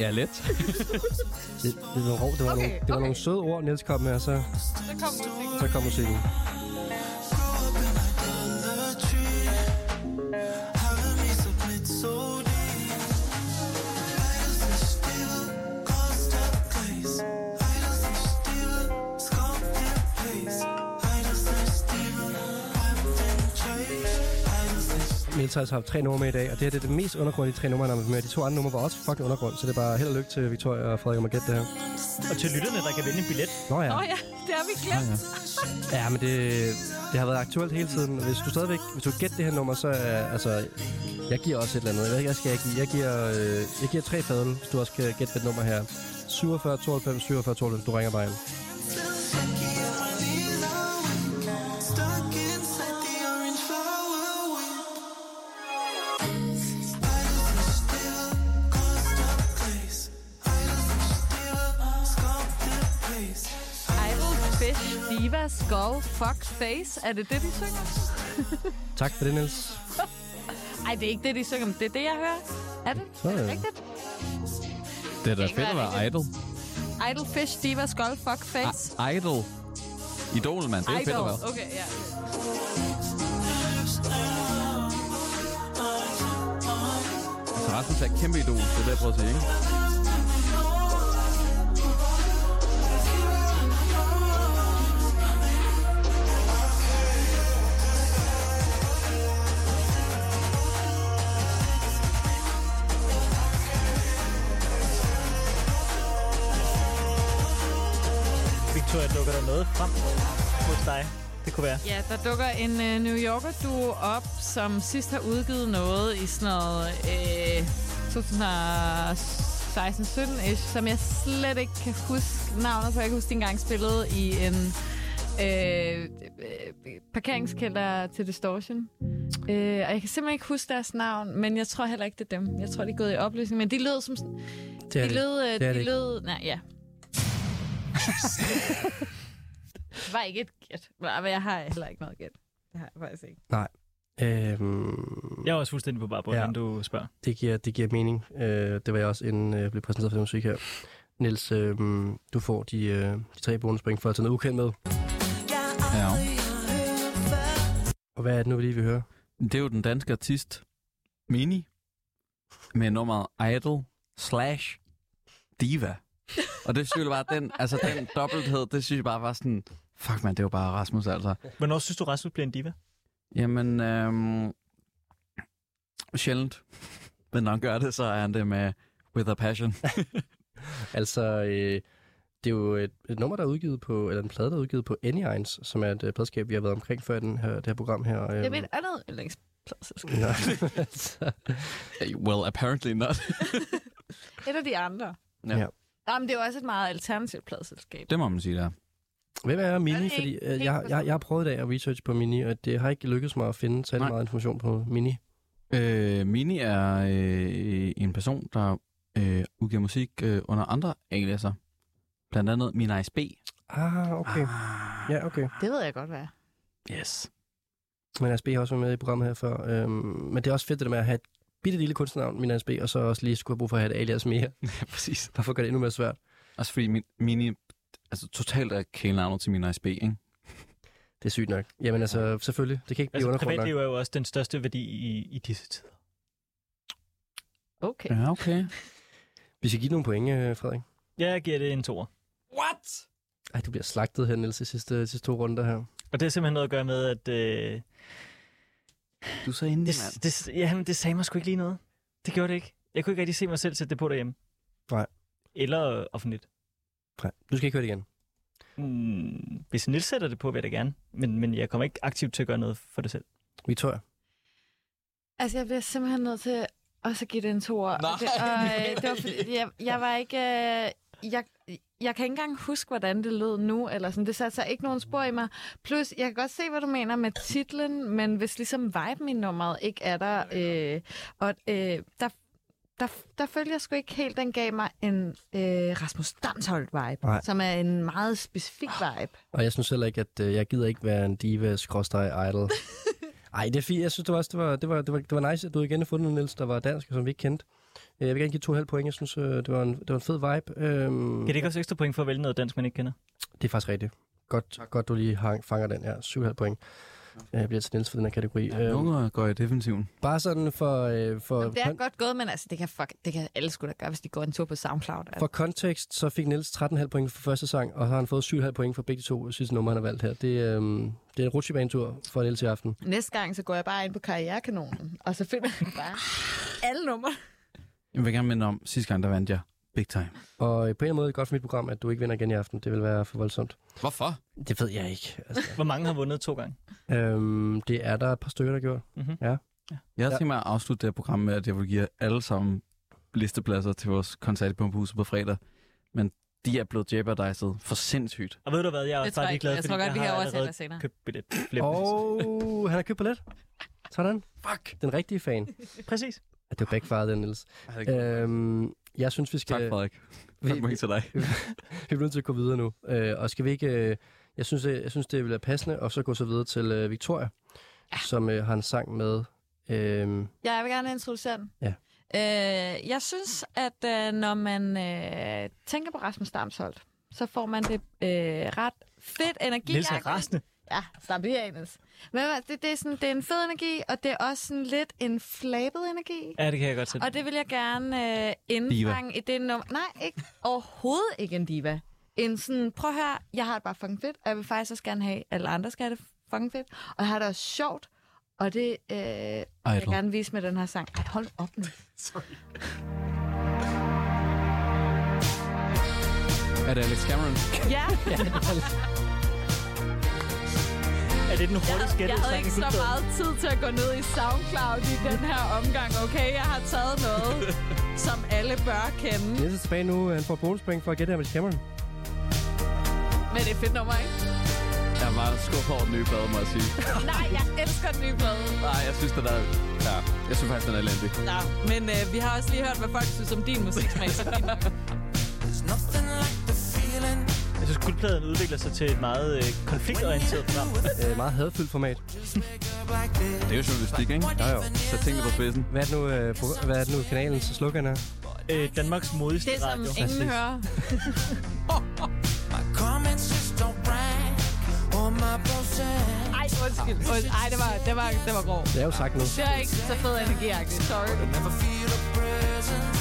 Speaker 3: Ja, lidt.
Speaker 2: Det, det var, rov, det var,
Speaker 4: Okay,
Speaker 2: okay, nogle, det var
Speaker 4: okay.
Speaker 2: okay. nogle søde ord, Niels kom med, og så,
Speaker 4: Så kom musikken.
Speaker 2: så kom musikken. Niels har altså haft tre numre med i dag, og det her det er det mest undergrund af de tre numre, han har med. De to andre numre var også fucking undergrund, så det er bare held og lykke til Victoria og Frederik om at gætte det her.
Speaker 5: Og til lytterne, der kan vinde en billet.
Speaker 2: Nå ja.
Speaker 4: Åh ja, det har vi glemt.
Speaker 2: Ja, men det, det har været aktuelt hele tiden. Hvis du stadigvæk, hvis du gætter det her nummer, så er, altså, jeg giver også et eller andet. Jeg ved ikke, hvad skal jeg give? Jeg giver, øh, jeg giver tre fadel, hvis du også kan gætte et nummer her. 47, 92, 47, 92, du ringer bare ind.
Speaker 4: I will fish, diva, skull, fuck, face. Er det det, de synger?
Speaker 2: Tak for det, Niels.
Speaker 4: Ej, det er ikke det, de synger, men det er det, jeg hører. Er det?
Speaker 2: Så, øh.
Speaker 4: Er det
Speaker 2: ja.
Speaker 4: rigtigt?
Speaker 3: Det er da
Speaker 4: Ikke
Speaker 3: fedt at
Speaker 4: være
Speaker 3: være idol.
Speaker 4: Idol, fish, diva, skull, fuck, face.
Speaker 3: I- idol. Idol, mand.
Speaker 2: Ah,
Speaker 3: Det er fedt at
Speaker 4: Idol.
Speaker 3: være.
Speaker 4: Okay, ja.
Speaker 3: Så Rasmus er et kæmpe idol, det er det, jeg prøver at sige, ikke?
Speaker 5: Victoria, dukker der noget frem hos dig? Det kunne være.
Speaker 4: Ja, der dukker en øh, New Yorker duo op, som sidst har udgivet noget i sådan noget øh, 2016-17-ish, som jeg slet ikke kan huske navnet på. Jeg kan huske, de engang spillede i en øh, øh, parkeringskælder til Distortion. Øh, og jeg kan simpelthen ikke huske deres navn, men jeg tror heller ikke, det er dem. Jeg tror, de er gået i opløsning, men de lød som... sådan-
Speaker 2: Det er
Speaker 4: De
Speaker 2: det.
Speaker 4: lød... øh,
Speaker 2: Det er
Speaker 4: De
Speaker 2: det ikke.
Speaker 4: lød... Nej, ja. Det var ikke et gæt. Nej, men jeg har heller ikke noget gæt. Det har jeg faktisk ikke.
Speaker 2: Øhm,
Speaker 5: Jeg er også fuldstændig på bare på,
Speaker 2: Ja.
Speaker 5: ja. du spørger.
Speaker 2: det, giver, det giver mening. Øh, det var jeg også, inden øh, jeg blev præsenteret for den musik her. Niels, øh, du får de, øh, de tre bonuspoint for at tage noget ukendt med.
Speaker 3: Ja.
Speaker 2: Og hvad er det nu, vi lige vil høre?
Speaker 3: Det er jo den danske artist Mini med nummeret Idol slash Diva. Og det synes jeg bare, den, altså den dobbelthed, det synes jeg bare var sådan Fuck, man, det var bare Rasmus, altså.
Speaker 5: Hvornår synes du, Rasmus bliver en diva?
Speaker 3: Jamen, øhm, sjældent. Men når han gør det, så er han det med With a Passion.
Speaker 2: Altså, øh, det er jo et, et nummer, der er udgivet på, eller en plade, der er udgivet på Anyines, som er et øh, pladskab, vi har været omkring før i den her, det her program her. Øh,
Speaker 4: Det er mit andet yndlingspladeselskab.
Speaker 2: Nå, altså,
Speaker 3: well, apparently not.
Speaker 4: Et af de andre.
Speaker 3: Ja.
Speaker 2: Ja.
Speaker 4: Jamen, det er jo også et meget alternativt pladselskab.
Speaker 3: Det må man sige, der.
Speaker 2: Hvem er Mini?
Speaker 4: ikke
Speaker 2: Fordi øh, jeg,
Speaker 4: helt
Speaker 2: jeg,
Speaker 4: forstået.
Speaker 2: jeg har prøvet i dag at researche på Mini, og det har ikke lykkedes mig at finde særlig
Speaker 3: Nej.
Speaker 2: meget information på Mini.
Speaker 3: Øh, Mini er øh, en person, der øh, udgiver musik øh, under andre aliaser. Blandt andet Min Ice B.
Speaker 2: Ah, okay.
Speaker 3: Ah,
Speaker 2: Ja, okay.
Speaker 11: Det ved jeg godt, hvad er.
Speaker 3: yes.
Speaker 2: Men ASB har også været med i programmet her før. Øhm, men det er også fedt det der med at have et bitte lille kunstnavn, min ASB, og så også lige skulle have brug for at have et alias mere.
Speaker 3: Ja, præcis.
Speaker 2: Derfor gør det endnu mere svært.
Speaker 3: Også fordi min, Mini altså totalt er kælenavnet til Min Ice B, ikke?
Speaker 2: Det er sygt nok. Jamen altså, selvfølgelig. Det kan ikke blive altså,
Speaker 5: Altså,
Speaker 2: undergrund
Speaker 5: privatliv
Speaker 2: nok.
Speaker 5: er jo også den største værdi i, i disse tider.
Speaker 11: Okay.
Speaker 3: Ja, okay.
Speaker 2: Vi skal give nogle point, øh, Frederik.
Speaker 5: Ja, jeg giver det en toer.
Speaker 8: What?
Speaker 2: Ej, du bliver slagtet her, Niels, i sidste, sidste to runder her.
Speaker 5: Og det har simpelthen noget at gøre med, at øh,
Speaker 3: Du er så inde,
Speaker 5: det,
Speaker 3: mand.
Speaker 5: det, ja, det sagde mig sgu ikke lige noget. Det gjorde det ikke. Jeg kunne ikke rigtig se mig selv sætte det på derhjemme.
Speaker 2: Nej.
Speaker 5: Eller øh, offentligt.
Speaker 2: Nej, Du skal ikke høre det igen.
Speaker 5: Mm, hvis Nils sætter det på, vil jeg da gerne. Men, men jeg kommer ikke aktivt til at gøre noget for det selv.
Speaker 2: Victoria.
Speaker 4: Altså, jeg bliver simpelthen nødt til også at give det en to år.
Speaker 8: Nej.
Speaker 4: Og, det, og øh, det var fordi, jeg, jeg var ikke... Øh, jeg, jeg kan ikke engang huske, hvordan det lød nu, eller sådan. Det satte sig ikke nogen spor i mig. Plus, jeg kan godt se, hvad du mener med titlen, men hvis ligesom viben i nummeret ikke er der, øh, og øh, der, der, der følger jeg sgu ikke helt, den gav mig en øh, Rasmus Damsholdt-vibe,
Speaker 2: Nej.
Speaker 4: som er en meget specifik
Speaker 11: Ah.
Speaker 4: vibe.
Speaker 2: Og jeg synes heller ikke, at øh, jeg gider ikke være en diva skråstreg idol. Ej, det er fint. Jeg synes, det var, også- det var, det var, det var, det var nice, at du igen har fundet noget, Niels, der var dansk, og som vi ikke kendte. Øh, Jeg vil gerne give to halv point. Jeg synes, øh, det var en, det var en fed vibe. Øhm,
Speaker 5: Kan det ikke også ekstra point for at vælge noget dansk, man ikke kender?
Speaker 2: Det er faktisk rigtigt. Godt, godt du lige hang, fanger den her. 7,5 point. Jeg bliver til Niels for den her kategori. Ja, øhm,
Speaker 3: Nu øh, går jeg i defensiven.
Speaker 2: bare sådan for, øh, for,
Speaker 11: Jamen, det er
Speaker 2: kon-
Speaker 11: godt gået, men altså, det kan, fuck, det kan alle sgu da gøre, hvis de går en tur på SoundCloud. Altså.
Speaker 2: for kontekst, så fik Niels 13,5 point for første sang, og så har han fået 7,5 point for begge to sidste numre, han har valgt her. Det, øhm, det er en rutsjebanetur for Niels i aften.
Speaker 4: Næste gang, så går jeg bare ind på karrierekanonen, og så finder jeg bare alle numre.
Speaker 3: Jeg vil gerne minde om, sidste gang, der vandt jeg big time.
Speaker 2: Og øh, på en eller anden måde er det godt for mit program, at du ikke vinder igen i aften. Det vil være for voldsomt.
Speaker 3: Hvorfor?
Speaker 2: Det ved jeg ikke. Altså,
Speaker 5: Hvor mange har vundet to gange?
Speaker 2: øhm, det er der et par stykker, der gjorde.
Speaker 5: Mm-hmm.
Speaker 3: Jeg har
Speaker 2: Ja.
Speaker 3: tænkt mig at afslutte det her program med, at jeg vil give jer alle sammen listepladser til vores koncert i Pumpehuset på fredag. Men de er blevet jeopardized for sindssygt.
Speaker 5: Og ved du hvad, jeg er
Speaker 11: Det
Speaker 5: også
Speaker 11: tror
Speaker 5: bare
Speaker 11: jeg
Speaker 5: ligeglad,
Speaker 11: ikke. Jeg
Speaker 5: fordi
Speaker 11: tror godt,
Speaker 5: jeg
Speaker 11: vi kan
Speaker 5: har
Speaker 11: overtale
Speaker 5: allerede
Speaker 11: dig senere.
Speaker 5: købt billet. Flere oh.
Speaker 2: Og han har købt billet. Sådan. Fuck. Den rigtige fan.
Speaker 5: Præcis.
Speaker 2: Det var backfired, den, Niels. Øhm, jeg synes, vi skal...
Speaker 3: Øh, Tak, Frederik.
Speaker 2: vi,
Speaker 3: Fem point til dig.
Speaker 2: vi bliver nødt til at gå videre nu. Øh, og skal vi ikke... Øh, jeg, synes, det, jeg synes, det ville være passende, og så gå så videre til øh, Victoria, ja. som øh, har en sang med... Øh,
Speaker 4: Ja, jeg vil gerne introducere den.
Speaker 2: Ja.
Speaker 4: Øh, jeg synes, at øh, når man øh, tænker på Rasmus Damsholdt, så får man det øh, ret fedt energi.
Speaker 5: Niels er rasende.
Speaker 4: Ja, slap lige af, Niels. Men hvad- det, det, er sådan, det er en fed energi, og det er også sådan lidt en flabet energi.
Speaker 5: Ja, det kan jeg godt sætte.
Speaker 4: Og det vil jeg gerne øh, indfange i det nummer. Nej, ikke, overhovedet ikke en diva. En sådan, prøv at høre, jeg har det bare fucking fedt, og jeg vil faktisk også gerne have, at alle andre skal have det fucking fedt. Og jeg har det også sjovt, og det øh, vil jeg
Speaker 3: Idol.
Speaker 4: gerne vise med den her sang. Ej, hold op nu.
Speaker 3: Er det Alex Cameron?
Speaker 4: Ja,
Speaker 5: Er det den hurtigste gætte?
Speaker 11: Jeg havde ikke så meget tid til at gå ned i SoundCloud i den her omgang, okay? Jeg har taget noget, som alle bør kende.
Speaker 2: Niels er tilbage nu. Han får bonuspoint for at gætte her med Cameron.
Speaker 11: Men det er et fedt nummer, ikke?
Speaker 3: Jeg er meget skuffet over den nye plade, må jeg sige.
Speaker 11: Nej, jeg elsker den nye plade.
Speaker 3: Nej, jeg synes, den er... Ja, jeg synes faktisk, den er elendig.
Speaker 11: Nå, men øh, vi har også lige hørt, hvad folk synes om din musiksmag. Så fint nok.
Speaker 7: There's nothing like the feeling
Speaker 5: Jeg synes, guldpladen udvikler sig til et meget øh, konfliktorienteret program.
Speaker 2: Øh, meget hadfyldt format.
Speaker 7: like this.
Speaker 3: Det er jo journalistik, ikke?
Speaker 2: Jo, jo.
Speaker 3: Så tingene på spidsen.
Speaker 2: Hvad er det nu, øh, på, hvad er det nu kanalen, så slukker er?
Speaker 5: Øh, Danmarks modigste
Speaker 11: Det, som
Speaker 5: radio.
Speaker 11: ingen hører.
Speaker 7: My comments just don't rank on my bullshit.
Speaker 11: Ej, undskyld. undskyld. Ej, det var, det var, det var grov.
Speaker 2: Det er jo sagt nu.
Speaker 11: Det er ikke så fed energiagtigt. Sorry.
Speaker 7: Never feel a presence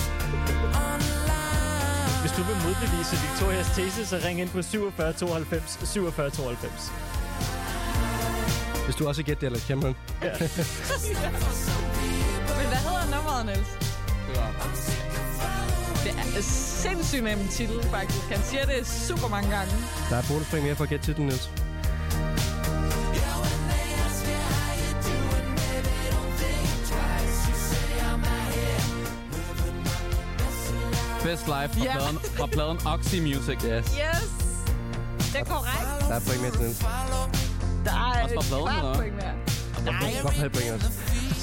Speaker 7: online.
Speaker 5: Hvis du vil modbevise Victorias tese, så ring ind på 47 92 47 92.
Speaker 2: Hvis du også gætter det, eller Cameron.
Speaker 5: Ja.
Speaker 4: Men hvad hedder nummeret, Niels? Det er en sindssygt nem titel, faktisk. Han siger det super mange gange.
Speaker 2: Der er et bonuspoint mere for at gætte titlen, Niels.
Speaker 12: Best Life fra,
Speaker 4: Ja.
Speaker 12: pladen, fra pladen Oxy Music. Yes.
Speaker 4: Yes! Det er korrekt.
Speaker 2: Der er et point mere til Niels.
Speaker 4: Der er
Speaker 12: Også fra
Speaker 4: et
Speaker 12: pladen,
Speaker 4: kvart
Speaker 12: eller?
Speaker 4: point mere.
Speaker 2: Godt for point, Niels.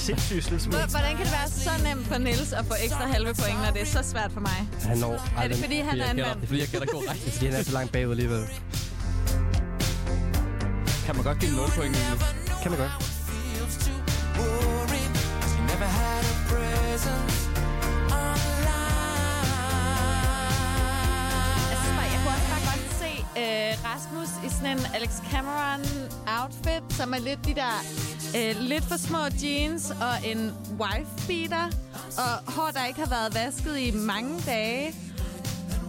Speaker 5: Sindssygt slutspil.
Speaker 4: Hvor- Hvordan kan det være så nemt for Niels at få ekstra halve point, når det er så svært for mig?
Speaker 2: Han når
Speaker 4: Er det
Speaker 2: aldrig-
Speaker 4: fordi, han er en
Speaker 12: Gætter-
Speaker 4: mand?
Speaker 12: Det er fordi, jeg gætter korrekt.
Speaker 2: Det er, fordi han er så langt bagud alligevel.
Speaker 12: Kan man godt give 0 point egentlig?
Speaker 2: Kan man godt.
Speaker 11: Jeg synes bare, jeg kunne også bare godt se øh, Rasmus i sådan en Alex Cameron-outfit, som er lidt de der...
Speaker 4: Øh, lidt for små jeans og en wife-beater. Og hår, der ikke har været vasket i mange dage.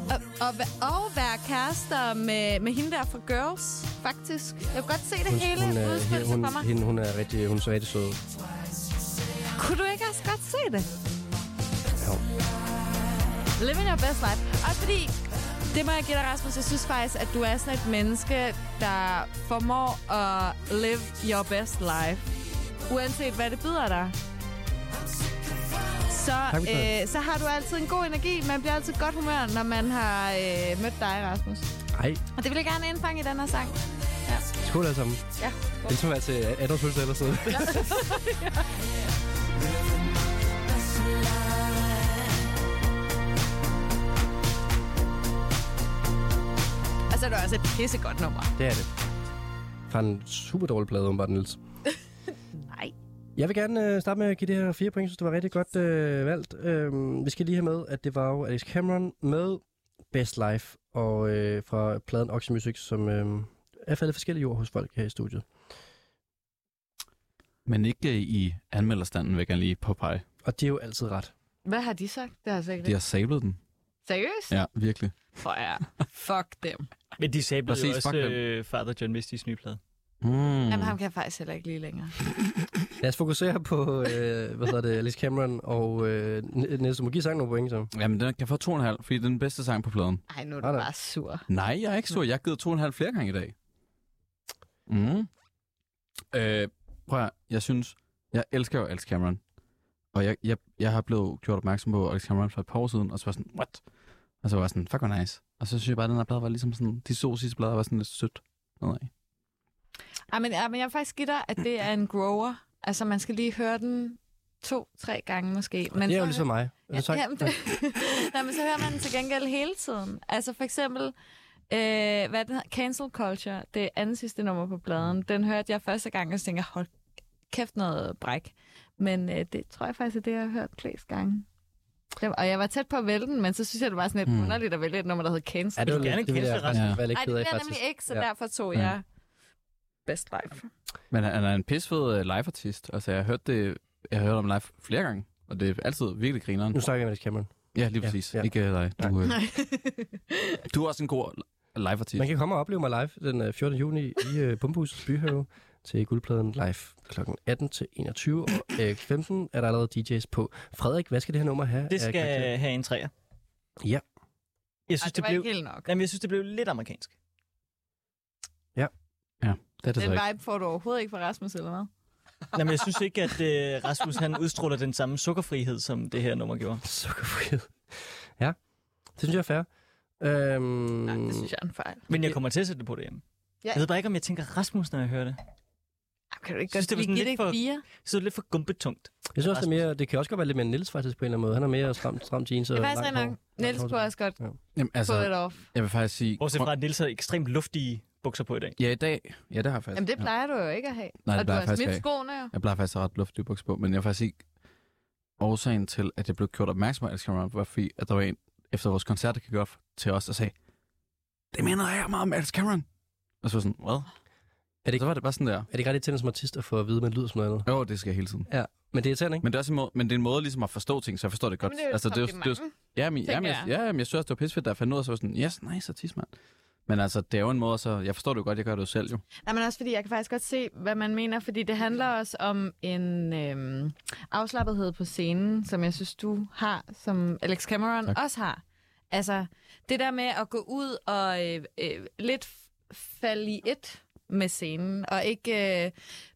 Speaker 4: Og, og, væ- og være kærester med, med hende der fra Girls, faktisk. Jeg kunne godt se det
Speaker 2: Hun,
Speaker 4: hele
Speaker 2: hun, er,
Speaker 4: udspille sig
Speaker 2: hun,
Speaker 4: for mig.
Speaker 2: hende, hun er rigtig, hun er så rigtig sød.
Speaker 4: Kunne du ikke også godt se det?
Speaker 2: Jo.
Speaker 11: Living your best life. Også fordi, det må jeg give dig, Rasmus, jeg synes faktisk, at du er sådan et menneske, der formår at live your best life. Uanset hvad det byder dig. Så,
Speaker 2: Tak, Victoria.
Speaker 11: øh, så har du altid en god energi. Man bliver altid i godt humør, når man har øh, mødt dig, Rasmus.
Speaker 2: Ej,
Speaker 11: Og det vil jeg gerne indfange i den her sang.
Speaker 2: skål alle sammen.
Speaker 11: Ja.
Speaker 2: Det er som at være til 18 års fødselsdag eller sådan noget.
Speaker 4: Og så er det også et pissegodt nummer.
Speaker 2: Det er det. Fra en super dårlig plade, åbenbart, Niels.
Speaker 4: Nej.
Speaker 2: Jeg vil gerne øh, starte med at give det her fire point. Jeg synes, det var rigtig godt øh, valgt. Øh, vi skal lige have med, at det var jo Alex Cameron med Best Life og øh, fra pladen Oxy Music, som øh, er faldet forskellige ord hos folk her i studiet.
Speaker 3: Men ikke øh, i anmelderstanden, vil jeg gerne lige påpege.
Speaker 2: Og det er jo altid ret.
Speaker 4: Hvad har de sagt? Det har jeg slet
Speaker 3: De
Speaker 4: ikke.
Speaker 3: har sablet den.
Speaker 4: Seriøst?
Speaker 3: Ja, virkelig.
Speaker 4: For ja. Fuck dem.
Speaker 2: Mm.
Speaker 5: Men de sablede
Speaker 3: Præcis,
Speaker 5: jo også
Speaker 3: fuck dem.
Speaker 5: øh, Father John Misty's nye plade.
Speaker 3: Mm.
Speaker 4: Jamen, ham kan jeg faktisk heller ikke lige længere.
Speaker 2: Lad os fokusere på, øh, hvad hedder det, Alex Cameron og øh, N- Niels, du må give sangen nogle point, så.
Speaker 3: Jamen, den kan få 2,5, fordi det er den bedste sang på pladen.
Speaker 4: Ej, nu er
Speaker 2: Ej,
Speaker 4: du
Speaker 2: nej.
Speaker 4: bare sur.
Speaker 3: Nej, jeg er ikke sur. Jeg har givet 2,5 flere gange i dag. Mm. Øh, prøv at, høre. jeg synes, jeg elsker jo Alex Cameron. Og jeg, jeg, jeg har blevet gjort opmærksom på Alex Cameron for et par år siden, og så var jeg sådan, what? Og så var jeg sådan, fuck, hvor nice. Og så synes jeg bare, at den her plade var ligesom sådan, de to sidste plader var sådan lidt sødt. Nedad.
Speaker 4: Ej, men, ej, men jeg vil faktisk give dig, at det er en grower. Altså, man skal lige høre den to-tre gange måske. Men
Speaker 2: det er
Speaker 4: så-
Speaker 2: jo ligesom mig.
Speaker 4: Ja,
Speaker 2: Altså, tak.
Speaker 4: jamen, det, nej, men så hører man den til gengæld hele tiden. Altså for eksempel, øh, hvad den hedder, Cancel Culture, det anden sidste nummer på pladen, den hørte jeg første gang, og så tænker jeg, hold kæft noget bræk. Men øh, det tror jeg faktisk er det, jeg har hørt flest gange. Det var- Og jeg var tæt på at vælge den, men så synes jeg, det var sådan lidt
Speaker 3: Mm.
Speaker 4: mm. underligt at vælge et nummer, der hed Cancel.
Speaker 2: Ja, det,
Speaker 5: vil
Speaker 2: var,
Speaker 5: gerne
Speaker 2: det, det,
Speaker 5: kende
Speaker 2: jeg,
Speaker 5: det,
Speaker 2: faktisk
Speaker 3: Rasmus.
Speaker 2: være lidt
Speaker 4: Ej, det
Speaker 2: ked
Speaker 4: vil
Speaker 2: af,
Speaker 4: jeg
Speaker 2: faktisk.
Speaker 4: nemlig ikke, så
Speaker 2: Ja.
Speaker 4: ja. derfor tog
Speaker 3: Ja.
Speaker 4: jeg Best Life.
Speaker 3: Men han han er en pissfed øh, liveartist. Altså, jeg har hørt det, jeg har hørt om live flere gange, og det er altid virkelig grineren.
Speaker 2: Nu snakker vi med Alex Cameron.
Speaker 3: Ja, lige
Speaker 2: Ja,
Speaker 3: præcis.
Speaker 2: ja.
Speaker 3: Ja, Ikke øh, dig. Du, øh,
Speaker 4: Nej.
Speaker 3: du er også en god øh, liveartist.
Speaker 2: Man kan komme og opleve mig live den øh, 14. juni i øh, Bumbuhusets Byhave til Guldpladen live kl. 18 til 21. Og øh, 15 er der allerede DJ's på. Frederik, hvad skal det her nummer have?
Speaker 5: Det
Speaker 2: af karakter?
Speaker 5: skal have en træer.
Speaker 2: Ja.
Speaker 5: Jeg
Speaker 4: Ej,
Speaker 5: synes,
Speaker 4: det
Speaker 5: det
Speaker 4: var
Speaker 5: blev,
Speaker 4: ikke helt nok.
Speaker 5: jamen, jeg synes, det blev lidt amerikansk.
Speaker 3: Det er det så
Speaker 4: Den
Speaker 3: ikke.
Speaker 4: vibe får du overhovedet ikke fra Rasmus, eller hvad?
Speaker 5: Nej, men jeg synes ikke, at øh, Rasmus han udstråler den samme sukkerfrihed, som det her nummer gjorde.
Speaker 2: Sukkerfrihed. Ja, det synes jeg er fair. Øhm,
Speaker 4: Nej, det synes jeg er en fejl.
Speaker 5: Men jeg kommer til at sætte det på det hjemme.
Speaker 4: Ja.
Speaker 5: Jeg ved bare ikke, om jeg tænker Rasmus, når jeg hører det.
Speaker 4: Ej, Kan du ikke
Speaker 5: Synes,
Speaker 4: godt
Speaker 5: det var
Speaker 4: lige
Speaker 5: sådan
Speaker 4: give det
Speaker 5: lidt
Speaker 4: ikke
Speaker 5: for-
Speaker 4: fire?
Speaker 5: Så er det lidt for gumpetungt.
Speaker 2: jeg synes også, det, er
Speaker 5: Rasmus.
Speaker 2: mere, det kan også godt være lidt mere Nils faktisk på en eller anden måde. Han er mere stram, stram jeans og
Speaker 4: Det er faktisk
Speaker 2: langt
Speaker 4: rigtig
Speaker 2: hår.
Speaker 4: nok.
Speaker 2: Langt
Speaker 4: Niels
Speaker 2: hår,
Speaker 4: kunne også godt
Speaker 3: Jamen, altså,
Speaker 4: få lidt off.
Speaker 3: jeg vil faktisk sige...
Speaker 5: Bortset fra, at Nils har ekstremt luftige bukser på i dag.
Speaker 3: Ja, i dag. Ja, det har jeg faktisk.
Speaker 4: Jamen, det
Speaker 3: ja.
Speaker 4: plejer du jo ikke at have.
Speaker 3: Nej, det
Speaker 4: og du
Speaker 3: plejer
Speaker 4: har
Speaker 3: jeg faktisk
Speaker 4: smidt
Speaker 3: ikke.
Speaker 4: skoene jo.
Speaker 3: Jeg plejer faktisk at have ret luftige bukser på, men jeg vil faktisk ikke... Årsagen til, at jeg blev gjort opmærksom på Alex Cameron, var fordi, at der var en efter vores koncert, der gik op til os og sagde, det minder jeg meget om Alex Cameron. Og så var jeg sådan, hvad? Er det...
Speaker 2: ikke-
Speaker 3: Så var det bare sådan der,
Speaker 2: Er det ikke ret irriterende som artist at få at vide, at man lyder som noget andet?
Speaker 3: jo, det skal jeg hele tiden.
Speaker 2: Men det er irriterende, ikke?
Speaker 3: Men det er også en måde, men det er en måde ligesom at forstå ting, så jeg forstår det godt.
Speaker 4: Jamen, det er jo
Speaker 3: altså, det er, jo- det er, jo-
Speaker 4: kompliment.
Speaker 3: Ja, men, ja, men,
Speaker 11: Tænker
Speaker 3: jeg,
Speaker 11: jeg.
Speaker 3: ja, men jeg synes også, det var pissefedt, da jeg fandt ud af, så var jeg sådan, yes, nice artist, mand. Men altså, det er jo en måde, så jeg forstår det jo godt, jeg gør det jo selv jo.
Speaker 4: Nej, men også fordi, jeg kan faktisk godt se, hvad man mener, fordi det handler også om en øhm, afslappethed på scenen, som jeg synes, du har, som Alex Cameron tak. også har. Altså, det der med at gå ud og øh, øh, lidt f- falde i et med scenen, og ikke øh,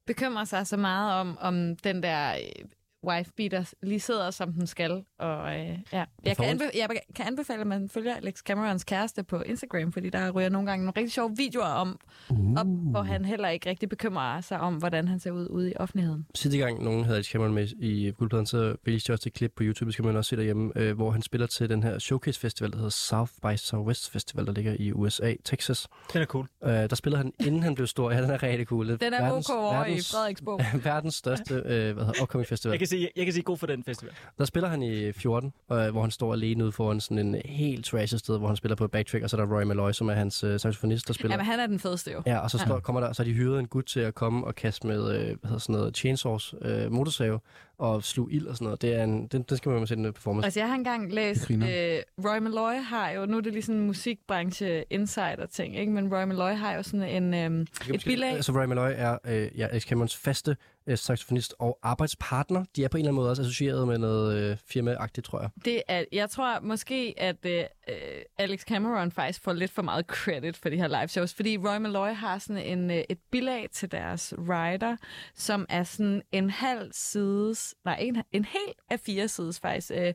Speaker 4: bekymre sig så meget om, om den der øh, wife-beater lige sidder, som den skal. Og, øh, ja. jeg, kan anbe- jeg kan anbefale, at man følger Alex Camerons kæreste på Instagram, fordi der ryger nogle gange nogle rigtig sjove videoer om, uh. op, hvor han heller ikke rigtig bekymrer sig om, hvordan han ser ud ude i offentligheden.
Speaker 2: Sidste gang nogen havde et Cameron med i guldpladen, så viste jeg også et klip på YouTube, det skal man også se derhjemme, øh, hvor han spiller til den her showcase festival, der hedder South by Southwest Festival, der ligger i USA, Texas.
Speaker 5: Den er cool.
Speaker 2: Øh, der spiller han, inden han blev stor. Ja, den er rigtig cool. Det
Speaker 4: Den er OK over i Frederiksborg.
Speaker 2: verdens største øh, hvad hedder, upcoming festival.
Speaker 5: Jeg kan sige, jeg kan sige god for den festival.
Speaker 2: Der spiller han i 14, øh, hvor han står alene ude foran sådan en helt trashy sted, hvor han spiller på et backtrack, og så er der Roy Malloy, som er hans øh, saxofonist, der spiller.
Speaker 4: Jamen, han er den fedeste jo.
Speaker 2: Ja, og så står, kommer der, så har de hyret en gut til at komme og kaste med, øh, hvad hedder sådan noget, chainsaws, øh, motorsave og slug ild og sådan noget. Det er en, den, den skal man jo se den der performance.
Speaker 4: Altså, jeg har engang læst,
Speaker 2: Det
Speaker 4: øh,
Speaker 2: griner.
Speaker 4: Roy Malloy har jo, nu er det lige sådan en musikbranche-insider-ting, ikke? men Roy Malloy har jo sådan en, øh, et bilag.
Speaker 2: Så Roy Malloy er øh, ja, Alex Camerons faste øh, saxofonist og arbejdspartner. De er på en eller anden måde også associeret med noget øh, firmaagtigt, tror jeg.
Speaker 4: Det er, jeg tror måske, at øh, øh, Alex Cameron faktisk får lidt for meget credit for de her live shows, fordi Roy Malloy har sådan en, øh, et bilag til deres rider, som er sådan en halv sides, nej, en, en hel af fire sides faktisk, øh,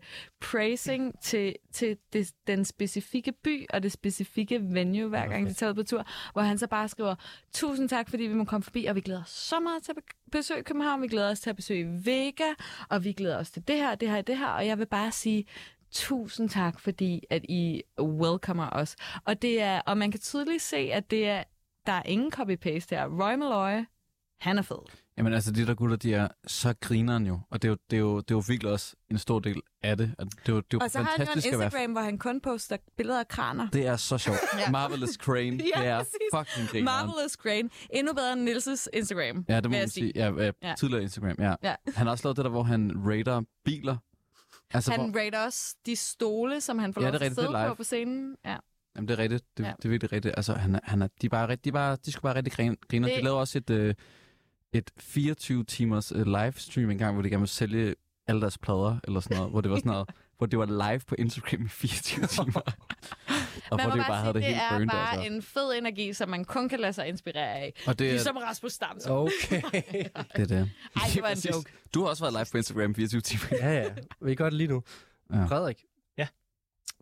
Speaker 4: praising til, til det, den specifikke by og det specifikke venue, hver gang de tager ud på tur, hvor han så bare skriver, tusind tak, fordi vi må komme forbi, og vi glæder os så meget til at be- besøge København, vi glæder os til at besøge Vega, og vi glæder os til det her, det her, det her, og jeg vil bare sige, tusind tak, fordi at I welcomer os. Og, det er, og man kan tydeligt se, at det er, der er ingen copy-paste her. Roy Malloy, han er fed.
Speaker 3: Jamen altså, de der gutter, de er så grineren jo. Og det er jo, det er jo, det er jo virkelig også en stor del af det. Og det er jo, det er jo
Speaker 4: og så har han jo en
Speaker 3: fantastisk at være
Speaker 4: Instagram, hvor han kun poster billeder af kraner.
Speaker 3: Det er så sjovt.
Speaker 4: Ja.
Speaker 3: ja. Marvelous Crane.
Speaker 4: Ja,
Speaker 3: det er
Speaker 4: præcis.
Speaker 3: fucking grineren.
Speaker 4: Marvelous Crane. Endnu bedre end Nils' Instagram.
Speaker 3: Ja, det
Speaker 4: vil
Speaker 3: må
Speaker 4: jeg
Speaker 3: man sige. Ja, ja,
Speaker 4: Ja.
Speaker 3: tidligere Instagram, ja.
Speaker 4: Ja.
Speaker 3: ja. Han har også lavet det der, hvor han raider biler. Altså,
Speaker 4: han
Speaker 3: hvor,
Speaker 4: rater også de stole, som han får
Speaker 3: Ja,
Speaker 4: lov
Speaker 3: det er
Speaker 4: til at
Speaker 3: rigtigt, det er
Speaker 4: sidde på
Speaker 3: live.
Speaker 4: på scenen. Ja.
Speaker 3: jamen, det er rigtigt. Det,
Speaker 4: Ja.
Speaker 3: ja. det er virkelig rigtigt. Altså, han, er- han er, de, er bare, rigtig- de, er bare, de skulle bare rigtig grine. grine.
Speaker 4: Det-
Speaker 3: De lavede også et, øh, et 24-timers øh, livestream engang, hvor de gerne ville sælge alle deres plader, eller sådan noget, hvor det var sådan noget, hvor det var live på Instagram i 24 timer. og hvor
Speaker 4: man
Speaker 3: de
Speaker 4: må
Speaker 3: jo bare havde det,
Speaker 4: det
Speaker 3: helt
Speaker 4: er
Speaker 3: burnt,
Speaker 4: bare
Speaker 3: altså.
Speaker 4: en fed energi, som man kun kan lade sig inspirere af.
Speaker 3: Og det er-
Speaker 4: ligesom Rasmus Stamsen.
Speaker 2: Okay.
Speaker 3: Det er det.
Speaker 4: Ej, det var en
Speaker 3: Præcis.
Speaker 4: joke.
Speaker 3: Du har også været live på Instagram i 24 timer.
Speaker 2: Ja, ja. Vi gør det lige nu.
Speaker 3: Ja.
Speaker 2: Frederik.
Speaker 5: Ja.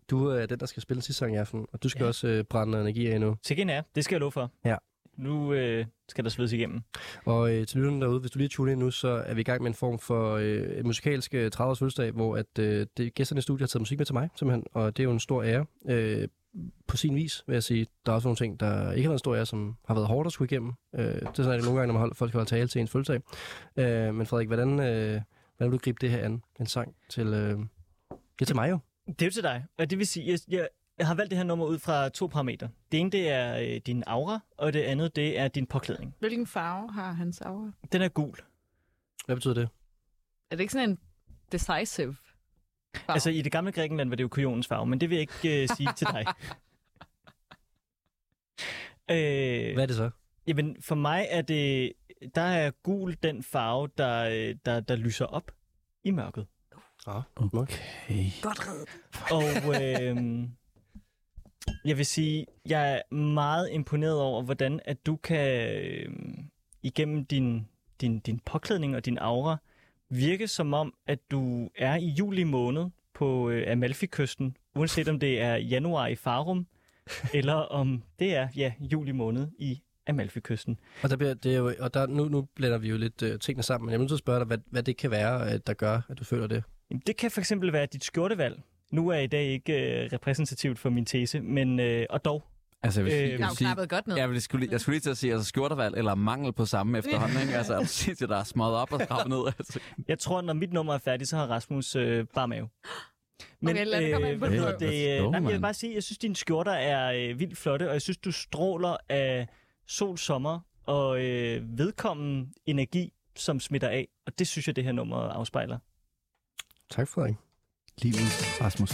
Speaker 2: Du er den, der skal spille sidste sang i aften, og du skal ja. også øh, brænde noget energi af nu.
Speaker 5: Til er, det skal jeg love for.
Speaker 2: Ja.
Speaker 5: Nu øh, skal der svedes igennem.
Speaker 2: Og øh, til lytterne derude, hvis du lige tuner ind nu, så er vi i gang med en form for øh, musikalsk øh, 30-års fødselsdag, hvor at, øh, det, gæsterne i studiet har taget musik med til mig, simpelthen, og det er jo en stor ære. Øh, på sin vis, vil jeg sige, der er også nogle ting, der ikke har været en stor ære, som har været hårdt at skulle igennem. Øh, det er sådan, at det nogle gange, når man holder, folk holder tale til ens fødselsdag. Øh, men Frederik, hvordan, øh, hvordan vil du gribe det her an? En sang til... Øh, det er til mig jo.
Speaker 5: Det er jo til dig, og det vil sige, jeg, jeg, jeg har valgt det her nummer ud fra to parametre. Det ene, det er øh, din aura, og det andet, det er din påklædning.
Speaker 4: Hvilken farve har hans aura?
Speaker 5: Den er gul.
Speaker 2: Hvad betyder det?
Speaker 4: Er det ikke sådan en decisive? Farve.
Speaker 5: Altså, i det gamle Grækenland var det jo kujonens farve, men det vil jeg ikke øh, sige til dig. Øh,
Speaker 2: Hvad er det så?
Speaker 5: Jamen, for mig er det... Der er gul den farve, der, øh, der, der lyser op i mørket.
Speaker 2: Ah, okay.
Speaker 4: Godt reddet.
Speaker 5: Og øh, jeg vil sige, jeg er meget imponeret over, hvordan at du kan øh, igennem din, din, din påklædning og din aura virke som om, at du er i juli måned på øh, Amalfi-kysten, uanset om det er januar i Farum, eller om det er ja, juli måned i Amalfi-kysten.
Speaker 2: Og, der bliver, det er jo, og der, nu, nu blander vi jo lidt øh, tingene sammen, men jeg er nødt til at spørge dig, hvad, hvad det kan være, øh, der gør, at du føler det.
Speaker 5: Jamen, det kan for eksempel være dit skjortevalg. Nu er i dag ikke øh, repræsentativt for min tese, men øh, og dog.
Speaker 3: Altså, jeg vil, øh, jeg
Speaker 5: Der
Speaker 3: vil
Speaker 5: er jo knappet godt ned.
Speaker 3: Jeg, vil, skulle, lige- jeg skulle lige til at sige, altså skjortervalg eller mangel på samme efterhånden, ikke? Altså, er du sindssygt, der er smadret op og skrabet ned? Altså.
Speaker 5: Jeg tror, når mit nummer er færdigt, så har Rasmus øh, bare mave. Men
Speaker 4: Okay, lad det komme ind på
Speaker 5: hvad
Speaker 4: det.
Speaker 5: hedder det,
Speaker 4: Let's
Speaker 5: øh,
Speaker 4: go,
Speaker 5: nej, men jeg vil
Speaker 4: mand.
Speaker 5: bare sige, jeg synes, dine skjorter er øh, vildt flotte, og jeg synes, du stråler af sol, sommer og øh, vedkommen energi, som smitter af. Og det synes jeg, det her nummer afspejler.
Speaker 2: Tak, Frederik.
Speaker 3: Livets Rasmus.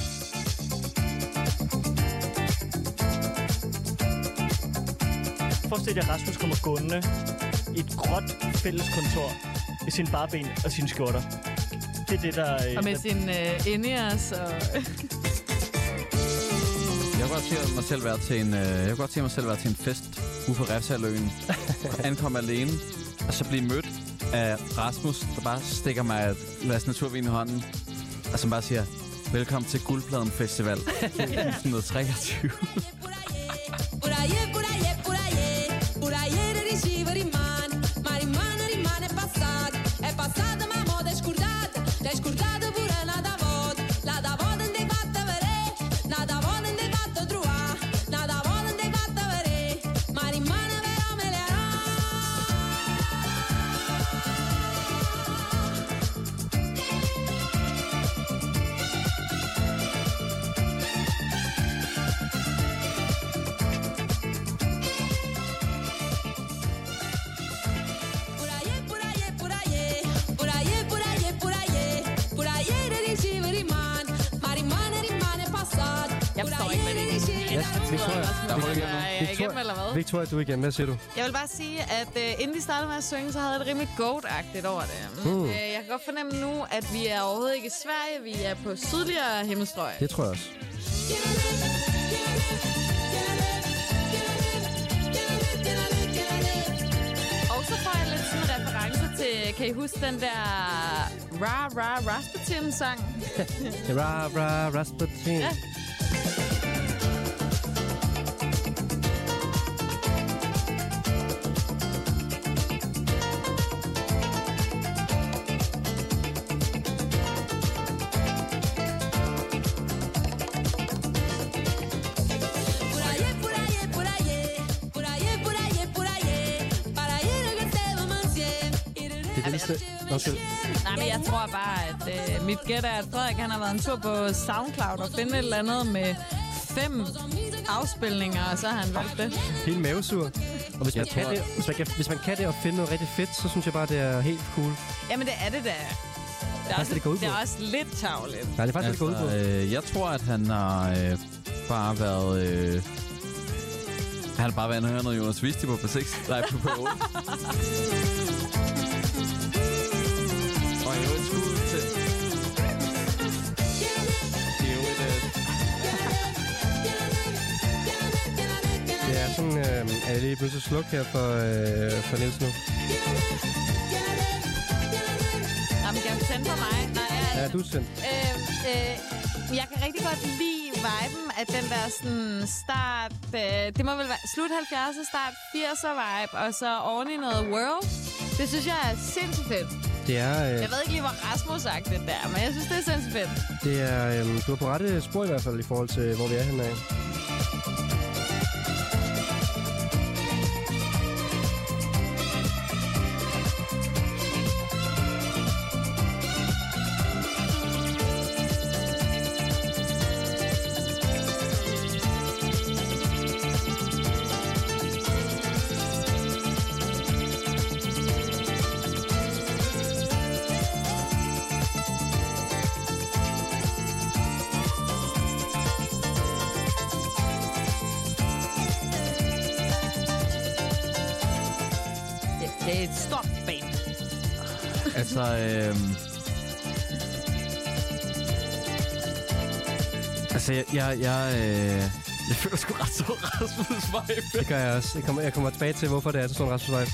Speaker 5: forestil jer, at Rasmus kommer gående i et gråt fælleskontor i sin barben og sine skjorter. Det er det, der... øh,
Speaker 13: Og med
Speaker 5: der-
Speaker 13: sin øh, Ineas og...
Speaker 3: Jeg kunne godt se mig selv være til en, øh, jeg kunne godt se mig selv være til en fest ude på Refsaløen. Ankom alene, og så blive mødt af Rasmus, der bare stikker mig et glas naturvin i hånden, og som bare siger, velkommen til Guldpladen Festival 2023.
Speaker 9: Por aí, por aí, por aí, por aí dirigiva rimane, ma rimane, rimane passado, é passado uma moda escordada, descordada por lá da volta, lá da volta onde bata veré, lá da volta onde bata truá, lá da volta onde bata veré, ma rimane verá melhorá. Por aí, por aí, por aí, por aí, por aí, por aí dirigiva rimane, ma rimane, rimane passado, por aí dirigiva
Speaker 2: Ja, Victoria.
Speaker 4: Der er hul igennem.
Speaker 2: Victoria-
Speaker 4: Er jeg igennem, eller hvad?
Speaker 2: Victoria, du er igennem. Hvad siger du?
Speaker 4: Jeg vil bare sige, at øh, inden vi startede med at synge, så havde jeg det rimelig goat-agtigt over det. Mm.
Speaker 2: Mm.
Speaker 4: Øh, jeg kan godt fornemme nu, at vi er overhovedet ikke i Sverige. Vi er på sydligere himmelstrøg.
Speaker 2: Det tror jeg også.
Speaker 4: Og så får jeg lidt sådan en reference til, kan I huske den der Ra Ra Rasputin-sang?
Speaker 2: Ra, ra, Rasputin.
Speaker 4: Ja.
Speaker 9: Por aí, por aí, por aí, por aí, por aí, por aí, para ir a gastar o mancier.
Speaker 2: Det vildeste... Undskyld.
Speaker 4: Nej, men jeg tror bare, at øh, mit gæt er, at Frederik han har været en tur på SoundCloud og finde et eller andet med fem afspilninger, og så har han valgt det.
Speaker 2: Helt mavesur. Og hvis man,
Speaker 4: Jeg
Speaker 2: kan
Speaker 4: tror-
Speaker 2: det, hvis, man kan, hvis man kan det og finde noget rigtig fedt, så synes jeg bare, det er helt cool.
Speaker 4: Jamen, det er det da. Det er,
Speaker 2: Hvad skal det gå ud
Speaker 4: det
Speaker 2: på?
Speaker 4: er også lidt tavligt.
Speaker 2: Nej, det er faktisk altså, det,
Speaker 3: øh, jeg tror, at han har øh, bare været... Øh, han har bare været inde og høre noget Jonas Visti på P6. Nej, på P8. Og i øvrigt skud til... Det er jo et... Øh,
Speaker 2: Det er sådan, øh, at jeg lige pludselig sluk her for, øh, for Niels nu.
Speaker 4: Jamen, kan du tænde på mig? Nej, jeg,
Speaker 2: Ja, du er sendt.
Speaker 4: Øh, øh, jeg kan rigtig godt lide viben af den der sådan start... Øh, det må vel være slut 70'er, start 80'er vibe, og så oveni noget world. Det synes jeg er sindssygt fedt.
Speaker 2: Det er, øh,
Speaker 4: Jeg ved ikke lige, hvor Rasmus sagt det der, men jeg synes, det er sindssygt fedt.
Speaker 2: det er, øh, du er på rette spor i hvert fald i forhold til, hvor vi er henne af.
Speaker 4: Det, det er et stort band.
Speaker 3: altså, øh, Altså, jeg... Jeg, jeg, øh, jeg føler sgu ret så Rasmus vibe.
Speaker 2: Det gør jeg også. Jeg kommer, jeg kommer tilbage til, hvorfor det er sådan en Rasmus vibe.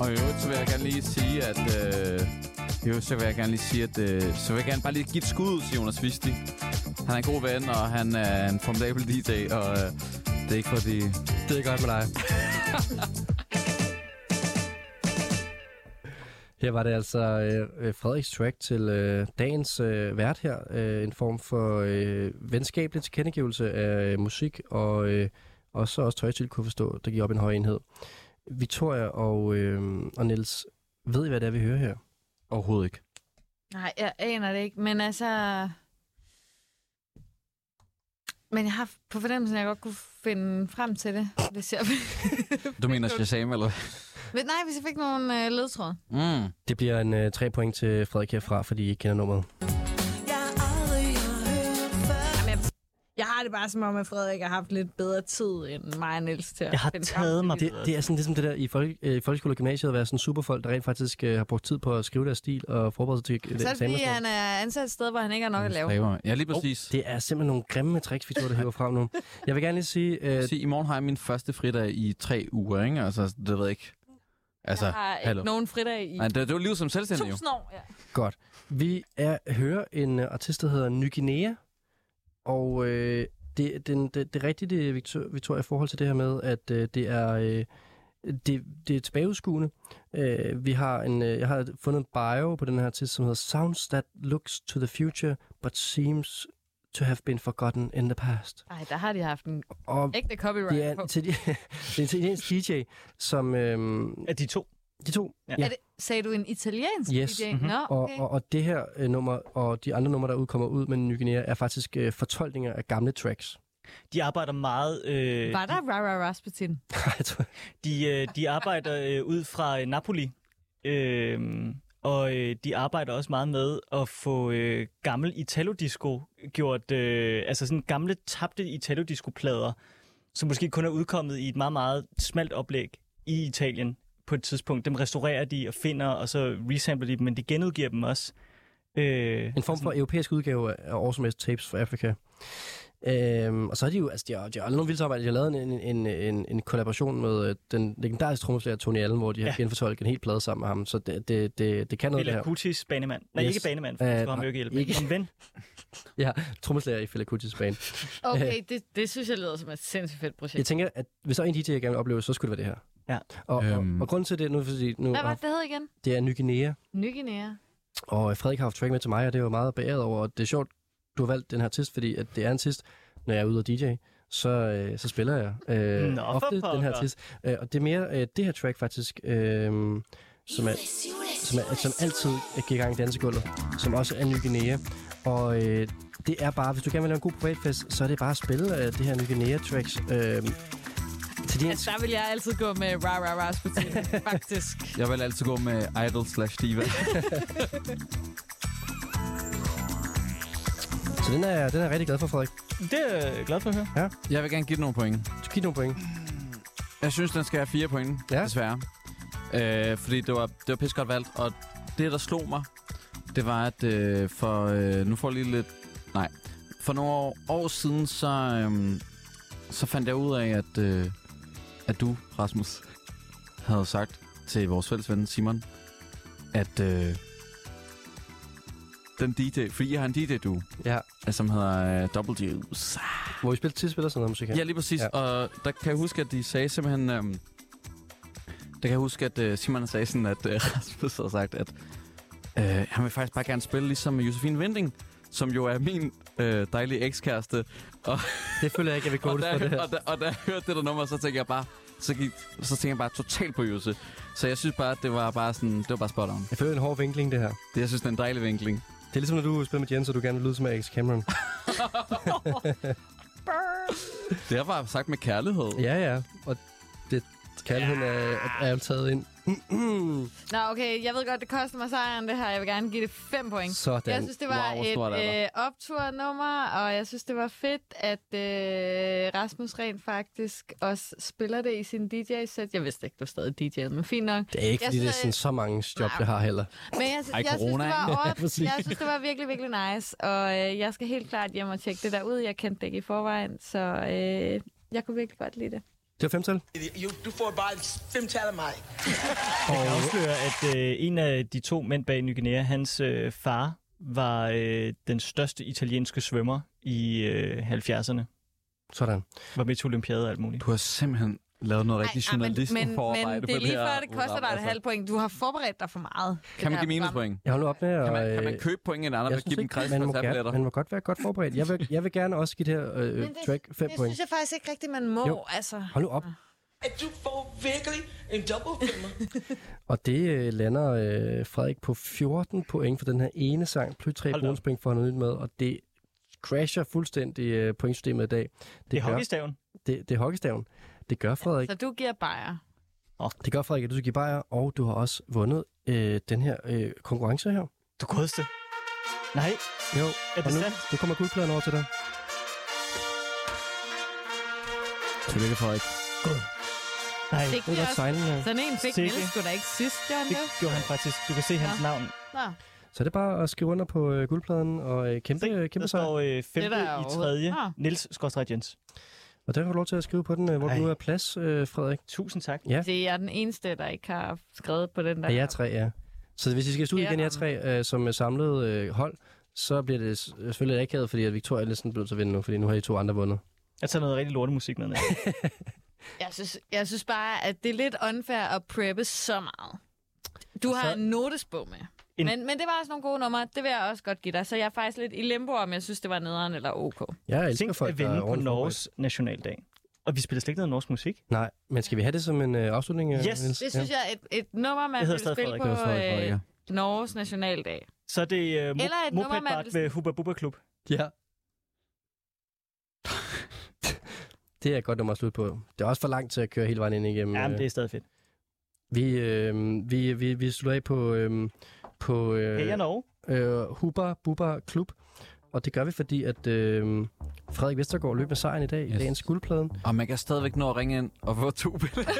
Speaker 3: Og i øvrigt, så vil jeg gerne lige sige, at... Øh, i øvrigt, så vil jeg gerne lige sige, at... Øh, så vil jeg gerne bare lige give et skud ud til Jonas Visti. Han er en god ven, og han er en formidabel DJ, og øh, det er ikke fordi...
Speaker 2: Det er godt med dig. Her var det altså øh, øh, Frederiks track til øh, dagens øh, vært her. Øh, en form for øh, venskabelig tilkendegivelse af øh, musik, og, øh, og så også tøjstil kunne forstå, der gik op i en høj enhed. Victoria og, øh, og Niels, ved I, hvad det er, vi hører her?
Speaker 3: Overhovedet ikke.
Speaker 4: Nej, jeg aner det ikke, men altså... Men jeg har på fornemmelsen, at jeg godt kunne finde frem til det, hvis jeg...
Speaker 3: Du mener Shazam, eller hvad?
Speaker 4: Men nej, hvis jeg fik nogle øh, ledtråde.
Speaker 3: Mm.
Speaker 2: Det bliver en øh, 3 point til Frederik herfra, fordi I ikke kender nummeret.
Speaker 14: Jamen, jeg- Jeg har det bare som om, at Frederik har haft lidt bedre tid end mig og Niels til at finde frem til de
Speaker 2: Det,
Speaker 14: videre.
Speaker 2: det er sådan ligesom det der i, folk, øh, i folkeskole og gymnasiet at være sådan superfolk, der rent faktisk øh, har brugt tid på at skrive deres stil og forberede sig til øh,
Speaker 4: Så er det fordi,
Speaker 2: eksamensmål.
Speaker 4: han er ansat et sted, hvor han ikke har nok at lave.
Speaker 3: Ja, lige præcis.
Speaker 2: Oh, det er simpelthen nogle grimme tricks, vi tror, der hiver frem nu. Jeg vil gerne lige sige... Øh,
Speaker 3: Se, i morgen har jeg min første fridag i tre uger, ikke? Altså, det ved jeg ikke. Altså,
Speaker 14: Jeg har ikke
Speaker 3: hallo.
Speaker 14: nogen fridag i
Speaker 3: Nej, det, det var livet som selvstændig, jo.
Speaker 14: tusind år. Ja.
Speaker 2: Godt. Vi er, hører en øh, artist, der hedder Ny Guinea, og øh, det, den, det, det rigtige, det, Victor, Victoria, i forhold til det her med, at øh, det er... Øh, det, det er tilbageudskuende. Øh, vi har en, øh, jeg har fundet en bio på den her artist, som hedder Sounds That Looks to the Future, but seems to have been forgotten in the past.
Speaker 4: Nej, der har de haft en
Speaker 2: Og
Speaker 4: ægte copyright
Speaker 2: det er,
Speaker 4: på.
Speaker 2: en til, det er en italiensk DJ, som... Øhm,
Speaker 5: er de to?
Speaker 2: De to, ja.
Speaker 4: Er det, sagde du en italiensk
Speaker 2: Yes. mhm.
Speaker 4: DJ? Nå,
Speaker 2: Og,
Speaker 4: okay.
Speaker 2: og, og det her øh, nummer og de andre numre, der udkommer ud med Ny Guinea, er faktisk øh, fortolkninger af gamle tracks.
Speaker 5: De arbejder meget... Øh,
Speaker 4: Var der Rara Rasputin?
Speaker 5: De, øh, de arbejder øh, ud fra øh, Napoli, øh, og øh, de arbejder også meget med at få øh, gammel Italo-disco gjort, øh, altså sådan gamle tabte Italo-disco-plader, som måske kun er udkommet i et meget, meget smalt oplæg i Italien på et tidspunkt. Dem restaurerer de og finder, og så resampler de dem, men de genudgiver dem også. Øh,
Speaker 2: En form for europæisk udgave af Awesome Ass Tapes for Africa. Øhm, og så har de jo, altså de har, de har aldrig nogen vildt arbejde. De har lavet en, en, en, en, en kollaboration med øh, den legendariske trommeslager Tony Allen, hvor de har
Speaker 5: Ja.
Speaker 2: genfortolket en hel plade sammen med ham. Så det, det, det, det kan noget, det
Speaker 5: Eller
Speaker 2: her.
Speaker 5: Kutis banemand. Nej,
Speaker 2: Yes.
Speaker 5: ikke banemand, for det
Speaker 2: Øh,
Speaker 5: var ham jo
Speaker 2: nej,
Speaker 5: ikke hjælpe.
Speaker 2: ikke.
Speaker 5: Om ven.
Speaker 2: Ja, trommeslager i Fela Kutis band.
Speaker 4: Okay, det, det synes jeg lyder som et sindssygt fedt projekt.
Speaker 2: Jeg tænker, at hvis der er en DJ, jeg gerne vil opleve, så skulle det være det
Speaker 5: her.
Speaker 2: Ja. Og, og, og grunden til det, nu, fordi nu
Speaker 4: Hvad var det, det hed igen?
Speaker 2: det er Ny Guinea,
Speaker 4: Ny Guinea.
Speaker 2: Og øh, Frederik har haft track med til mig, og det er jeg jo meget beæret over. Og det er sjovt, du har valgt den her artist, fordi at det er en artist, når jeg er ude og DJ, så, øh, så spiller jeg øh,
Speaker 5: Nå, for
Speaker 2: ofte den her
Speaker 5: pokker.
Speaker 2: artist. Øh, og det er mere øh, det her track faktisk, øh, som, er, som, er, som altid giver gang i dansegulvet, som også er Ny Guinea. Og øh, det er bare, hvis du gerne vil lave en god privatfest, så er det bare at spille øh, det her Ny Guinea-tracks. Øh, til de her
Speaker 4: Altså, der vil jeg altid gå med Rara Rasputin, faktisk.
Speaker 3: Jeg vil altid gå med idol slash diva.
Speaker 2: Så den er, den er jeg rigtig glad for, Frederik.
Speaker 5: Det er jeg glad for at høre.
Speaker 2: Ja.
Speaker 3: Jeg vil gerne give den nogle point.
Speaker 2: Du give nogle point.
Speaker 3: Jeg synes, den skal have fire point, ja. desværre. Øh, fordi det var, det var pisse godt valgt, og det, der slog mig, det var, at øh, for... Øh, nu får jeg lige lidt... Nej. For nogle år, år siden, så, øh, så fandt jeg ud af, at, øh, at du, Rasmus, havde sagt til vores fælles ven Simon, at øh, den DJ... Fordi jeg har en DJ-du,
Speaker 2: ja.
Speaker 3: som hedder øh, Double Juice.
Speaker 2: Hvor vi spiller tidsspiller sådan noget musik her.
Speaker 3: Ja, lige præcis. Ja. Og der kan jeg huske, at de sagde simpelthen... Øhm, der kan jeg huske, at øh, Simon sagde sådan, at øh, Rasmus havde sagt, at øh, han vil faktisk bare gerne spille ligesom Josefine Vending, som jo er min øh, dejlige ekskæreste. Og,
Speaker 2: det føler jeg ikke, jeg vil
Speaker 3: og
Speaker 2: quotes
Speaker 3: da,
Speaker 2: for det her.
Speaker 3: Og da, og da jeg hørte det der nummer, så tænkte jeg bare... Så, gik, så tænkte jeg bare totalt på Jose. Så jeg synes bare, at det var bare sådan... Det var bare spot on.
Speaker 2: Jeg føler en hård vinkling, det her.
Speaker 3: Det, jeg synes, det er en dejlig vinkling.
Speaker 2: Det er ligesom, når du spiller med Jens, og du gerne vil lyde som Alex Cameron.
Speaker 3: Det har bare sagt med kærlighed.
Speaker 2: ja, ja. Og det kærligheden er, er jo taget ind.
Speaker 4: Nå, okay, jeg ved godt, det koster mig sejren, det her. Jeg vil gerne give det fem point.
Speaker 2: Sådan.
Speaker 4: Jeg synes, det var
Speaker 2: Wow, hvor stort er
Speaker 4: et
Speaker 2: der.
Speaker 4: øh, opturnummer, og jeg synes, det var fedt, at øh, Rasmus rent faktisk også spiller det i sin DJ-sæt. Jeg vidste ikke, du stadig DJ'ede, men fint nok.
Speaker 2: det er ikke,
Speaker 4: jeg
Speaker 2: fordi det er
Speaker 4: synes,
Speaker 2: sådan så mange job, jeg har heller.
Speaker 4: Men jeg,
Speaker 2: Ej,
Speaker 4: jeg, synes, det
Speaker 2: corona,
Speaker 4: var
Speaker 2: ikke?
Speaker 4: over,
Speaker 2: Ja, præcis.
Speaker 4: jeg synes, det var virkelig, virkelig nice. Og øh, jeg skal helt klart hjem og tjekke det der ud. Jeg kendte det ikke i forvejen, så øh, jeg kunne virkelig godt lide det.
Speaker 2: Det var femtal.
Speaker 6: You, du får bare femtal af mig.
Speaker 5: Jeg kan afsløre, at øh, en af de to mænd bag Ny Guinea, hans øh, far, var øh, den største italienske svømmer i øh, 70'erne.
Speaker 2: Sådan.
Speaker 5: Var med til Olympiade og alt muligt.
Speaker 3: Du har simpelthen lavet noget rigtig
Speaker 4: Ej, ah, men, men det er lige før, det koster dig et
Speaker 3: altså.
Speaker 4: halvt point. Du har forberedt dig for meget.
Speaker 3: Kan man give minuspoint?
Speaker 2: Jeg holder op med at... øh,
Speaker 3: Kan man, kan man købe point end
Speaker 2: jeg
Speaker 3: andre, og give
Speaker 2: synes
Speaker 3: dem
Speaker 2: ikke,
Speaker 3: gratis
Speaker 2: man, må
Speaker 3: koncertbilletter?
Speaker 2: gerne, man må godt være godt forberedt. Jeg vil, jeg vil gerne også give det her øh,
Speaker 4: Men det-
Speaker 2: track 5
Speaker 4: det
Speaker 2: point.
Speaker 4: synes jeg faktisk ikke rigtigt, man må.
Speaker 2: Jo.
Speaker 4: Altså.
Speaker 2: Hold nu op.
Speaker 6: At du får virkelig en dobbeltfilmer.
Speaker 2: Og det øh, lander øh, Frederik på 14 point for den her ene sang, plus 3
Speaker 5: Hold da op.
Speaker 2: bonuspoint for at nyt med, og det crasher fuldstændig øh, pointsystemet i dag.
Speaker 5: Det er hockeystaven.
Speaker 2: Det, det er hockeystaven. Det gør Frederik.
Speaker 4: Så du giver bajer.
Speaker 5: Oh.
Speaker 2: Det gør Frederik, at du skal give bajer, og du har også vundet øh, den her øh, konkurrence her.
Speaker 5: Du godeste. Nej.
Speaker 2: Jo,
Speaker 5: er
Speaker 2: og
Speaker 5: det
Speaker 2: nu,
Speaker 5: sandt?
Speaker 2: nu kommer guldpladen over til dig.
Speaker 3: Tillykke, Frederik.
Speaker 5: God. Nej,
Speaker 4: Det
Speaker 2: er godt signing, ja.
Speaker 4: Sådan en fik
Speaker 5: Sikke.
Speaker 4: Niels sgu da ikke sidst, gjorde han
Speaker 5: Det
Speaker 4: det?
Speaker 5: gjorde han faktisk. Du kan se hans
Speaker 4: Nå.
Speaker 5: navn.
Speaker 4: Nå.
Speaker 2: Så er det bare at skrive under på øh, guldpladen og øh, kæmpe, øh,
Speaker 5: Der
Speaker 2: kæmpe sejr.
Speaker 5: står øh, femte
Speaker 4: der er
Speaker 5: i
Speaker 4: overhovedet-
Speaker 5: tredje.
Speaker 2: Ah.
Speaker 4: Nå.
Speaker 5: Niels Skorstræk Jens.
Speaker 2: Og der får du lov til at skrive på den, øh, hvor
Speaker 5: Ej.
Speaker 2: du nu er plads, øh, Frederik.
Speaker 5: Tusind tak.
Speaker 2: Ja,
Speaker 4: Det er den eneste, der ikke har skrevet på den der.
Speaker 2: af jer tre, ja. Så hvis I skal ud
Speaker 4: Ja,
Speaker 2: igen, jer tre, øh, som øh, samlet øh, hold, så bliver det s- selvfølgelig akavet, fordi at Victoria er næsten blevet til at vinde nu, fordi nu har I to andre vundet.
Speaker 5: Jeg tager noget rigtig lortemusik med. Niels.
Speaker 4: Jeg synes, jeg synes bare, at det er lidt unfair at preppe så meget. Du har
Speaker 5: Så-
Speaker 4: så... en notesbog med.
Speaker 5: En-
Speaker 4: En... Men, men det var også nogle gode numre. Det vil jeg også godt give dig. Så jeg er faktisk lidt i limbo, om jeg synes, det var nederen eller ok.
Speaker 2: Jeg elsker
Speaker 5: Tænk
Speaker 2: folk,
Speaker 5: at
Speaker 2: der er
Speaker 5: vinde på
Speaker 2: ordentligt
Speaker 5: Norges nationaldag. Og vi spiller slet ikke noget norsk musik.
Speaker 2: Nej, men skal vi have det som en øh, afslutning? øh,
Speaker 5: Yes,
Speaker 2: Niels?
Speaker 4: Det synes ja. jeg er et, et nummer, man
Speaker 5: Jeg hedder
Speaker 4: vil
Speaker 5: stadig
Speaker 4: spille
Speaker 5: Frederik.
Speaker 4: på
Speaker 5: Det var
Speaker 3: Frederik, Frederik,
Speaker 4: øh,
Speaker 3: ja.
Speaker 4: Norges nationaldag.
Speaker 5: Så er det øh,
Speaker 4: Eller
Speaker 5: mo-
Speaker 4: et nummer, man
Speaker 5: mopedbak
Speaker 4: vil-
Speaker 5: ved Hubba Bubba Klub.
Speaker 2: Ja. det er et godt nummer at slutte på. Det er også for langt til at køre hele vejen ind igennem.
Speaker 5: Jamen,
Speaker 2: øh,
Speaker 5: det er stadig fedt.
Speaker 2: Vi, øh, vi, vi, vi slutter af på, øh, på
Speaker 5: Hey, jeg
Speaker 2: øh,
Speaker 5: Norge.
Speaker 2: øh, Huber Buber Klub. Og det gør vi, fordi at øh, Frederik Vestergaard løb med sejren i dag i
Speaker 3: Yes.
Speaker 2: dagens guldpladen.
Speaker 3: Og man kan stadigvæk nå at ringe ind og få to billetter.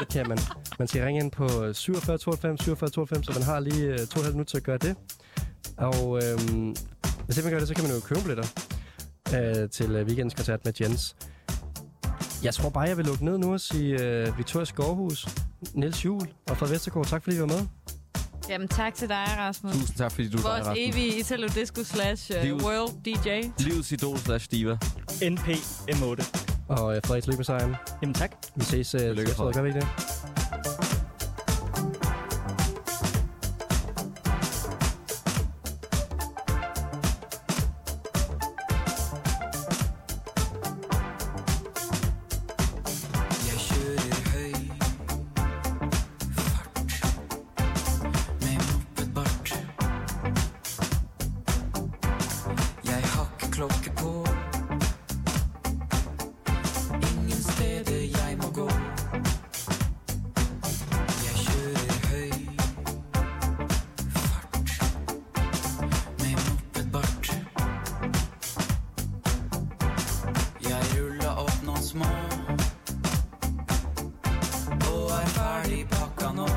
Speaker 2: Det kan man. Man skal ringe ind på 47 92 47 92, så man har lige øh, to og et halvt minut til at gøre det. Og øh, hvis ikke man gør det, så kan man jo købe billetter øh, til øh, weekendens koncert med Jens. Jeg tror bare, jeg vil lukke ned nu og sige øh, Victoria Skovhus, Niels Juhl og Frederik Vestergaard, tak fordi I var med.
Speaker 4: Jamen tak til dig, Rasmus.
Speaker 3: Tusind tak, fordi du var
Speaker 4: Vores
Speaker 3: der. Rasmus.
Speaker 4: evige Italo Disco slash øh,
Speaker 3: Livets-
Speaker 4: World DJ.
Speaker 3: Livets idol slash diva.
Speaker 5: NP M8.
Speaker 2: Og øh, Frederik, tillykke med sejren.
Speaker 5: Jamen tak.
Speaker 2: Vi ses øh, til
Speaker 3: Tillykke,
Speaker 2: efteråret, gør vi ikke det?
Speaker 7: Jeg kjører høy fart med moppebart. Jeg har ikke klokke på. Ingen steder jeg må gå. Jeg kjører høy fart med moppebart. Jeg ruller opp noen små og er ferdig pakka nå.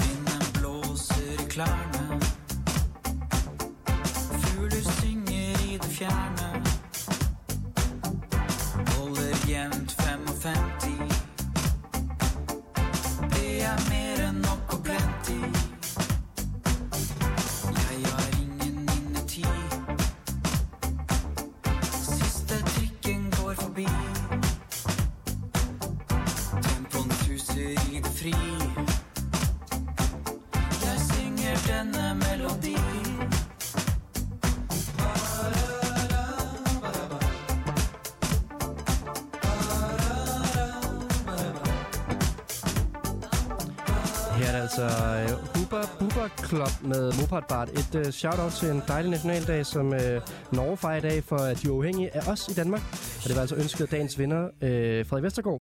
Speaker 7: Vinden blåser i klærne. Fugler synger i det fjerne. Holder jevnt 55 Det er mer enn nok og plenty Jeg har ingen innetid Siste trikken går forbi Tempoen suser i det fri Jeg synger denne melodi
Speaker 2: Her er det altså øh, Huber Buber Club med Mopart Bart. Et øh, shout-out til en dejlig nationaldag, som øh, Norge fejrer i dag for at de er uafhængige af os i Danmark. Og det var altså ønsket af dagens vinder, øh, Frederik Vestergaard.